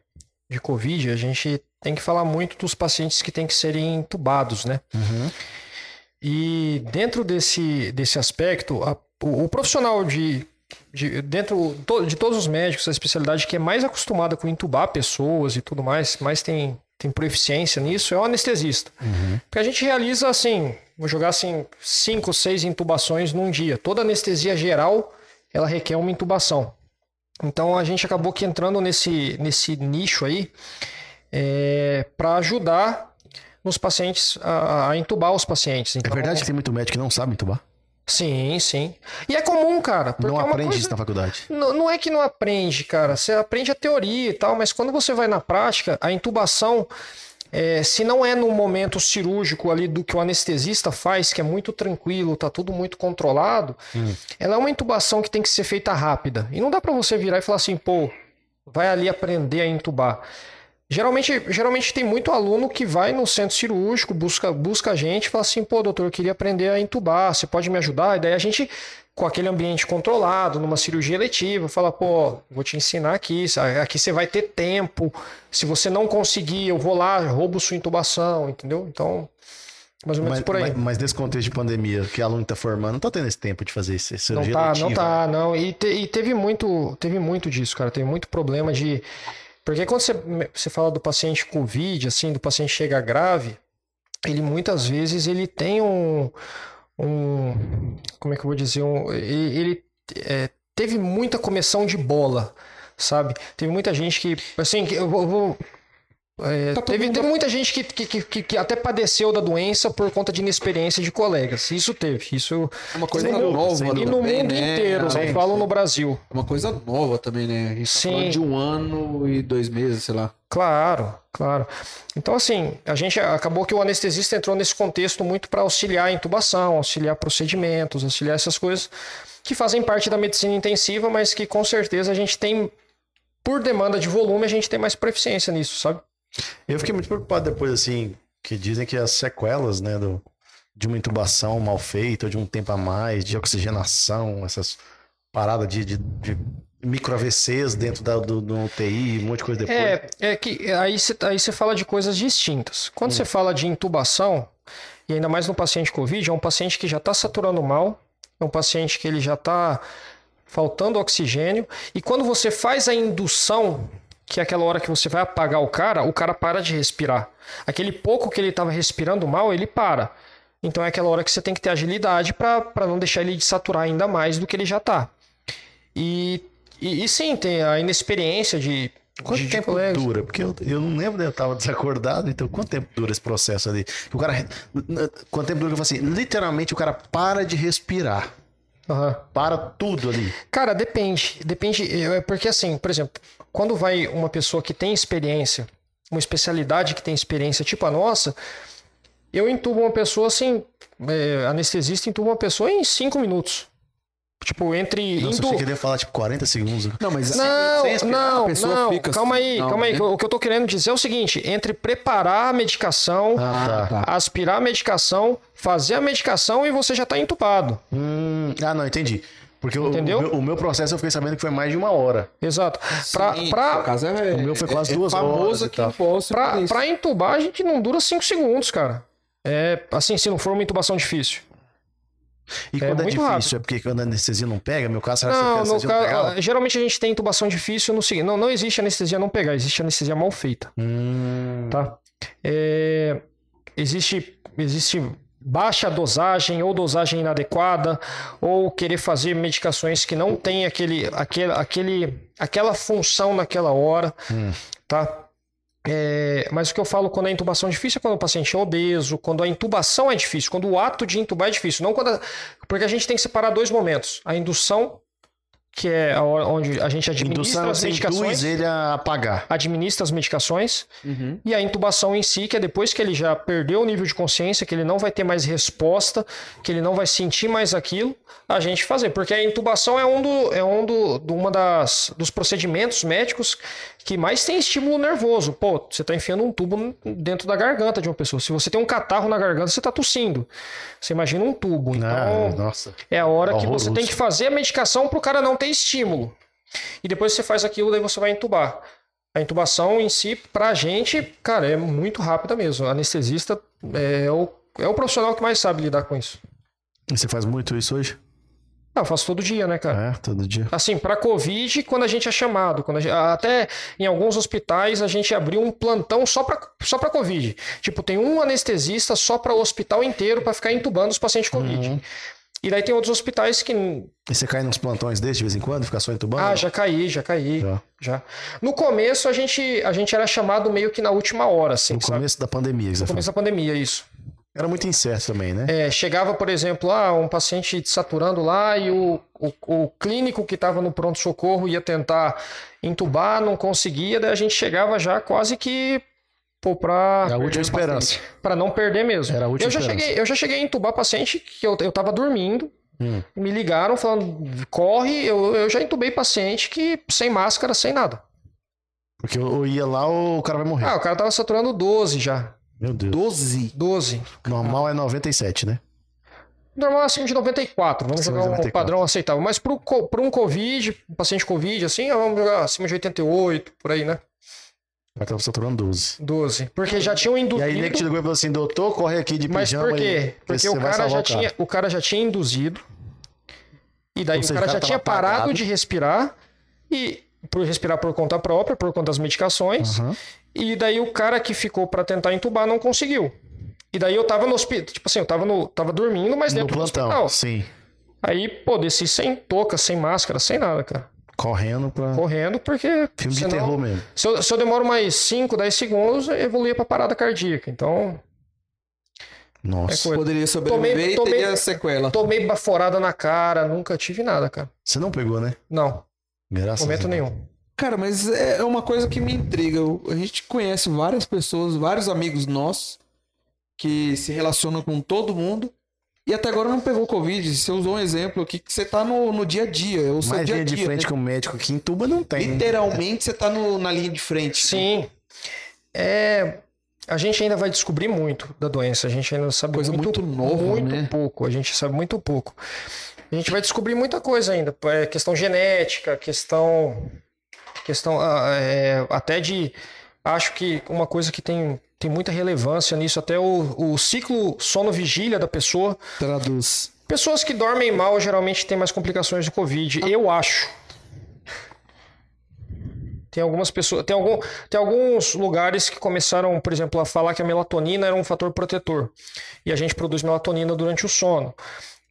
Speaker 3: de Covid, a gente tem que falar muito dos pacientes que têm que serem entubados, né? E dentro desse, desse aspecto, a- o, o profissional de, de dentro to- de todos os médicos, a especialidade que é mais acostumada com entubar pessoas e tudo mais, mais tem, tem proficiência nisso, é o anestesista.
Speaker 1: Uhum.
Speaker 3: Porque a gente realiza assim, vou jogar assim, cinco, seis intubações num dia. Toda anestesia geral, ela requer uma intubação. Então a gente acabou que entrando nesse, nesse nicho aí para ajudar nos pacientes a, a entubar os pacientes.
Speaker 1: É
Speaker 3: Então,
Speaker 1: verdade que tem muito médico que não sabe entubar?
Speaker 3: Sim, sim. E é comum, cara. Porque
Speaker 1: Não
Speaker 3: é uma
Speaker 1: aprende
Speaker 3: coisa-
Speaker 1: isso na faculdade.
Speaker 3: Não, não é que não aprende, cara. Você aprende a teoria e tal, mas quando você vai na prática, a intubação, é, se não é no momento cirúrgico ali do que o anestesista faz, que é muito tranquilo, tá tudo muito controlado, ela é uma intubação que tem que ser feita rápida. E não dá pra você virar e falar assim, pô, vai ali aprender a entubar. Geralmente, geralmente tem muito aluno que vai no centro cirúrgico, busca, busca a gente e fala assim, pô, doutor, eu queria aprender a entubar, você pode me ajudar? E daí a gente, com aquele ambiente controlado, numa cirurgia eletiva, fala, pô, vou te ensinar aqui, sa- aqui você vai ter tempo, se você não conseguir, eu vou lá, roubo sua intubação, entendeu? Então, mais ou menos
Speaker 1: Mas,
Speaker 3: por aí.
Speaker 1: mas- mas nesse contexto de pandemia, que aluno tá formando, não tá tendo esse tempo de fazer isso. é
Speaker 3: Não
Speaker 1: cirurgia
Speaker 3: tá, não
Speaker 1: eletiva.
Speaker 3: tá, não. E, te- e teve muito, teve muito disso, cara. Teve muito problema de. Porque quando você, você fala do paciente Covid, assim, do paciente chega grave, ele muitas vezes ele tem um. um como é que eu vou dizer? Um, e- ele é, teve muita comissão de bola, sabe? Teve muita gente que. Assim, que eu vou. eu vou- é,
Speaker 2: Tá todo
Speaker 3: teve,
Speaker 2: mundo-
Speaker 3: teve muita gente que, que, que- que, que até padeceu da doença por conta de inexperiência de colegas. Isso teve. Isso eu,
Speaker 2: É uma coisa
Speaker 3: Sem dúvida,
Speaker 2: nova
Speaker 1: sem
Speaker 3: e
Speaker 2: também,
Speaker 1: dúvida.
Speaker 3: no mundo
Speaker 2: né?
Speaker 3: inteiro,
Speaker 2: É
Speaker 3: não falo no Brasil.
Speaker 2: uma coisa nova também, né? A gente tá
Speaker 3: Sim.
Speaker 2: falando de um ano e dois meses, sei lá.
Speaker 3: Claro, claro. Então, assim, a gente acabou que o anestesista entrou nesse contexto muito para auxiliar a intubação, auxiliar procedimentos, auxiliar essas coisas que fazem parte da medicina intensiva, mas que com certeza a gente tem, por demanda de volume, a gente tem mais proficiência nisso, sabe?
Speaker 1: Eu fiquei muito preocupado depois, assim, que dizem que as sequelas, né, do, de uma intubação mal feita, ou de um tempo a mais, de oxigenação, essas paradas de, de, de micro-AVCs dentro da, do, do UTI, um monte de coisa depois.
Speaker 3: É, é que aí você aí você fala de coisas distintas. Quando você fala de intubação, e ainda mais no paciente COVID, é um paciente que já está saturando mal, é um paciente tá que ele já está faltando oxigênio, e quando você faz a indução, que é aquela hora que você vai apagar o cara, o cara para de respirar. Aquele pouco que ele estava respirando mal, ele para. Então é aquela hora que você tem que ter agilidade para não deixar ele desaturar ainda mais do que ele já está. E, e, e sim, tem a inexperiência de.
Speaker 1: Quanto
Speaker 3: de, de
Speaker 1: tempo é
Speaker 3: colegas.
Speaker 1: dura? Porque eu, eu não lembro, né? eu tava desacordado, então quanto tempo dura esse processo ali? O cara. Quanto tempo dura? Eu falo assim, literalmente o cara para de respirar.
Speaker 3: Aham.
Speaker 1: Para tudo ali.
Speaker 3: Cara, depende. Depende. é, Porque, assim, por exemplo, quando vai uma pessoa que tem experiência, uma especialidade que tem experiência, tipo a nossa, eu entubo uma pessoa assim. é, anestesista entuba uma pessoa em cinco minutos. Tipo, entre.
Speaker 1: Nossa,
Speaker 3: indo-
Speaker 1: eu achei que ele ia falar tipo 40 segundos.
Speaker 2: Não, mas
Speaker 3: Não,
Speaker 2: sem respirar,
Speaker 3: não,
Speaker 2: a pessoa
Speaker 3: não.
Speaker 2: fica-
Speaker 3: calma aí,
Speaker 2: Não,
Speaker 3: calma aí.
Speaker 2: né?
Speaker 3: O que eu tô querendo dizer é o seguinte: entre preparar a medicação,
Speaker 1: Ah, tá.
Speaker 3: aspirar a medicação, fazer a medicação e você já tá entubado.
Speaker 1: Hum, ah, não, entendi. Porque o-
Speaker 3: Entendeu?
Speaker 1: O, meu, o meu processo eu fiquei sabendo que foi mais de uma hora.
Speaker 3: Exato. Pra,
Speaker 2: Sim, no
Speaker 3: pra,
Speaker 2: caso é,
Speaker 1: O meu foi
Speaker 2: é-
Speaker 1: quase
Speaker 2: é
Speaker 1: duas horas e
Speaker 2: famoso aqui
Speaker 1: tal.
Speaker 2: em Poços por
Speaker 3: pra,
Speaker 2: É isso.
Speaker 3: pra entubar, a gente não dura 5 segundos, cara. É assim, se não for uma intubação difícil.
Speaker 1: E
Speaker 3: É
Speaker 1: quando é,
Speaker 3: muito
Speaker 1: difícil,
Speaker 3: rápido.
Speaker 1: é porque quando a anestesia não pega, meu caso será que
Speaker 3: Não, é,
Speaker 1: a
Speaker 3: no
Speaker 1: anestesia não
Speaker 3: ca-
Speaker 1: pegava?
Speaker 3: geralmente a gente tem intubação difícil no seguinte: não, não existe anestesia não pegar, existe anestesia mal feita.
Speaker 1: Hum,
Speaker 3: tá? É, existe, existe baixa dosagem ou dosagem inadequada ou querer fazer medicações que não tem aquele, aquele, aquele, aquela função naquela hora, tá? É, mas o que eu falo quando a intubação é difícil é quando o paciente é obeso, quando a intubação é difícil, quando o ato de intubar é difícil, não quando a- porque a gente tem que separar dois momentos: a indução, que é a hora onde a gente administra
Speaker 1: indução
Speaker 3: as
Speaker 1: você induz
Speaker 3: medicações,
Speaker 1: ele a apagar.
Speaker 3: administra as medicações,
Speaker 2: Uhum.
Speaker 3: e a intubação em si, que é depois que ele já perdeu o nível de consciência, que ele não vai ter mais resposta, que ele não vai sentir mais aquilo, a gente fazer. Porque a intubação é um, do, é um do, do- uma das, dos procedimentos médicos que mais tem estímulo nervoso. Pô, você tá enfiando um tubo dentro da garganta de uma pessoa. Se você tem um catarro na garganta, você tá tossindo. Você imagina um tubo.
Speaker 1: Ah,
Speaker 3: Então,
Speaker 1: nossa.
Speaker 3: é a hora que você
Speaker 1: Horroroso.
Speaker 3: tem que fazer a medicação para o cara não ter estímulo. E depois você faz aquilo, daí você vai entubar. A intubação em si, pra gente, cara, é muito rápida mesmo. O anestesista é o, é o profissional que mais sabe lidar com isso.
Speaker 1: E Você faz muito isso hoje?
Speaker 3: Ah, eu faço todo dia, né, cara?
Speaker 1: É, todo dia.
Speaker 3: Assim, pra Covid, quando a gente é chamado. Quando a gente- até em alguns hospitais, a gente abriu um plantão só pra só pra Covid. Tipo, tem um anestesista só pra o hospital inteiro pra ficar entubando os pacientes de Covid.
Speaker 1: Uhum.
Speaker 3: E daí tem outros hospitais que
Speaker 1: E você cai nos plantões desses de vez em quando, fica só entubando?
Speaker 3: Ah, já caí, já caí,
Speaker 1: Já.
Speaker 3: já. No começo a gente, a gente era chamado meio que na última hora, assim,
Speaker 1: No
Speaker 3: sabe?
Speaker 1: começo da pandemia, que você
Speaker 3: No
Speaker 1: falou.
Speaker 3: começo da pandemia, isso.
Speaker 1: Era muito incerto também, né?
Speaker 3: É, chegava, por exemplo, ah, um paciente saturando lá e o, o, o clínico que estava no pronto-socorro ia tentar entubar, não conseguia, daí a gente chegava já quase que pô, pra,
Speaker 1: Era É a última esperança.
Speaker 3: pra não perder mesmo.
Speaker 1: Era a última
Speaker 3: eu, já
Speaker 1: esperança.
Speaker 3: cheguei, eu já cheguei a entubar paciente que eu, eu tava dormindo,
Speaker 1: Hum.
Speaker 3: me ligaram falando, corre, eu, eu já entubei paciente que sem máscara, sem nada.
Speaker 1: Porque eu eu ia lá, o cara vai morrer.
Speaker 3: Ah, o cara tava saturando 12 já.
Speaker 1: Meu Deus.
Speaker 2: 12.
Speaker 3: 12.
Speaker 1: Normal é 97, né?
Speaker 3: Normal acima assim, de 94. Vamos
Speaker 1: Acima
Speaker 3: jogar
Speaker 1: de 94.
Speaker 3: um padrão aceitável. Mas pro, co- pro um Covid, um paciente Covid, assim, vamos jogar acima de 88, por aí, né?
Speaker 1: Mas tava saturando 12.
Speaker 3: 12. Porque já tinham
Speaker 1: E
Speaker 3: induzido.
Speaker 1: aí, nego te ligou e falou assim: doutor, corre aqui de
Speaker 3: mas
Speaker 1: pijama.
Speaker 3: por quê?
Speaker 1: e-
Speaker 3: Porque
Speaker 1: você
Speaker 3: o
Speaker 1: vai
Speaker 3: cara,
Speaker 1: salvar
Speaker 3: já
Speaker 1: o
Speaker 3: tinha, o cara já tinha induzido. E daí
Speaker 1: Ou seja,
Speaker 3: o cara já
Speaker 1: tava
Speaker 3: tinha parado
Speaker 1: apagado.
Speaker 3: de respirar. E por respirar por conta própria, por conta das medicações.
Speaker 1: Aham.
Speaker 3: E daí o cara que ficou pra tentar entubar não conseguiu. E daí eu tava no hospital, tipo assim, eu tava, no, tava dormindo, mas
Speaker 1: No
Speaker 3: dentro do
Speaker 1: plantão,
Speaker 3: hospital.
Speaker 1: sim.
Speaker 3: Aí, pô, desci sem touca, sem máscara, sem nada, cara.
Speaker 1: Correndo pra.
Speaker 3: Correndo, porque.
Speaker 1: Filme de
Speaker 3: senão-
Speaker 1: terror mesmo.
Speaker 3: Se eu, se eu demoro mais 5, 10 segundos, eu evoluía pra parada cardíaca. Então, é
Speaker 1: Nossa.
Speaker 3: coisa.
Speaker 2: Poderia sobreviver
Speaker 3: Tomei-
Speaker 2: e
Speaker 3: tomei-
Speaker 2: teria sequela.
Speaker 3: Tomei baforada na cara, nunca tive nada, cara.
Speaker 1: Você não pegou, né?
Speaker 3: Não,
Speaker 1: Graças
Speaker 3: momento
Speaker 1: a Deus.
Speaker 3: nenhum.
Speaker 2: Cara, mas é uma coisa que me intriga. Eu- A gente conhece várias pessoas, vários amigos nossos que se relacionam com todo mundo e até agora não pegou Covid. Você usou um exemplo aqui que você tá no, no dia a dia. é O seu
Speaker 1: Mais
Speaker 2: dia a
Speaker 1: linha de
Speaker 2: dia,
Speaker 1: frente
Speaker 2: né?
Speaker 1: que o médico que entuba não tem.
Speaker 2: Literalmente você tá no- na linha de frente.
Speaker 3: Sim. É. A gente ainda vai descobrir muito da doença. A gente ainda sabe
Speaker 2: Coisa muito nova,
Speaker 3: muito
Speaker 2: né?
Speaker 3: pouco. A gente sabe muito pouco. A gente vai descobrir muita coisa ainda. É, questão genética, questão, questão ah, é, até de, acho que uma coisa que tem, tem muita relevância nisso até o, o ciclo sono-vigília da pessoa.
Speaker 2: Traduz.
Speaker 3: Pessoas que dormem mal geralmente têm mais complicações do Covid. Eu acho. Tem algumas pessoas, tem, algum, tem alguns lugares que começaram, por exemplo, a falar que a melatonina era um fator protetor. E a gente produz melatonina durante o sono.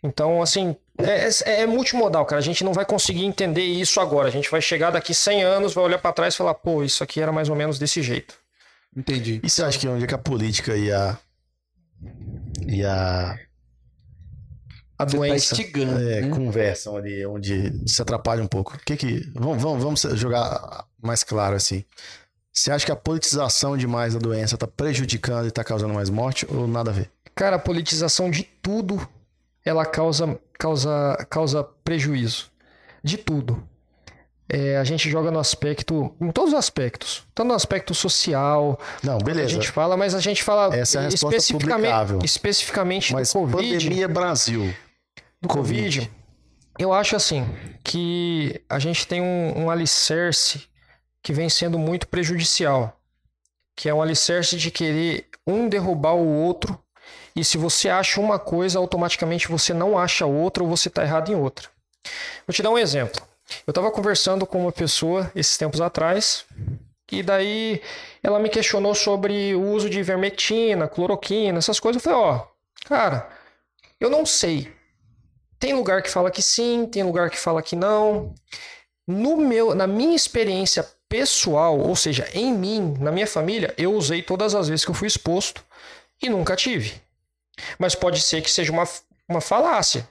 Speaker 3: Então, assim, é, é- é multimodal, cara. A gente não vai conseguir entender isso agora. A gente vai chegar daqui 100 anos, vai olhar para trás e falar, pô, isso aqui era mais ou menos desse jeito.
Speaker 2: Entendi.
Speaker 1: E você acha que onde é que a política e a. E a.
Speaker 3: A
Speaker 2: Você tá
Speaker 3: doença.
Speaker 2: instigando.
Speaker 1: é,
Speaker 3: Uhum.
Speaker 2: né?
Speaker 1: conversam ali, onde se atrapalha um pouco? O que que. Vamos, vamos, vamos jogar mais claro assim. Você acha que a politização demais da doença tá prejudicando e tá causando mais morte ou nada a ver?
Speaker 3: Cara, a politização de tudo, ela causa, causa, causa prejuízo. De tudo. É, a gente joga no aspecto, em todos os aspectos, tanto no aspecto social,
Speaker 1: Não,
Speaker 3: a
Speaker 1: beleza.
Speaker 3: gente fala, mas a gente fala
Speaker 1: Essa é a resposta publicável.
Speaker 3: especificamente, especificamente
Speaker 1: Mas
Speaker 3: do Covid.
Speaker 1: pandemia Brasil.
Speaker 3: do
Speaker 1: Covid.
Speaker 3: COVID, eu acho assim que a gente tem um, um alicerce que vem sendo muito prejudicial, que é um alicerce de querer um derrubar o outro, e se você acha uma coisa, automaticamente você não acha outra ou você está errado em outra. Vou te dar um exemplo. Eu estava conversando com uma pessoa esses tempos atrás, e daí ela me questionou sobre o uso de ivermectina, cloroquina, essas coisas. Eu falei, ó, cara, eu não sei. Tem lugar que fala que sim, tem lugar que fala que não. No meu, na minha experiência pessoal, ou seja, em mim, na minha família, eu usei todas as vezes que eu fui exposto e nunca tive. Mas pode ser que seja uma, uma falácia,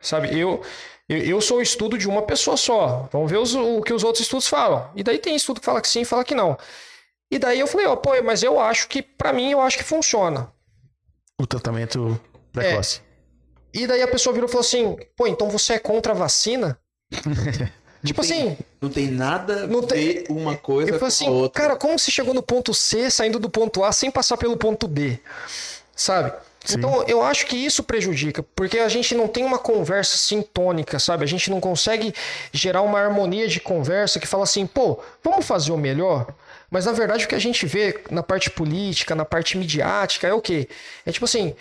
Speaker 3: sabe? Eu, eu, eu sou o estudo de uma pessoa só. Vamos ver os- o que os outros estudos falam. E daí tem estudo que fala que sim, fala que não. E daí eu falei, ó, pô, mas eu acho que, pra mim, eu acho que funciona.
Speaker 1: O tratamento precoce.
Speaker 3: E daí a pessoa virou e falou assim: pô, então você é contra a vacina? tipo assim,
Speaker 2: Não tem nada a
Speaker 3: Não tem-
Speaker 2: ver uma coisa
Speaker 3: eu
Speaker 2: com
Speaker 3: falei
Speaker 2: a
Speaker 3: assim,
Speaker 2: outra.
Speaker 3: cara, como você chegou no ponto C saindo do ponto A sem passar pelo ponto B? Sabe?
Speaker 1: Sim.
Speaker 3: Então eu acho que isso prejudica, porque a gente não tem uma conversa sintônica, sabe? A gente não consegue gerar uma harmonia de conversa que fala assim, pô, vamos fazer o melhor? Mas na verdade o que a gente vê na parte política, na parte midiática, é o quê? É tipo assim,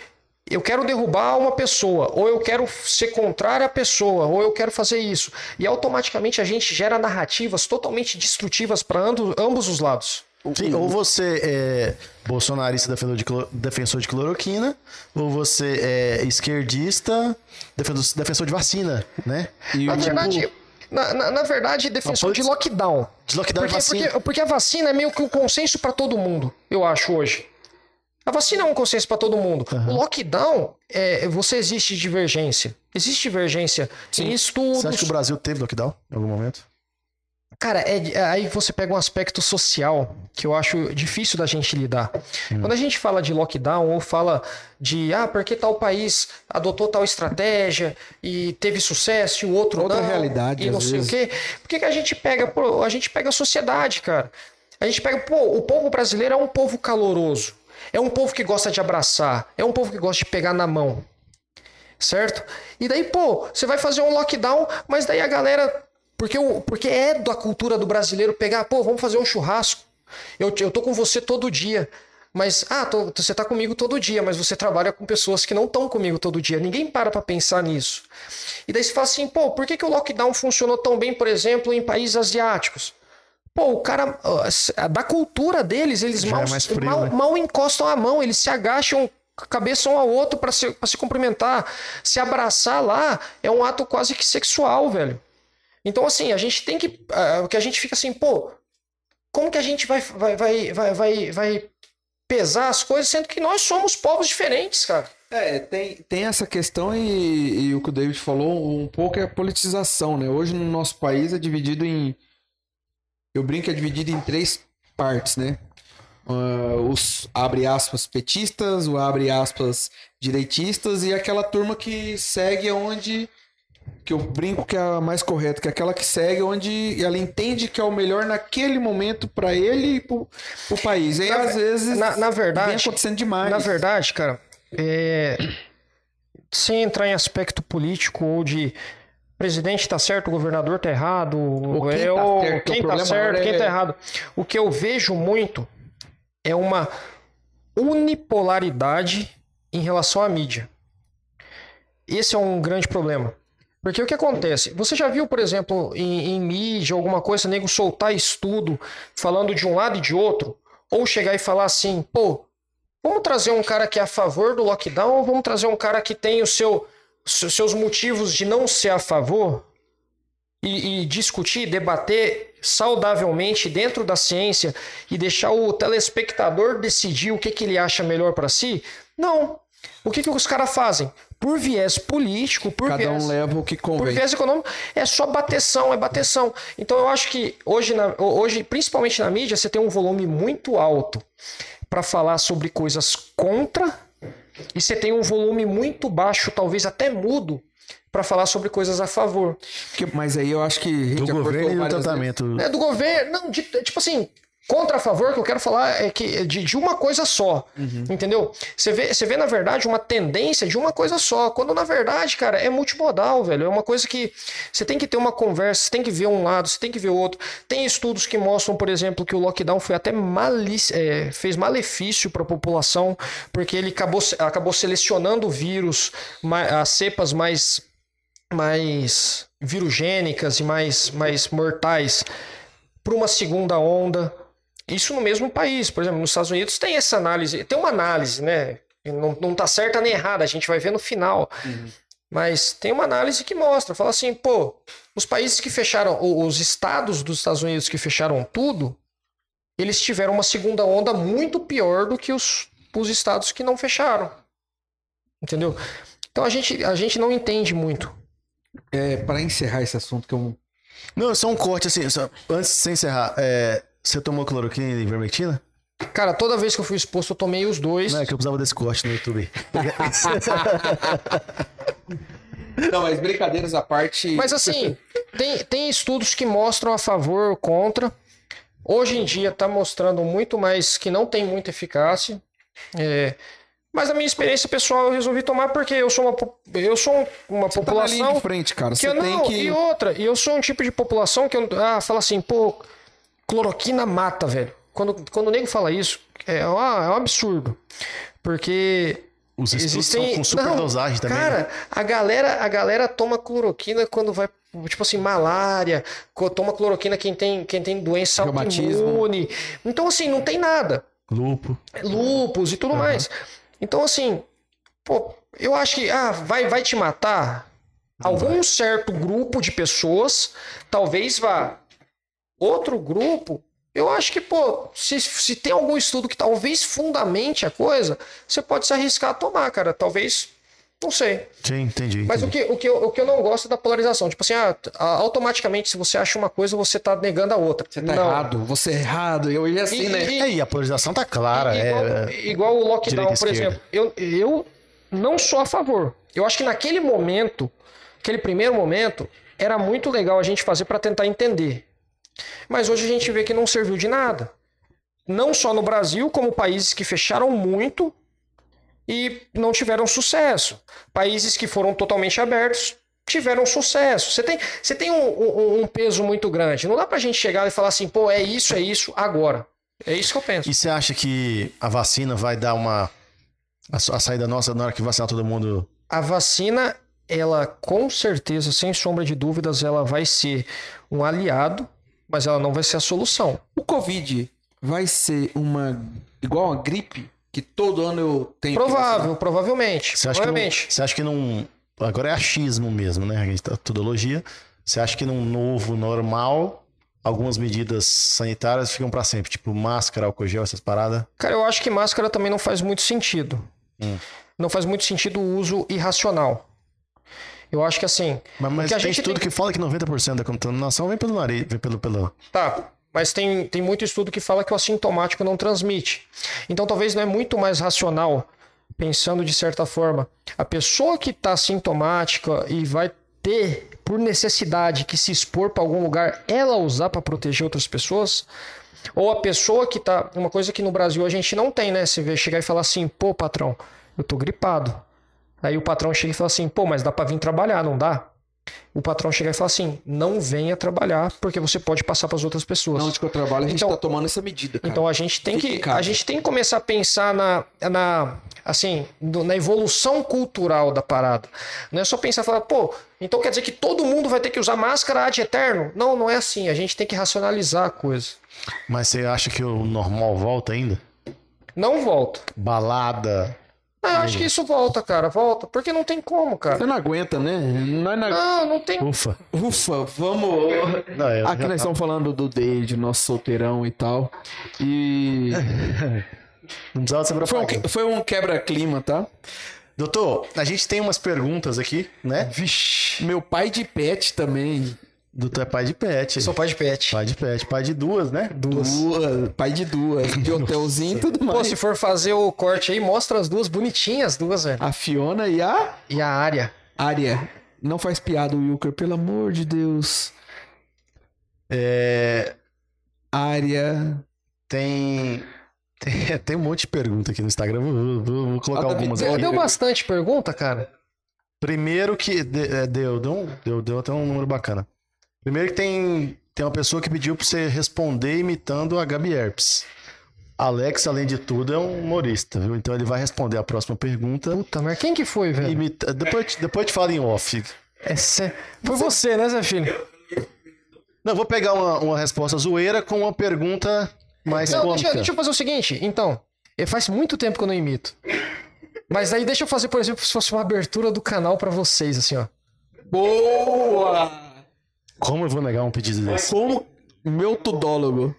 Speaker 3: eu quero derrubar uma pessoa, ou eu quero ser contrário à pessoa, ou eu quero fazer isso. E automaticamente a gente gera narrativas totalmente destrutivas para ambos os lados.
Speaker 1: Sim, ou você é bolsonarista defensor de, cloro- defensor de cloroquina, ou você é esquerdista defensor, defensor de vacina, né?
Speaker 2: E o-
Speaker 3: Na
Speaker 2: Ah,
Speaker 3: verdade, na, na- na verdade, defensor de lockdown.
Speaker 1: De lockdown e
Speaker 3: Porque,
Speaker 1: vacina.
Speaker 3: porque- porque a vacina é meio que um consenso para todo mundo, eu acho, hoje. A vacina é um consenso para todo mundo.
Speaker 1: Aham.
Speaker 3: O lockdown, é, você existe divergência. Existe divergência em estudos.
Speaker 1: Você acha que o Brasil teve lockdown em algum momento?
Speaker 3: Cara, é- é- aí você pega um aspecto social que eu acho difícil da gente lidar. Quando a gente fala de lockdown ou fala de ah, porque tal país adotou tal estratégia e teve sucesso e o outro
Speaker 2: Outra
Speaker 3: não,
Speaker 2: realidade,
Speaker 3: e não
Speaker 2: às
Speaker 3: sei
Speaker 2: vezes.
Speaker 3: o quê. Por que, que a gente pega, pô, a gente pega a sociedade, cara? A gente pega, pô, o povo brasileiro é um povo caloroso. É um povo que gosta de abraçar, é um povo que gosta de pegar na mão certo? E daí, pô, você vai fazer um lockdown, mas daí a galera. Porque, o, porque é da cultura do brasileiro pegar, pô, vamos fazer um churrasco. Eu, te- eu tô com você todo dia. Mas, ah, tô- você tá comigo todo dia, mas você trabalha com pessoas que não estão comigo todo dia. Ninguém para pra pensar nisso. E daí você fala assim, pô, por que, que o lockdown funcionou tão bem, por exemplo, em países asiáticos? Pô, o cara, ah, s- da cultura deles, eles
Speaker 1: Já
Speaker 3: mal,
Speaker 1: é mais frio,
Speaker 3: mal-
Speaker 1: né?
Speaker 3: mal encostam a mão, eles se agacham a cabeça um ao outro pra se, pra se cumprimentar. Se abraçar lá é um ato quase que sexual, velho. Então, assim, a gente tem que. ah, que a gente fica assim, pô, como que a gente vai, vai, vai, vai, vai, vai pesar as coisas, sendo que nós somos povos diferentes, cara.
Speaker 2: É, tem, tem essa questão e, e o que o David falou um pouco é a politização, né? Hoje no nosso país é dividido em. Eu brinco que é dividido em três partes, né? Ah, os abre aspas petistas, o abre aspas direitistas e aquela turma que segue onde. Que eu brinco que é a mais correta, que é aquela que segue onde ela entende que é o melhor naquele momento pra ele e pro, pro país. E
Speaker 3: Na-
Speaker 2: às vezes
Speaker 3: Na, na
Speaker 2: vem
Speaker 3: verdade,
Speaker 2: acontecendo demais.
Speaker 3: Na verdade, cara, é, sem entrar em aspecto político ou de presidente tá certo, governador tá errado,
Speaker 2: quem
Speaker 3: é
Speaker 2: tá
Speaker 3: o-
Speaker 2: certo, o
Speaker 3: quem tá
Speaker 2: problema
Speaker 3: certo,
Speaker 2: agora
Speaker 3: quem
Speaker 2: é-
Speaker 3: tá errado. O que eu vejo muito é uma unipolaridade em relação à mídia. Esse é um grande problema. Porque o que acontece? Você já viu, por exemplo, em, em mídia, alguma coisa, nego soltar estudo falando de um lado e de outro? Ou chegar e falar assim, pô, vamos trazer um cara que é a favor do lockdown ou vamos trazer um cara que tem o seu, se- seus motivos de não ser a favor? E, e discutir, debater saudavelmente dentro da ciência e deixar o telespectador decidir o que, que ele acha melhor para si? Não. O que, que os caras fazem? Por viés político, por
Speaker 2: Cada
Speaker 3: viés...
Speaker 2: um leva o que
Speaker 3: Por
Speaker 2: convém.
Speaker 3: viés econômico, é só bateção, é bateção. Então eu acho que hoje, na- hoje principalmente na mídia, você tem um volume muito alto para falar sobre coisas contra e você tem um volume muito baixo, talvez até mudo, para falar sobre coisas a favor.
Speaker 2: Que- Mas aí eu acho que. a gente
Speaker 1: Do
Speaker 2: acordou
Speaker 1: governo e do
Speaker 2: várias vezes.
Speaker 1: tratamento.
Speaker 3: É, do governo, não, de- tipo assim, contra a favor, que eu quero falar é que é de, de uma coisa só, entendeu? Você vê, você vê, na verdade, uma tendência de uma coisa só, quando na verdade, cara, é multimodal, velho. É uma coisa que você tem que ter uma conversa, você tem que ver um lado, você tem que ver o outro. Tem estudos que mostram, por exemplo, que o lockdown foi até malícia, é, fez malefício para a população, porque ele acabou, se- acabou selecionando o vírus, ma- as cepas mais mais virugênicas e mais, mais mortais para uma segunda onda. Isso no mesmo país, por exemplo, nos Estados Unidos tem essa análise, tem uma análise, né? Não, não tá certa nem errada, a gente vai ver no final. Mas tem uma análise que mostra, fala assim, pô, os países que fecharam, ou os estados dos Estados Unidos que fecharam tudo, eles tiveram uma segunda onda muito pior do que os, os estados que não fecharam. Entendeu? Então a gente, a gente não entende muito.
Speaker 2: É, para encerrar esse assunto, que eu.
Speaker 1: Não, só um corte assim, só- antes de você encerrar. é, você tomou cloroquina e ivermectina?
Speaker 3: Cara, toda vez que eu fui exposto, eu tomei os dois.
Speaker 1: Não, é que eu precisava desse corte no YouTube.
Speaker 2: Não, mas brincadeiras à parte. tá
Speaker 3: Mas assim, tem, tem estudos que mostram a favor ou contra. Hoje em dia está mostrando muito mais que não tem muita eficácia. É, mas na minha experiência pessoal, eu resolvi tomar porque eu sou uma, po- eu sou um- uma
Speaker 2: Tá na linha de
Speaker 3: população
Speaker 2: frente, cara.
Speaker 3: que
Speaker 2: Você
Speaker 3: eu
Speaker 2: tem
Speaker 3: não.
Speaker 2: que.
Speaker 3: E outra, e eu sou um tipo de população que eu, ah, fala assim, pô, cloroquina mata, velho. Quando, quando o nego fala isso, é, um- é um absurdo. Porque
Speaker 1: Os estudos
Speaker 3: Existem-
Speaker 1: são com super
Speaker 3: Não,
Speaker 1: dosagem também. né?
Speaker 3: Cara, a galera, a galera toma cloroquina quando vai, tipo assim, malária, co- toma cloroquina quem tem, quem tem doença
Speaker 2: Reumatismo.
Speaker 3: autoimune. Então, assim, não tem nada.
Speaker 1: Lupo.
Speaker 3: Lúpus e tudo mais. Então, assim, pô, eu acho que ah, vai, vai te matar. Algum certo grupo de pessoas, talvez vá. Outro grupo, eu acho que, pô, se, se tem algum estudo que talvez fundamente a coisa, você pode se arriscar a tomar, cara. Talvez, não sei.
Speaker 1: Sim, entendi.
Speaker 3: Mas o
Speaker 1: entendi.
Speaker 3: que, o, que eu, o que eu não gosto é da polarização. Tipo assim, ah, t- a- automaticamente, se você acha uma coisa, você tá negando a outra.
Speaker 2: Você tá
Speaker 3: Não.
Speaker 2: errado, você é errado. Eu ia assim,
Speaker 3: E-
Speaker 2: né?
Speaker 3: e-
Speaker 1: É, e a polarização tá clara.
Speaker 3: I- igual,
Speaker 1: é,
Speaker 3: igual o
Speaker 1: direita
Speaker 3: lockdown,
Speaker 1: e
Speaker 3: por
Speaker 1: esquerda.
Speaker 3: exemplo. Eu, eu não sou a favor. Eu acho que naquele momento, aquele primeiro momento, era muito legal a gente fazer para tentar entender. Mas hoje a gente vê que não serviu de nada. Não só no Brasil, como países que fecharam muito e não tiveram sucesso. Países que foram totalmente abertos tiveram sucesso. Você tem, você tem um, um- um peso muito grande. Não dá pra gente chegar e falar assim, pô, é isso, é isso, agora. É isso que eu penso.
Speaker 1: E você acha que a vacina vai dar uma. A, su- a saída nossa na hora que vacinar todo mundo?
Speaker 3: A vacina, ela com certeza, sem sombra de dúvidas, ela vai ser um aliado, mas ela não vai ser a solução.
Speaker 2: O Covid vai ser uma. igual uma gripe que todo ano eu tenho. que vacinar?
Speaker 3: Provável, provavelmente.
Speaker 1: Você acha, que não,
Speaker 3: provavelmente.
Speaker 1: você acha que não. Agora é achismo mesmo, né? A gente tá tudologia. Você acha que num novo normal, algumas medidas sanitárias ficam pra sempre? Tipo máscara, álcool gel, essas paradas?
Speaker 3: Cara, eu acho que máscara também não faz muito sentido.
Speaker 1: Hum.
Speaker 3: Não faz muito sentido o uso irracional. Eu acho que assim,
Speaker 1: Mas, mas
Speaker 3: que a
Speaker 1: tem
Speaker 3: gente
Speaker 1: estudo que
Speaker 3: tem-
Speaker 1: fala que 90% da contaminação vem pelo nariz, vem pelo. pelo...
Speaker 3: Tá, mas tem, tem muito estudo que fala que o assintomático não transmite. Então talvez não é muito mais racional, pensando de certa forma, a pessoa que está sintomática e vai ter, por necessidade, que se expor para algum lugar, ela usar para proteger outras pessoas. Ou a pessoa que tá. Uma coisa que no Brasil a gente não tem, né? Você vê chegar e falar assim, pô, patrão, eu tô gripado. Aí o patrão chega e fala assim, pô, mas dá pra vir trabalhar, não dá? o patrão chegar e falar assim: não venha trabalhar porque você pode passar para as outras pessoas.
Speaker 2: Na onde que eu trabalho, a gente
Speaker 3: Então-
Speaker 2: tá tomando essa medida, cara.
Speaker 3: Então a gente tem
Speaker 2: Fique em
Speaker 3: que
Speaker 2: casa.
Speaker 3: a gente tem que começar a pensar na, na assim do- na evolução cultural da parada. Não é só pensar e falar, pô, então quer dizer que todo mundo vai ter que usar máscara ad eterno? Não, não é assim. A gente tem que racionalizar a coisa.
Speaker 1: Mas você acha que o normal volta ainda?
Speaker 3: Não volta.
Speaker 1: Balada.
Speaker 3: Ah, eu acho que isso volta, cara, volta, porque não tem como,
Speaker 2: Você
Speaker 3: cara.
Speaker 2: não aguenta, né? Nós não...
Speaker 3: Não, não tem.
Speaker 1: Ufa.
Speaker 2: Ufa, vamos.
Speaker 1: Não, eu
Speaker 2: Aqui
Speaker 1: já-
Speaker 2: nós estamos falando do David, nosso solteirão e tal. E.
Speaker 1: Não precisava ser
Speaker 2: Foi um,
Speaker 1: propaganda.
Speaker 2: que- foi um quebra-clima, tá?
Speaker 1: Doutor, a gente tem umas perguntas aqui, né?
Speaker 2: Vixe. Meu pai de pet também.
Speaker 1: Doutor é pai de pet.
Speaker 3: Eu sou pai de pet.
Speaker 1: Pai de pet. Pai de duas, né?
Speaker 2: Duas. Pai de duas. De hotelzinho e tudo
Speaker 3: Pô,
Speaker 2: mais.
Speaker 3: se for fazer o corte aí, mostra as duas bonitinhas, as duas, velho.
Speaker 2: A Fiona e a
Speaker 3: E a área.
Speaker 2: Aria. Não faz piada, Wilker, pelo amor de Deus.
Speaker 1: É,
Speaker 2: Aria.
Speaker 1: tem... tem. tem um monte de pergunta aqui no Instagram. Vou, vou- vou colocar
Speaker 2: Ah, tá
Speaker 1: algumas
Speaker 2: bem-
Speaker 1: aqui.
Speaker 3: Deu bastante pergunta, cara.
Speaker 1: Primeiro que. de- é, deu, deu, um- deu, deu até um número bacana. Primeiro que tem, tem uma pessoa que pediu pra você responder imitando a Gabi Herpes. Alex, além de tudo, é um humorista, viu? Então ele vai responder a próxima pergunta.
Speaker 3: Puta, mas quem que foi, velho?
Speaker 1: Imita... Depois, eu te- depois eu te falo em off.
Speaker 3: É sé- Foi você, né, Zé Filho?
Speaker 1: Não, eu vou pegar uma, uma resposta zoeira com uma pergunta mais
Speaker 3: Não,
Speaker 1: cômica.
Speaker 3: deixa, deixa eu fazer o seguinte, então. eh, Faz muito tempo que eu não imito. Mas aí deixa eu fazer, por exemplo, se fosse uma abertura do canal pra vocês, assim, ó.
Speaker 2: Boa!
Speaker 1: Como eu vou negar um pedido desse?
Speaker 2: Como meu tudólogo.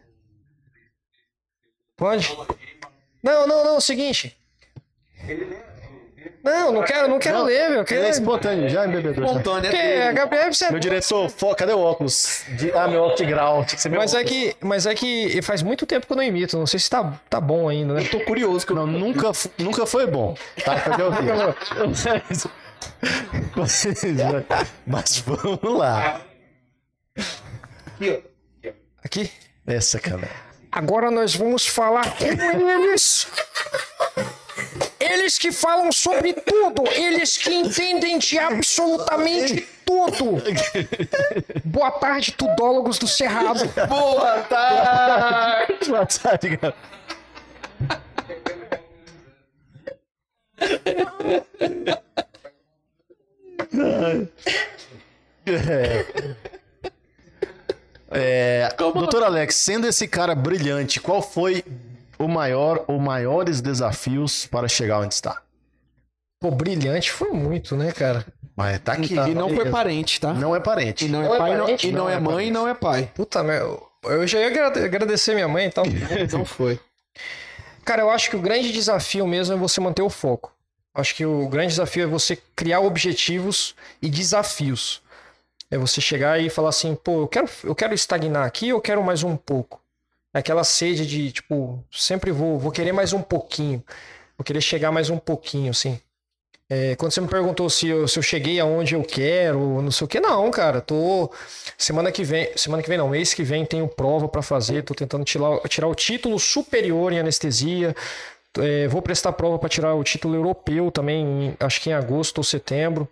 Speaker 3: Pode? Não, não, não, é o seguinte. Não, não quero, não quero
Speaker 1: Não,
Speaker 3: ler, meu.
Speaker 1: Ele
Speaker 3: eu
Speaker 1: é
Speaker 3: Quero...
Speaker 1: espontâneo, já é bebedor. já.
Speaker 2: Espontânea.
Speaker 3: Porque a Gabriela você... é
Speaker 1: Meu diretor, fo... cadê o óculos? De- Ah, meu óculos de grau. Tinha que ser meu
Speaker 3: Mas é
Speaker 1: óculos.
Speaker 3: que, mas é que faz muito tempo que eu não imito. Não sei se tá, tá bom ainda, né?
Speaker 2: Tô curioso que eu
Speaker 1: Não, nunca, fu- nunca foi bom. Tá? Cadê o vídeo? Mas- Mas vamos lá.
Speaker 3: Aqui.
Speaker 1: Essa, cara.
Speaker 3: Agora nós vamos falar com eles. Eles que falam sobre tudo, eles que entendem de absolutamente tudo. Boa tarde, tudólogos do Cerrado.
Speaker 2: Boa tarde!
Speaker 1: Boa tarde, cara. É. É, Doutor Alex, sendo esse cara brilhante, qual foi o maior ou maiores desafios para chegar onde está?
Speaker 3: Pô, brilhante foi muito, né, cara?
Speaker 1: Mas tá aqui.
Speaker 2: E não foi parente, tá?
Speaker 1: Não é parente.
Speaker 2: E não
Speaker 3: Não
Speaker 2: é
Speaker 3: é
Speaker 2: pai, não,
Speaker 3: parente?
Speaker 2: e não,
Speaker 3: Não
Speaker 2: é
Speaker 3: é
Speaker 2: mãe, e não é pai.
Speaker 3: Puta merda. Eu já ia agrade- agradecer minha mãe e tal.
Speaker 2: Então foi.
Speaker 3: Cara, eu acho que o grande desafio mesmo é você manter o foco. Acho que o grande desafio é você criar objetivos e desafios. É você chegar e falar assim, pô, eu quero, eu quero estagnar aqui, eu quero mais um pouco. É Aquela sede de, tipo, sempre vou, vou querer mais um pouquinho. Vou querer chegar mais um pouquinho, assim. É, quando você me perguntou se eu, se eu cheguei aonde eu quero, não sei o que, não, cara. Tô. Semana que vem, semana que vem não, mês que vem tenho prova pra fazer, tô tentando tirar, tirar o título superior em anestesia. É, vou prestar prova pra tirar o título europeu também, em- acho que em agosto ou setembro.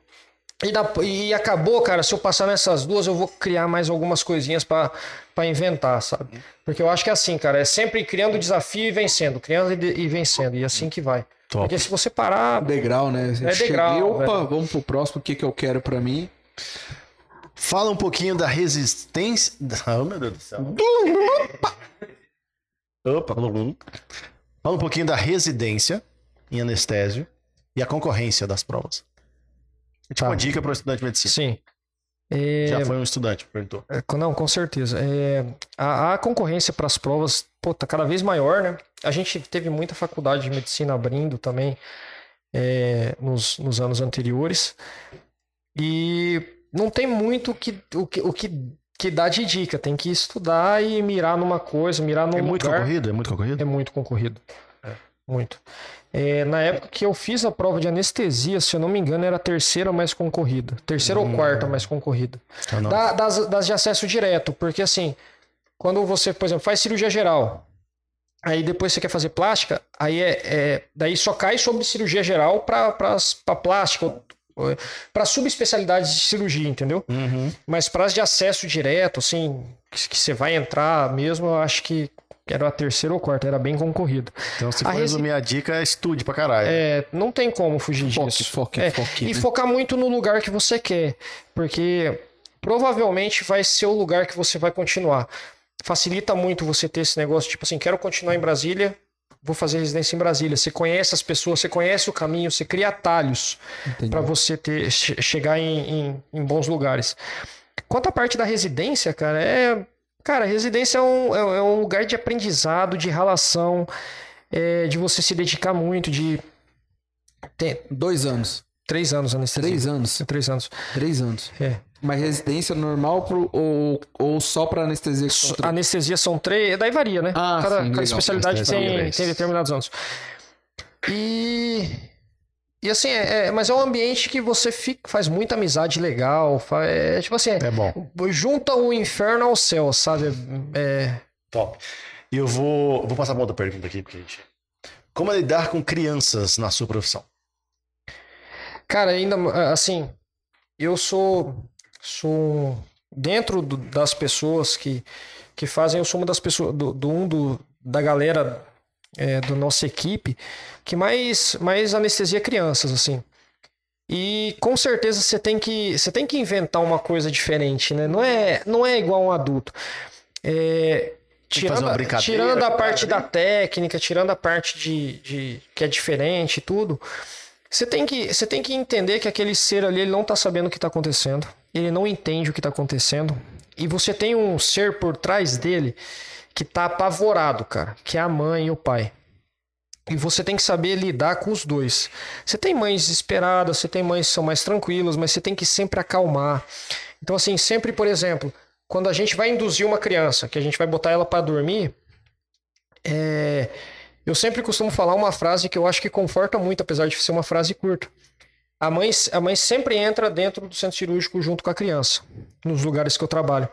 Speaker 3: E, da- e acabou, cara. Se eu passar nessas duas, eu vou criar mais algumas coisinhas pra pra inventar, sabe? Porque eu acho que é assim, cara. É sempre criando desafio e vencendo, criando e, de- e vencendo. E assim que vai.
Speaker 1: Top.
Speaker 3: Porque se você parar,
Speaker 2: Degrau, né?
Speaker 3: É degrau,
Speaker 2: Cheguei, opa,
Speaker 3: velho.
Speaker 2: vamos pro próximo, o que, que eu quero pra mim?
Speaker 1: Fala um pouquinho da resistência. Ah, meu Deus do céu. Opa! Opa! Fala um pouquinho da residência em anestésio e a concorrência das provas. É tipo
Speaker 3: Tá.
Speaker 1: uma dica para o estudante de medicina.
Speaker 3: sim.
Speaker 1: Já foi um estudante, que perguntou.
Speaker 3: É, co- Não, com certeza. É, a, a concorrência para as provas, pô, tá cada vez maior, né? A gente teve muita faculdade de medicina abrindo também é, nos, nos anos anteriores. E não tem muito que, o, que, o que, que dá de dica. Tem que estudar e mirar numa coisa, mirar num
Speaker 1: É muito
Speaker 3: lugar.
Speaker 1: concorrido? É muito concorrido?
Speaker 3: É muito concorrido. Muito. É, na época que eu fiz a prova de anestesia, se eu não me engano, era a terceira mais concorrida. Terceira
Speaker 1: Hum.
Speaker 3: ou quarta mais concorrida.
Speaker 1: Ah, não.
Speaker 3: Da- das, das de acesso direto, porque assim, quando você, por exemplo, faz cirurgia geral, aí depois você quer fazer plástica, aí é, é- daí só cai sobre cirurgia geral para plástica, ou Para subespecialidades de cirurgia, entendeu?
Speaker 1: Uhum.
Speaker 3: Mas para as de acesso direto, assim, que que você vai entrar mesmo, eu acho que era a terceira ou quarta, era bem concorrido.
Speaker 1: Então, se for
Speaker 3: A resi-
Speaker 1: resumir a dica, é estude pra caralho.
Speaker 3: É, não tem como fugir
Speaker 2: Foque,
Speaker 3: disso.
Speaker 2: foque,
Speaker 3: É,
Speaker 2: foque. né?
Speaker 3: E focar muito no lugar que você quer, porque provavelmente vai ser o lugar que você vai continuar. Facilita muito você ter esse negócio, tipo assim, quero continuar em Brasília, vou fazer residência em Brasília. Você conhece as pessoas, você conhece o caminho, você cria atalhos
Speaker 2: né? Entendi.
Speaker 3: para você ter che- chegar em, em- em bons lugares. Quanto à parte da residência, cara, é. Cara, residência é um, é- é um lugar de aprendizado, de relação, é, de você se dedicar muito, de. Tem
Speaker 2: Dois anos.
Speaker 3: três anos né, anestesia.
Speaker 2: Três anos.
Speaker 3: Três anos.
Speaker 2: Três anos.
Speaker 3: É.
Speaker 2: Mas residência normal pro, ou, ou só pra anestesia?
Speaker 3: S-
Speaker 2: contra-
Speaker 3: Anestesia são três, daí varia, né?
Speaker 2: Ah,
Speaker 3: cada,
Speaker 2: sim,
Speaker 3: cada
Speaker 2: legal.
Speaker 3: especialidade
Speaker 1: Anestesia,
Speaker 3: tem,
Speaker 1: três.
Speaker 3: tem determinados anos. E. E assim, é, é- mas é um ambiente que você fica, faz muita amizade legal. fa- é tipo assim, é-
Speaker 1: É bom.
Speaker 3: junta o inferno ao céu, sabe? É,
Speaker 1: Top. E eu vou, vou passar a outra pergunta aqui pra gente. Como é lidar com crianças na sua profissão?
Speaker 3: cara, ainda assim, eu sou sou dentro do- das pessoas que que fazem, eu sou uma das pessoas do, do um do, da galera é, da nossa equipe que mais mais anestesia crianças assim. E com certeza você tem que você tem que inventar uma coisa diferente, né? Não é não é igual um adulto. É,
Speaker 1: Tem que fazer
Speaker 3: tirando,
Speaker 1: uma
Speaker 3: a-
Speaker 1: brincadeira,
Speaker 3: tirando a
Speaker 1: cara,
Speaker 3: parte
Speaker 1: né?
Speaker 3: da técnica, tirando a parte de, de que é diferente e tudo, você tem que você tem que entender que aquele ser ali ele não tá sabendo o que tá acontecendo, ele não entende o que tá acontecendo e você tem um ser por trás dele que tá apavorado, cara, que é a mãe e o pai. E você tem que saber lidar com os dois. Você tem mães desesperadas, você tem mães que são mais tranquilas, mas você tem que sempre acalmar. Então, assim, sempre, por exemplo, quando a gente vai induzir uma criança, que a gente vai botar ela para dormir, é, eu sempre costumo falar uma frase que eu acho que conforta muito, apesar de ser uma frase curta. A mãe, a mãe sempre entra dentro do centro cirúrgico junto com a criança, nos lugares que eu trabalho.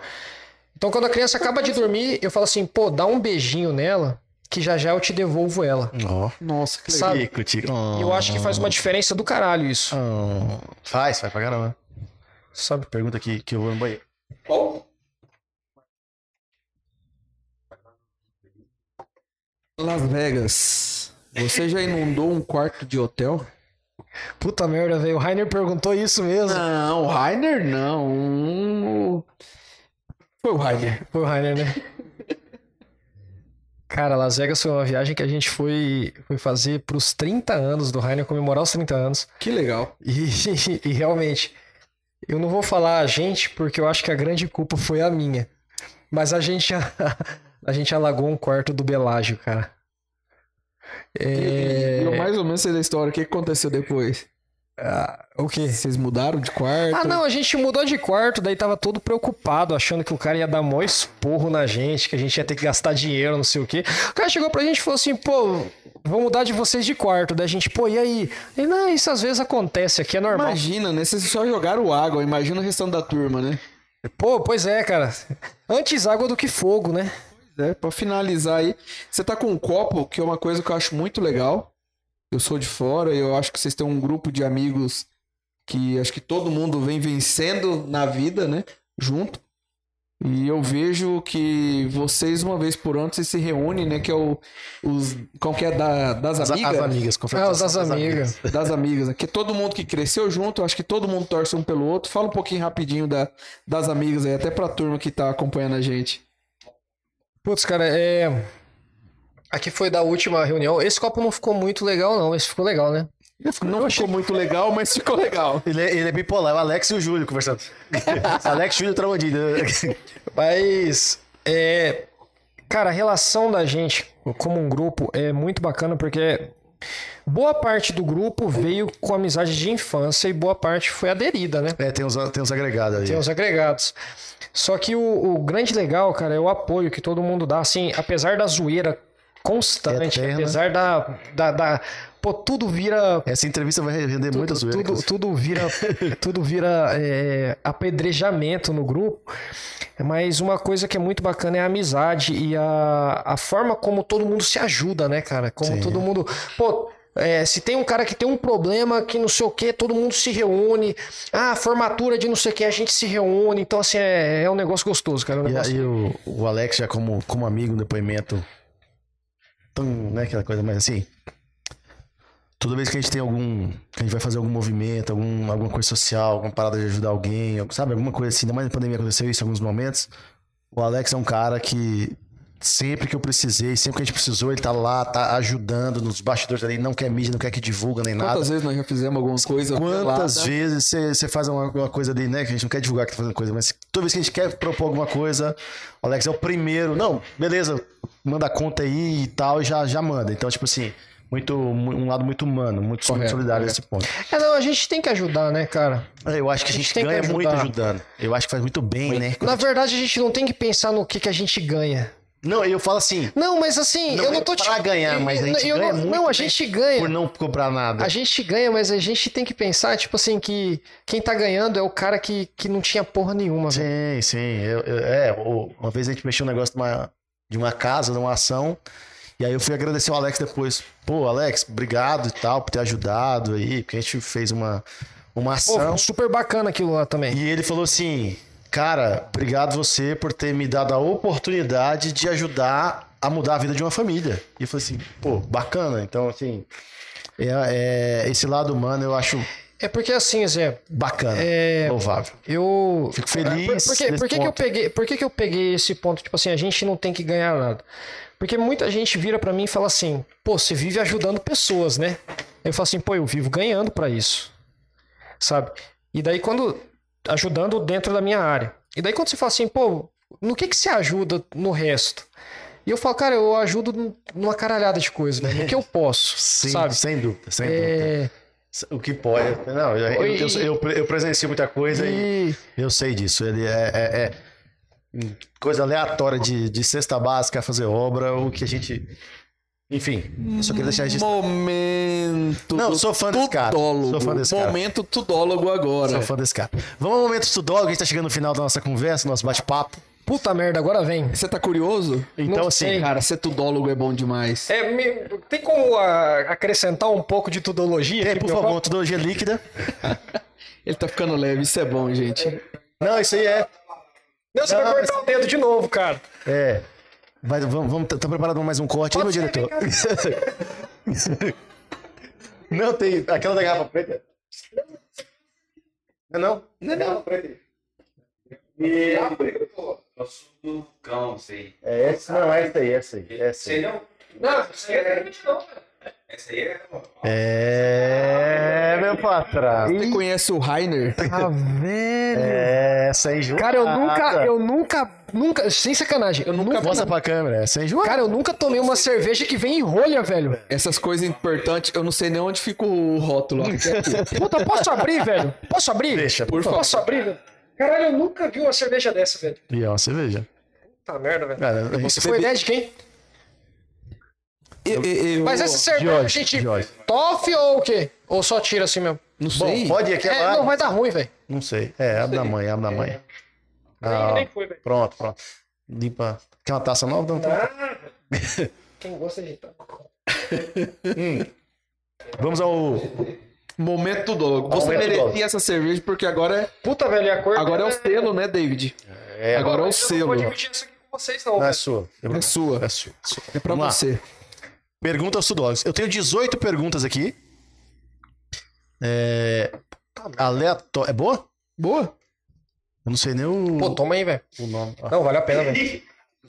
Speaker 3: Então, quando a criança acaba de dormir, eu falo assim: pô, dá um beijinho nela, que já já eu te devolvo ela.
Speaker 1: Ó.
Speaker 2: Nossa, que legal.
Speaker 3: Sabe?
Speaker 1: Tico, tico.
Speaker 3: Eu acho que faz uma diferença do caralho isso,
Speaker 1: Ah, Faz, faz pra caramba.
Speaker 3: sabe?
Speaker 1: Pergunta aqui que eu vou no banheiro.
Speaker 2: Las Vegas. Você já inundou um quarto de hotel?
Speaker 3: Puta merda, velho. O Rainer perguntou isso mesmo.
Speaker 2: Não, o Rainer não. Hum, Foi o Rainer.
Speaker 3: Foi o Rainer, né? Cara, Las Vegas foi uma viagem que a gente foi, foi fazer pros 30 anos do Rainer, comemorar os 30 anos.
Speaker 2: Que legal.
Speaker 3: E, e realmente, eu não vou falar a gente, porque eu acho que a grande culpa foi a minha. Mas a gente, a, gente alagou um quarto do Belágio, cara.
Speaker 2: É. E eu mais ou menos sei da história. O que aconteceu depois?
Speaker 3: O quê?
Speaker 2: Vocês mudaram de quarto?
Speaker 3: Ah, não, a gente mudou de quarto, daí tava todo preocupado, achando que o cara ia dar mó esporro na gente, que a gente ia ter que gastar dinheiro, não sei o quê. O cara chegou pra gente e falou assim, pô, vou mudar de vocês de quarto. Daí a gente, pô, e aí? Ele, não, isso às vezes acontece aqui, é normal.
Speaker 2: Imagina, né? Vocês só jogaram água. Imagina o restante da turma, né?
Speaker 3: Pô, pois é, cara. Antes água do que fogo, né?
Speaker 2: É, pra finalizar aí, você tá com um copo, que é uma coisa que eu acho muito legal. Eu sou de fora e eu acho que vocês têm um grupo de amigos que acho que todo mundo vem vencendo na vida, né? Junto. E eu vejo que vocês, uma vez por ano, vocês se reúnem, né? Que é o. Os, qual que é? Da, das
Speaker 1: As,
Speaker 2: amigas?
Speaker 1: as amigas,
Speaker 3: Ah,
Speaker 1: confraternização
Speaker 3: os das
Speaker 1: das
Speaker 3: amigas.
Speaker 2: das amigas, né? Que todo mundo que cresceu junto, eu acho que todo mundo torce um pelo outro. Fala um pouquinho rapidinho da, das amigas aí, até pra turma que tá acompanhando a gente.
Speaker 3: Putz, cara, é... Aqui foi da última reunião. Esse copo não ficou muito legal, não. Esse ficou legal, né?
Speaker 2: Não ficou muito legal, mas ficou legal.
Speaker 1: Ele é, ele é bipolar, é o Alex e o Júlio conversando. Alex, Júlio e Tramadinho.
Speaker 3: Mas, é, cara, a relação da gente como um grupo é muito bacana porque boa parte do grupo veio com amizade de infância e boa parte foi aderida, né?
Speaker 1: É, tem uns, tem uns agregados ali.
Speaker 3: Tem os agregados. Só que o, o grande legal, cara, é o apoio que todo mundo dá, assim, apesar da zoeira constante,
Speaker 1: Eterna.
Speaker 3: apesar da, da, da. Pô, tudo vira
Speaker 1: Essa entrevista vai render muita zoeira.
Speaker 3: tudo,
Speaker 1: inclusive.
Speaker 3: tudo vira, tudo vira é, apedrejamento no grupo, mas uma coisa que é muito bacana é a amizade e a, a forma como todo mundo se ajuda, né, cara? Como
Speaker 1: Sim.
Speaker 3: todo mundo. Pô, É, se tem um cara que tem um problema que não sei o que, todo mundo se reúne. Ah, formatura de não sei o que, a gente se reúne. Então, assim, é, é um negócio gostoso, cara. é um
Speaker 1: E
Speaker 3: negócio-
Speaker 1: aí o, o Alex já como, como amigo, um depoimento tão, né, aquela coisa, mas assim, toda vez que a gente tem algum, que a gente vai fazer algum movimento, algum, alguma coisa social, alguma parada de ajudar alguém, algum- sabe, alguma coisa assim, ainda mais na pandemia aconteceu isso em alguns momentos, o Alex é um cara que sempre que eu precisei, sempre que a gente precisou, ele tá lá, tá ajudando nos bastidores ali, não quer mídia, não quer que divulga nem nada.
Speaker 2: Quantas vezes nós já fizemos alguma coisa?
Speaker 1: Quantas
Speaker 2: pelada?
Speaker 1: vezes você- você faz uma, uma coisa ali, né? Que a gente não quer divulgar que tá fazendo coisa, mas toda vez que a gente quer propor alguma coisa, o Alex é o primeiro. Não, beleza, manda a conta aí e tal, e já, já manda. Então, tipo assim, muito, mu- um lado muito humano, muito,
Speaker 2: Correto,
Speaker 1: solidário nesse ponto. É,
Speaker 3: É, não, a gente tem que ajudar, né, cara?
Speaker 1: Eu acho que a
Speaker 3: A gente
Speaker 1: gente,
Speaker 3: tem que
Speaker 1: ganha muito
Speaker 3: ajudar.
Speaker 1: ajudando. Eu acho que faz muito bem, né?
Speaker 3: Na verdade, a gente não tem que pensar no que, que a gente ganha.
Speaker 1: Não, eu falo assim,
Speaker 3: Não, mas assim,
Speaker 1: Não
Speaker 3: eu
Speaker 1: é
Speaker 3: não tô
Speaker 1: pra ganhar,
Speaker 3: eu-
Speaker 1: mas a gente
Speaker 3: eu
Speaker 1: ganha
Speaker 3: não,
Speaker 1: muito,
Speaker 3: não,
Speaker 1: né?
Speaker 3: a gente ganha.
Speaker 1: por não cobrar nada.
Speaker 3: A gente ganha, mas a gente tem que pensar, tipo assim, que quem tá ganhando é o cara que, que não tinha porra nenhuma, velho.
Speaker 1: Sim, sim. Eu, eu- é, o- uma vez a gente mexeu um negócio de uma, de uma casa, de uma ação, e aí eu fui agradecer o Alex depois. Pô, Alex, obrigado e tal por ter ajudado aí, porque a gente fez uma, uma
Speaker 3: Pô,
Speaker 1: ação.
Speaker 3: super bacana aquilo lá também.
Speaker 1: E ele falou assim: Cara, obrigado você por ter me dado a oportunidade de ajudar a mudar a vida de uma família. E eu falei assim: Pô, bacana. Então, assim, é, é- esse lado humano eu acho
Speaker 3: É porque assim, Zé, é,
Speaker 1: bacana, louvável.
Speaker 3: eu.
Speaker 1: Fico feliz
Speaker 3: Por, por,
Speaker 1: nesse
Speaker 3: que, por que, que eu
Speaker 1: ponto.
Speaker 3: peguei, por que, que eu peguei esse ponto, tipo assim, a gente não tem que ganhar nada? Porque muita gente vira pra mim e fala assim, pô, você vive ajudando pessoas, né? Eu falo assim, pô, eu vivo ganhando pra isso. Sabe? E daí quando. Ajudando dentro da minha área. E daí quando você fala assim, pô, no que, que você ajuda no resto? E eu falo, cara, eu ajudo n- numa caralhada de coisa, né? No que eu posso,
Speaker 1: Sim,
Speaker 3: sabe?
Speaker 1: sem dúvida, sem dúvida.
Speaker 3: É,
Speaker 1: O que pode. né? Não, eu, eu, eu, eu, eu presencio muita coisa e
Speaker 3: É, e-
Speaker 1: eu sei disso. Ele é, é- é coisa aleatória de, de cesta básica, fazer obra, o que a gente. Enfim, eu só queria deixar registrado.
Speaker 2: Momento.
Speaker 1: Não,
Speaker 2: do
Speaker 1: sou fã desse cara.
Speaker 2: Tudólogo.
Speaker 1: Sou fã desse cara.
Speaker 2: Momento tudólogo agora.
Speaker 3: é.
Speaker 1: Sou fã desse cara. Vamos ao momento estudólogo, a gente tá chegando no final da nossa conversa, nosso bate-papo.
Speaker 3: puta merda, agora vem.
Speaker 2: Você tá curioso?
Speaker 1: Então,
Speaker 3: Não
Speaker 1: assim,
Speaker 3: sei.
Speaker 2: Cara, ser tudólogo é bom demais.
Speaker 3: É, me- tem como ah, acrescentar um pouco de tudologia?
Speaker 1: é,
Speaker 3: aqui
Speaker 1: por
Speaker 3: pro meu
Speaker 1: favor,
Speaker 3: papo?
Speaker 1: tudologia líquida.
Speaker 2: Ele tá ficando leve, isso é bom, gente.
Speaker 1: Não, isso aí é.
Speaker 3: Não, você vai
Speaker 1: Não,
Speaker 3: cortar o dedo de novo, cara.
Speaker 1: É. Vai, vamos, vamos, tá tá preparado pra mais um corte aí, meu
Speaker 3: Pode ser, né,
Speaker 1: diretor? não tem. Aquela da garrafa preta? Não, não. Não, não.
Speaker 4: Eu sou do cão, sei.
Speaker 1: É essa, não, é essa aí, essa aí. Essa aí.
Speaker 4: não?
Speaker 3: Não, você é...
Speaker 4: Essa aí é.
Speaker 1: É, meu patrão.
Speaker 2: Você conhece o Rainer?
Speaker 3: Ah, velho.
Speaker 1: Tá É, tá. essa aí, João.
Speaker 3: Cara, eu nunca, eu nunca, nunca, sem sacanagem, eu nunca,
Speaker 1: Mostra pra câmera, é essa aí, João.
Speaker 3: cara, eu nunca tomei uma cerveja que vem em rolha, velho.
Speaker 2: Essas coisas importantes, eu não sei nem onde fica o rótulo.
Speaker 3: Puta, posso abrir, velho? Posso abrir?
Speaker 1: Deixa, por
Speaker 3: Posso abrir, velho? Caralho, eu nunca vi uma cerveja dessa, velho.
Speaker 1: E ó, cerveja.
Speaker 3: Puta merda, velho.
Speaker 1: Cara, a gente-
Speaker 3: Você foi ideia de quem?
Speaker 2: Eu- eu- eu-
Speaker 3: Mas essa cerveja,
Speaker 1: Jorge,
Speaker 3: gente,
Speaker 1: Jorge.
Speaker 3: tofe ou o quê? Ou só tira assim mesmo?
Speaker 2: Não sei.
Speaker 1: Bom, pode ir aqui
Speaker 3: É,
Speaker 1: lá.
Speaker 3: não vai dar ruim, velho.
Speaker 1: Não sei. É, abre na mãe, abre na mãe. Ah,
Speaker 3: Nem- nem foi, velho.
Speaker 1: pronto, pronto. Limpa. Quer uma taça nova? Não, tá.
Speaker 3: Quem gosta de tá.
Speaker 1: Vamos ao.
Speaker 2: Momento tudólogo. Você
Speaker 1: Momento
Speaker 2: merecia
Speaker 1: tudólogo.
Speaker 2: essa cerveja porque agora é,
Speaker 3: Puta, velho, e a cor
Speaker 2: agora é o
Speaker 3: dela
Speaker 2: selo, né, David?
Speaker 1: É,
Speaker 2: Agora é o
Speaker 3: Mas eu não
Speaker 2: selo.
Speaker 3: vou dividir isso aqui com vocês, não.
Speaker 1: Não é
Speaker 3: velho.
Speaker 1: sua.
Speaker 2: É sua.
Speaker 1: É sua.
Speaker 2: É pra
Speaker 1: Vamos lá.
Speaker 2: você.
Speaker 1: Pergunta aos tudólogos. Eu tenho 18 perguntas aqui. É. Aleatório. É boa?
Speaker 2: Boa.
Speaker 1: Eu não sei nem o,
Speaker 3: Pô, toma aí, velho.
Speaker 1: o nome. Ah,
Speaker 3: Não, vale a pena, velho.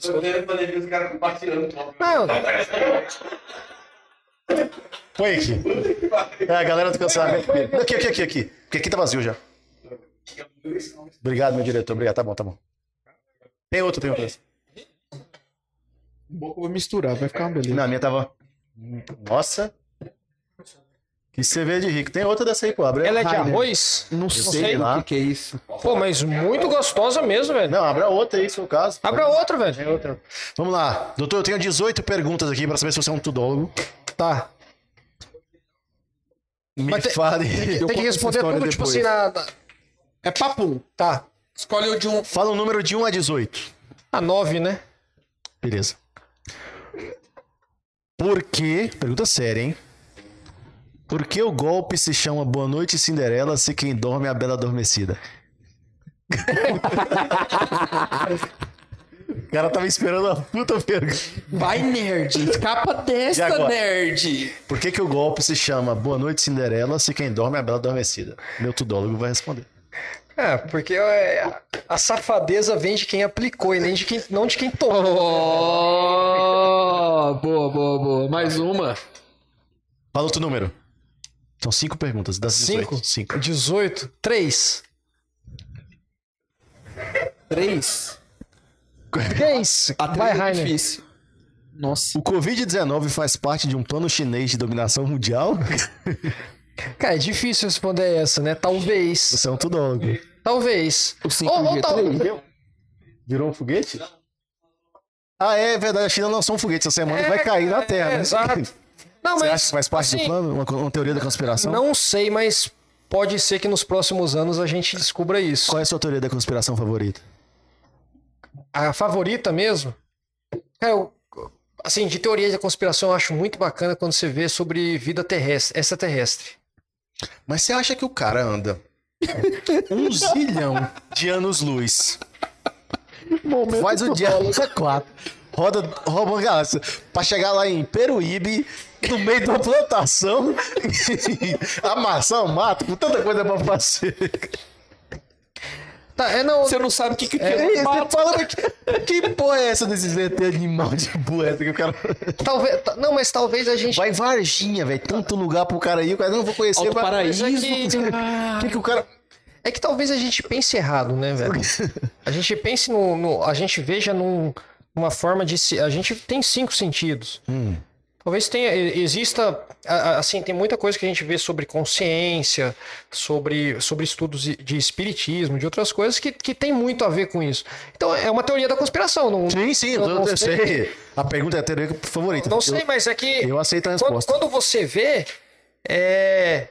Speaker 4: Eu devo poder ver os caras compartilhando.
Speaker 3: Não,
Speaker 1: Põe aqui. É, a galera do cancelamento. Aqui, aqui, aqui, aqui. Porque aqui tá vazio já. Obrigado, meu diretor. Obrigado. Tá bom, tá bom. Tem outro, tem outro.
Speaker 2: Um pouco eu vou misturar, vai ficar uma beleza.
Speaker 1: Não, a minha tava. Nossa! Que cerveja de rico. Tem outra dessa aí, pô. Abre
Speaker 3: ela é de
Speaker 1: Rainer.
Speaker 3: arroz?
Speaker 2: Não sei
Speaker 1: sei lá.
Speaker 2: o que, que é isso.
Speaker 3: Pô, mas muito gostosa mesmo, velho.
Speaker 1: Não, abra outra aí, se for o caso.
Speaker 3: Abra É outra, velho.
Speaker 1: Tem outra. Vamos lá. Doutor, eu tenho 18 perguntas aqui pra saber se você é um tudólogo.
Speaker 3: Tá.
Speaker 1: Me
Speaker 3: Mas tem-
Speaker 1: fale.
Speaker 2: Eu
Speaker 3: Tem
Speaker 2: conto essa
Speaker 3: que responder
Speaker 2: história
Speaker 3: tudo, tipo
Speaker 2: depois.
Speaker 3: assim, na. na-
Speaker 2: É papo.
Speaker 3: Tá.
Speaker 2: Escolhe o de um.
Speaker 1: Fala um número de 1 a 18.
Speaker 3: A nove, né?
Speaker 1: Beleza. Por que. Pergunta séria, hein? Por que o golpe se chama Boa Noite Cinderela se quem dorme é a Bela Adormecida? o cara tava esperando a puta pergunta.
Speaker 2: Vai, nerd.
Speaker 1: E
Speaker 2: Capa desta,
Speaker 1: agora?
Speaker 2: nerd.
Speaker 1: Por que, que o golpe se chama Boa Noite Cinderela se quem dorme é a Bela Adormecida? Meu tudólogo vai responder.
Speaker 3: É, porque é, a- a safadeza vem de quem aplicou e nem de quem, não de quem tomou.
Speaker 2: Oh, boa, boa, boa. Mais uma.
Speaker 1: Fala outro número. São cinco perguntas. Das 18.
Speaker 3: Cinco?
Speaker 1: Cinco.
Speaker 3: 18, 3,
Speaker 2: Três.
Speaker 3: 3.
Speaker 2: A
Speaker 3: Vai,
Speaker 2: três é
Speaker 3: Rainer.
Speaker 2: difícil. Nossa.
Speaker 1: O Covid-19 faz parte de um plano chinês de dominação mundial?
Speaker 3: Cara, é difícil responder essa, né? Talvez.
Speaker 1: Você é um tudólogo.
Speaker 3: Talvez.
Speaker 2: O 5G.
Speaker 3: Ou, ou tal-
Speaker 1: Virou um foguete? Ah, é verdade. A China lançou um foguete essa semana que
Speaker 3: É,
Speaker 1: vai cair na
Speaker 3: cara,
Speaker 1: Terra.
Speaker 3: é,
Speaker 1: né?
Speaker 3: exato. Não,
Speaker 1: Você
Speaker 3: mas,
Speaker 1: acha que faz parte do
Speaker 3: assim,
Speaker 1: plano? Uma, uma teoria da conspiração?
Speaker 3: Não sei, mas pode ser que nos próximos anos a gente descubra isso.
Speaker 1: Qual é a sua teoria da conspiração favorita?
Speaker 3: A favorita mesmo? Cara, eu- assim, de teoria da conspiração, eu acho muito bacana quando você vê sobre vida terrestre, extraterrestre.
Speaker 1: Mas você acha que o cara anda um zilhão de anos-luz? Faz o dia quatro. Roda, rouba uma galáxia. Pra chegar lá em Peruíbe, no meio de uma plantação, amassar o mato, com tanta coisa pra fazer.
Speaker 3: Tá, é não.
Speaker 2: Você não sabe o que, que
Speaker 1: É,
Speaker 2: é,
Speaker 1: você fala que, que porra é essa desses ET animal de bueta que o cara.
Speaker 3: Talvez, ta- não, mas talvez a gente.
Speaker 1: Vai Varginha, velho. Tanto lugar pro cara ir, o cara não vou conhecer.
Speaker 2: Alto
Speaker 1: vai-
Speaker 2: Paraíso. Ah,
Speaker 1: Mas aqui- que, que o cara.
Speaker 3: É que talvez a gente pense errado, né, velho? A gente pense no. no- a gente veja num, numa forma de. se- A gente tem cinco sentidos.
Speaker 2: Hum.
Speaker 3: Talvez tenha, e- exista, a- a- assim, tem muita coisa que a gente vê sobre consciência, sobre, sobre estudos de- de espiritismo, de outras coisas que, que tem muito a ver com isso. Então, é uma teoria da conspiração, não,
Speaker 1: Sim, sim, eu, eu sei. A pergunta é a teoria favorita.
Speaker 3: não sei, mas é que
Speaker 1: Eu, eu aceito a
Speaker 3: quando,
Speaker 1: resposta.
Speaker 3: quando você vê, é,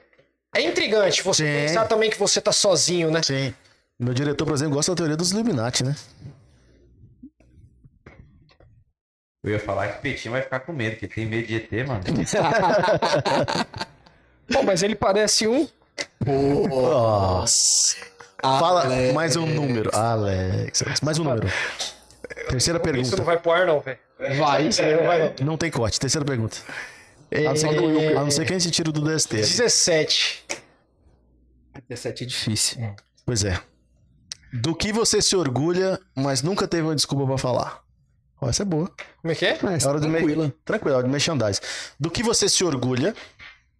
Speaker 3: é intrigante você
Speaker 1: Sim.
Speaker 3: pensar também que você tá sozinho, né?
Speaker 1: Sim. Meu diretor, por exemplo, gosta da teoria dos Illuminati, né?
Speaker 4: Eu ia falar que o Petinho vai ficar com medo, que ele tem medo de ET, mano.
Speaker 3: Pô, mas ele parece um...
Speaker 1: Nossa. Fala mais um número. Alex. Mais um número. Terceira
Speaker 3: Isso não
Speaker 1: pergunta.
Speaker 3: vai pro ar não, velho.
Speaker 2: Vai. É,
Speaker 3: Isso
Speaker 1: É,
Speaker 3: aí não vai não.
Speaker 1: Não tem corte. Terceira pergunta. A não ser, a não ser quem se tira do DST.
Speaker 3: 17.
Speaker 2: 17 é difícil.
Speaker 1: Pois é. Do que você se orgulha, mas nunca teve uma desculpa pra falar? Ó, essa é boa.
Speaker 3: Como é que é?
Speaker 2: Mas,
Speaker 1: É hora do meio.
Speaker 2: tranquila.
Speaker 1: Tranquilo, é de merchandising. Do que você se orgulha,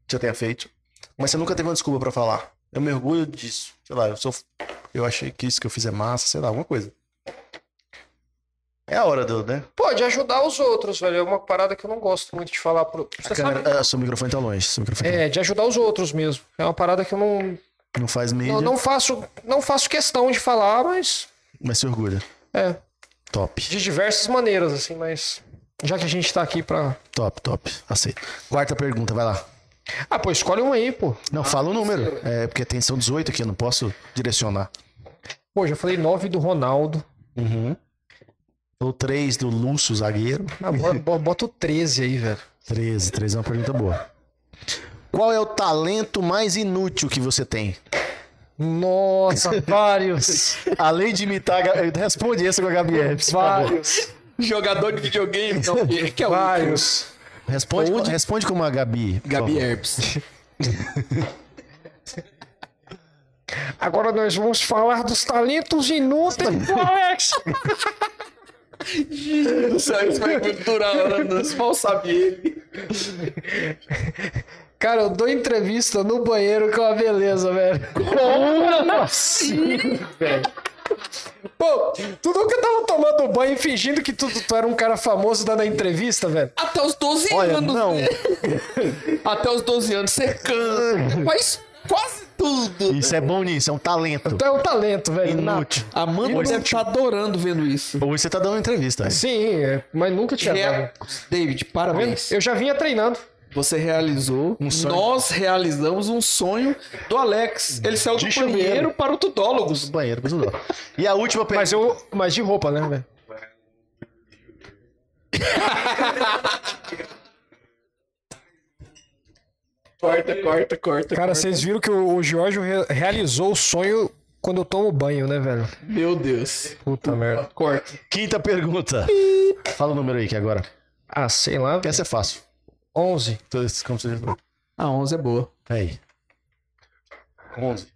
Speaker 1: que eu tenha feito, mas você nunca teve uma desculpa pra falar. Eu me orgulho disso. Sei lá, eu sou. Eu achei que isso que eu fiz é massa, sei lá, alguma coisa. É a hora do, né?
Speaker 3: Pode ajudar os outros, velho. É uma parada que eu não gosto muito de falar pro. Você
Speaker 1: A câmera-
Speaker 3: sabe?
Speaker 1: ah, seu microfone tá longe. Seu microfone
Speaker 3: É, de ajudar os outros mesmo. É uma parada que eu não,
Speaker 1: não faz mídia,
Speaker 3: não, não faço não faço questão de falar, mas
Speaker 1: mas se orgulha.
Speaker 3: é,
Speaker 1: Top,
Speaker 3: de diversas maneiras, assim, mas. Já que a gente tá aqui pra.
Speaker 1: top, top. Aceito. Quarta pergunta, vai lá.
Speaker 3: Ah, pô, escolhe um aí, pô.
Speaker 1: Não, fala o número. É, porque tem, são 18 aqui, eu não posso direcionar.
Speaker 3: Pô, já falei 9 do Ronaldo.
Speaker 1: Uhum. Ou 3 do Lúcio, zagueiro.
Speaker 3: Ah, bo- bo- bota o 13 aí, velho.
Speaker 1: 13, 13 é uma pergunta boa. Qual é o talento mais inútil que você tem?
Speaker 3: Nossa, vários.
Speaker 1: Além de imitar. a Gabi- Responde essa com a Gabi Herpes, por favor.
Speaker 3: vários.
Speaker 2: Jogador de videogame, não. Que é o
Speaker 3: Vários.
Speaker 1: Responde, com- responde como a Gabi. por
Speaker 2: Gabi
Speaker 1: favor.
Speaker 2: Herpes.
Speaker 3: Agora nós vamos falar dos talentos inúteis do Alex.
Speaker 2: Não sei se vai durar anos. Mal sabe ele.
Speaker 3: Cara, eu dou entrevista no banheiro que é uma beleza, velho. Pô, tu nunca tava tomando banho e fingindo que tu, tu era um cara famoso dando a entrevista, velho?
Speaker 2: Até os 12
Speaker 3: é
Speaker 1: Olha,
Speaker 2: anos.
Speaker 1: não.
Speaker 2: né? Até os 12 anos você canta. Faz quase tudo.
Speaker 1: Isso é bom nisso, é um talento.
Speaker 3: Tu é um talento, velho.
Speaker 1: Inútil.
Speaker 2: A Amanda deve estar adorando vendo isso.
Speaker 1: Hoje você tá dando uma entrevista. né?
Speaker 3: Sim, é, mas nunca tinha
Speaker 2: Rea-
Speaker 3: dado.
Speaker 2: David,
Speaker 3: Tá vendo?
Speaker 2: parabéns.
Speaker 3: Eu já vinha treinando.
Speaker 2: Você realizou.
Speaker 1: sonho.
Speaker 2: Nós realizamos um sonho do Alex. Ele saiu do
Speaker 1: De
Speaker 2: banheiro
Speaker 1: chuveiro.
Speaker 2: para o Tudólogos.
Speaker 1: Banheiro, depois não dá. E a última pergunta.
Speaker 3: Mas eu. Mas de roupa, né, velho?
Speaker 2: Corta, corta, corta.
Speaker 3: Cara,
Speaker 2: corta.
Speaker 3: vocês viram que o, o Jorge re- realizou o sonho quando eu tomo banho, né, velho?
Speaker 2: Meu Deus.
Speaker 3: Puta merda.
Speaker 2: Corta.
Speaker 1: Quinta pergunta. Fala o número aí que agora.
Speaker 3: Ah, sei lá.
Speaker 1: Essa é fácil.
Speaker 3: 11.
Speaker 1: Todos esses campos de...
Speaker 2: A 11 é boa.
Speaker 1: Aí. 11.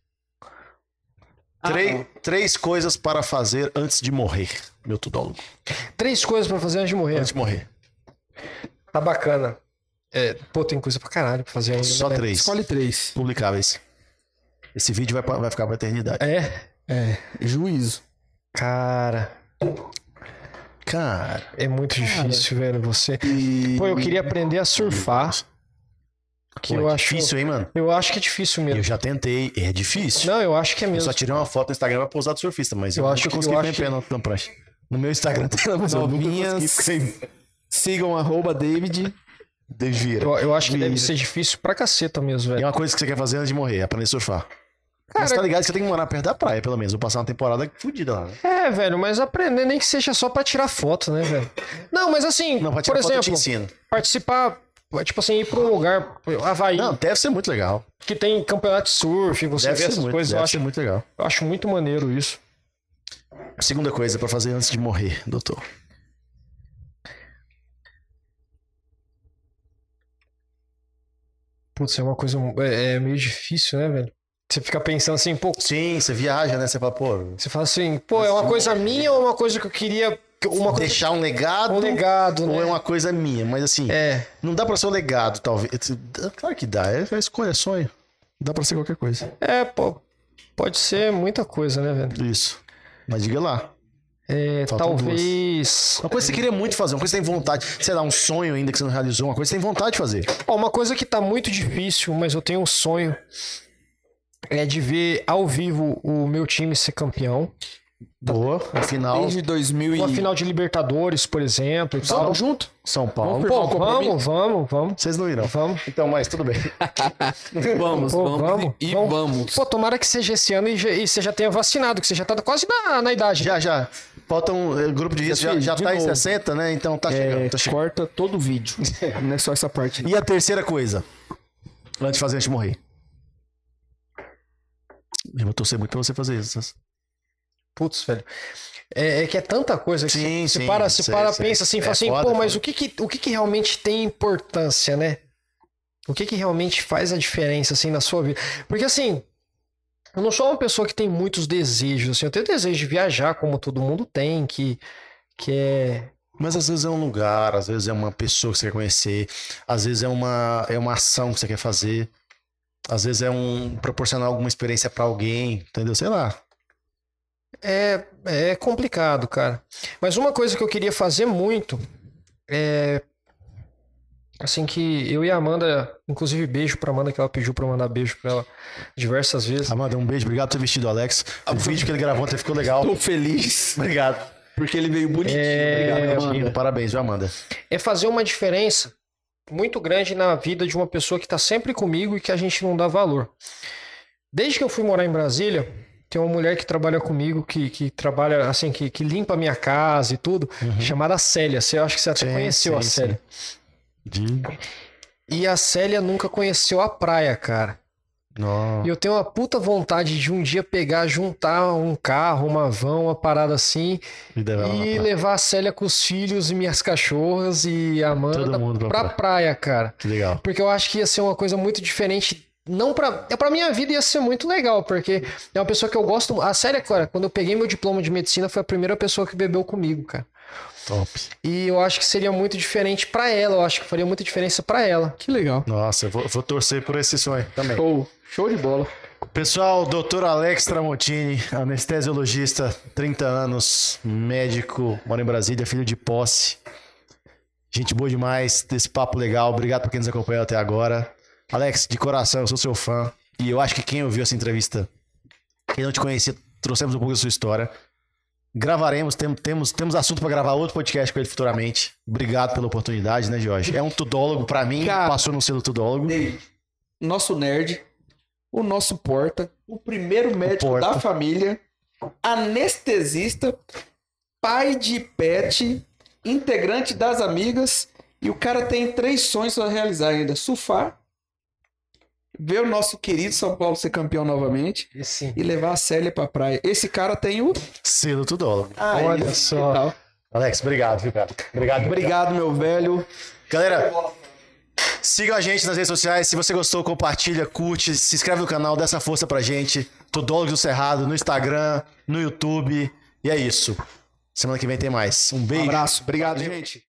Speaker 2: Ah,
Speaker 1: Três,
Speaker 2: não.
Speaker 1: três coisas para fazer antes de morrer, meu tudólogo.
Speaker 3: Três coisas pra fazer antes de morrer.
Speaker 1: Antes de morrer.
Speaker 3: Tá bacana. É, pô, tem coisa pra caralho pra fazer ainda.
Speaker 1: Só
Speaker 3: né?
Speaker 1: três.
Speaker 2: Escolhe três.
Speaker 1: Publicáveis. Esse vídeo vai, pra- vai ficar pra eternidade.
Speaker 3: É?
Speaker 2: É, juízo.
Speaker 3: Cara,
Speaker 1: Cara.
Speaker 3: é muito difícil, velho, você. Pô, eu queria aprender a surfar. Que
Speaker 1: Pô,
Speaker 3: eu
Speaker 1: é
Speaker 3: acho.
Speaker 1: difícil, hein, mano?
Speaker 3: Eu acho que é difícil
Speaker 1: Eu
Speaker 3: mesmo.
Speaker 1: já tentei. É difícil.
Speaker 3: Não, eu acho que é
Speaker 1: eu só
Speaker 3: mesmo.
Speaker 1: tirei uma foto no Instagram pra pousar do surfista, mas eu,
Speaker 3: Eu acho
Speaker 1: acho que
Speaker 3: que-
Speaker 1: consegui
Speaker 3: eu
Speaker 1: ficar em
Speaker 3: acho
Speaker 1: pé na, na prancha. No meu Instagram tem mas eu nunca consegui
Speaker 2: Novinhas.
Speaker 1: ficar em-
Speaker 2: Sigam arroba David.
Speaker 1: Desvira.
Speaker 3: Eu, eu acho que deve ser difícil pra caceta mesmo,
Speaker 1: É
Speaker 3: velho.
Speaker 1: uma coisa que você quer fazer antes de morrer, é aprender a surfar. Mas
Speaker 3: Cara-
Speaker 1: tá ligado que você tem que morar perto da praia, pelo menos. Vou passar uma temporada fodida lá. né?
Speaker 3: É, velho, mas aprender nem que seja só pra tirar foto, né, velho? Não, mas assim,
Speaker 1: Não, pra
Speaker 3: por
Speaker 1: tirar foto eu te
Speaker 3: exemplo,
Speaker 1: ensino.
Speaker 3: participar, tipo assim, ir pra um lugar, pro Havaí,
Speaker 1: Não, deve ser muito legal.
Speaker 3: que tem campeonato de surf, você
Speaker 1: Deve
Speaker 3: vê
Speaker 1: ser
Speaker 3: essas
Speaker 1: muito,
Speaker 3: coisas, eu
Speaker 1: deve
Speaker 3: acho,
Speaker 1: ser muito legal.
Speaker 3: eu acho muito maneiro isso.
Speaker 1: Segunda coisa pra fazer antes de morrer, doutor.
Speaker 3: Putz, é uma coisa é, é meio difícil, né, velho? Você fica pensando assim, pô,
Speaker 1: Sim, você viaja, né? Você fala, pô,
Speaker 3: você fala assim, pô, é uma coisa minha ou uma coisa que eu queria, uma coisa
Speaker 1: deixar um legado,
Speaker 3: um legado,
Speaker 1: ou
Speaker 3: né?
Speaker 1: é uma coisa minha. Mas assim,
Speaker 3: É,
Speaker 1: não dá pra ser um legado, talvez. Claro que dá, é a escolha, é sonho. Dá pra ser qualquer coisa.
Speaker 3: é, pô, pode ser muita coisa, né, velho?
Speaker 1: Isso. Mas diga lá.
Speaker 3: É,
Speaker 1: Faltam duas.
Speaker 3: talvez.
Speaker 1: Uma coisa que você queria muito fazer, uma coisa que você tem vontade. Sei lá, um sonho ainda que você não realizou, uma coisa que você tem vontade de fazer.
Speaker 3: Ó, uma coisa que tá muito difícil, mas eu tenho um sonho é de ver ao vivo o meu time ser campeão.
Speaker 1: Boa. Uma final.
Speaker 2: Desde 2000 e...
Speaker 3: Uma final de Libertadores, por exemplo, e tal.
Speaker 1: junto? São Paulo.
Speaker 2: Vamos firmar
Speaker 3: Pô,
Speaker 2: um compromisso?
Speaker 3: vamos, vamos, vamos.
Speaker 1: Vocês não irão.
Speaker 3: Vamos.
Speaker 1: Então, mas tudo bem.
Speaker 2: Vamos,
Speaker 3: Pô,
Speaker 2: vamos,
Speaker 3: vamos,
Speaker 2: e
Speaker 3: vamos.
Speaker 2: vamos.
Speaker 3: Pô, tomara que seja esse ano e, já- e você já tenha vacinado, que você já tá quase na, na idade.
Speaker 1: Já, já. Falta um eh, grupo de risco, já,
Speaker 2: sei,
Speaker 1: já
Speaker 2: de
Speaker 1: tá em
Speaker 2: novo.
Speaker 1: 60, né? Então tá chegando,
Speaker 2: É,
Speaker 1: tá chegando.
Speaker 2: corta todo o vídeo. Não é só essa parte.
Speaker 1: E a terceira coisa, antes de fazer antes de morrer. Eu vou torcer muito pra você fazer isso.
Speaker 3: Putz, velho. É, é que é tanta coisa que
Speaker 1: Sim,
Speaker 3: se
Speaker 1: sim,
Speaker 3: para, se
Speaker 1: sei,
Speaker 3: para,
Speaker 1: sei.
Speaker 3: pensa assim,
Speaker 1: É
Speaker 3: fala assim,
Speaker 1: foda,
Speaker 3: pô, mas
Speaker 1: foda.
Speaker 3: o que que, o que que realmente tem importância, né? O que que realmente faz a diferença, assim, na sua vida? Porque, assim, eu não sou uma pessoa que tem muitos desejos, assim, eu tenho desejo de viajar, como todo mundo tem, que, que é...
Speaker 1: Mas às vezes é um lugar, às vezes é uma pessoa que você quer conhecer, às vezes é uma, é uma ação que você quer fazer, às vezes é um proporcionar alguma experiência pra alguém, entendeu? Sei lá.
Speaker 3: É, é complicado, cara. Mas uma coisa que eu queria fazer muito é. Assim que eu e a Amanda, inclusive beijo pra Amanda, que ela pediu pra eu mandar beijo pra ela diversas vezes.
Speaker 1: Amanda, um beijo, obrigado por ter vestido o Alex. O vídeo que ele gravou até ficou legal.
Speaker 2: Tô feliz,
Speaker 1: Obrigado.
Speaker 2: porque ele veio bonitinho.
Speaker 3: É,
Speaker 2: Obrigado,
Speaker 1: Amanda.
Speaker 2: Amanda.
Speaker 1: Parabéns, viu, Amanda?
Speaker 3: É fazer uma diferença muito grande na vida de uma pessoa que tá sempre comigo e que a gente não dá valor. Desde que eu fui morar em Brasília, tem uma mulher que trabalha comigo, que, que trabalha, assim, que, que limpa a minha casa e tudo, chamada Célia. Você eu acho que você até
Speaker 1: Uhum. Sim,
Speaker 3: conheceu a
Speaker 1: sim,
Speaker 3: Célia.
Speaker 1: De...
Speaker 3: Hum. E a Célia nunca conheceu a praia, cara.
Speaker 1: Nossa.
Speaker 3: E eu tenho uma puta vontade de um dia pegar, juntar um carro, uma van, uma parada assim,
Speaker 1: Vida vai lá na
Speaker 3: e
Speaker 1: praia.
Speaker 3: levar a Célia com os filhos e minhas cachorras e a Amanda
Speaker 1: Todo mundo pra
Speaker 3: pra
Speaker 1: praia.
Speaker 3: praia, cara.
Speaker 1: Que legal.
Speaker 3: Porque eu acho que ia ser uma coisa muito diferente. Não pra. é, Pra minha vida ia ser muito legal, porque é uma pessoa que eu gosto. A Célia, cara, quando eu peguei meu diploma de medicina, foi a primeira pessoa que bebeu comigo, cara.
Speaker 1: Top.
Speaker 3: E eu acho que seria muito diferente pra ela. Eu acho que faria muita diferença pra ela.
Speaker 2: Que legal.
Speaker 1: Nossa, eu vou, vou torcer por esse sonho também.
Speaker 2: Show, show de bola.
Speaker 1: Pessoal, Dr. Alex Tramontini, anestesiologista, 30 anos, médico, mora em Brasília, filho de posse. Gente boa demais, desse papo legal. Obrigado por quem nos acompanhou até agora. Alex, de coração, eu sou seu fã. E eu acho que quem ouviu essa entrevista, quem não te conhecia, trouxemos um pouco da sua história. Gravaremos, tem- temos, temos assunto para gravar outro podcast com ele futuramente. Obrigado pela oportunidade, né, Jorge? É um tudólogo para mim,
Speaker 2: Cara.
Speaker 1: passou no selo tudólogo.
Speaker 2: Nosso nerd, o nosso porta, o primeiro médico
Speaker 1: Porta.
Speaker 2: da família, anestesista, pai de pet, integrante das amigas, e o cara tem três sonhos pra realizar ainda: surfar, ver o nosso querido São Paulo ser campeão novamente
Speaker 3: E sim.
Speaker 2: e levar a Célia pra praia. Esse cara tem o.
Speaker 1: Selo Tudólogo.
Speaker 2: Aí,
Speaker 3: Olha
Speaker 2: que
Speaker 3: só.
Speaker 2: tal?
Speaker 1: Alex, obrigado, viu, cara? Obrigado.
Speaker 2: Obrigado, meu velho. Um
Speaker 1: Galera, sigam a gente nas redes sociais. Se você gostou, compartilha, curte, se inscreve no canal, dá essa força pra gente. Tudólogos do Cerrado no Instagram, no YouTube. E é isso. Semana que vem tem mais. Um
Speaker 2: Um
Speaker 1: beijo.
Speaker 2: abraço. Obrigado,
Speaker 1: Valeu.
Speaker 2: gente.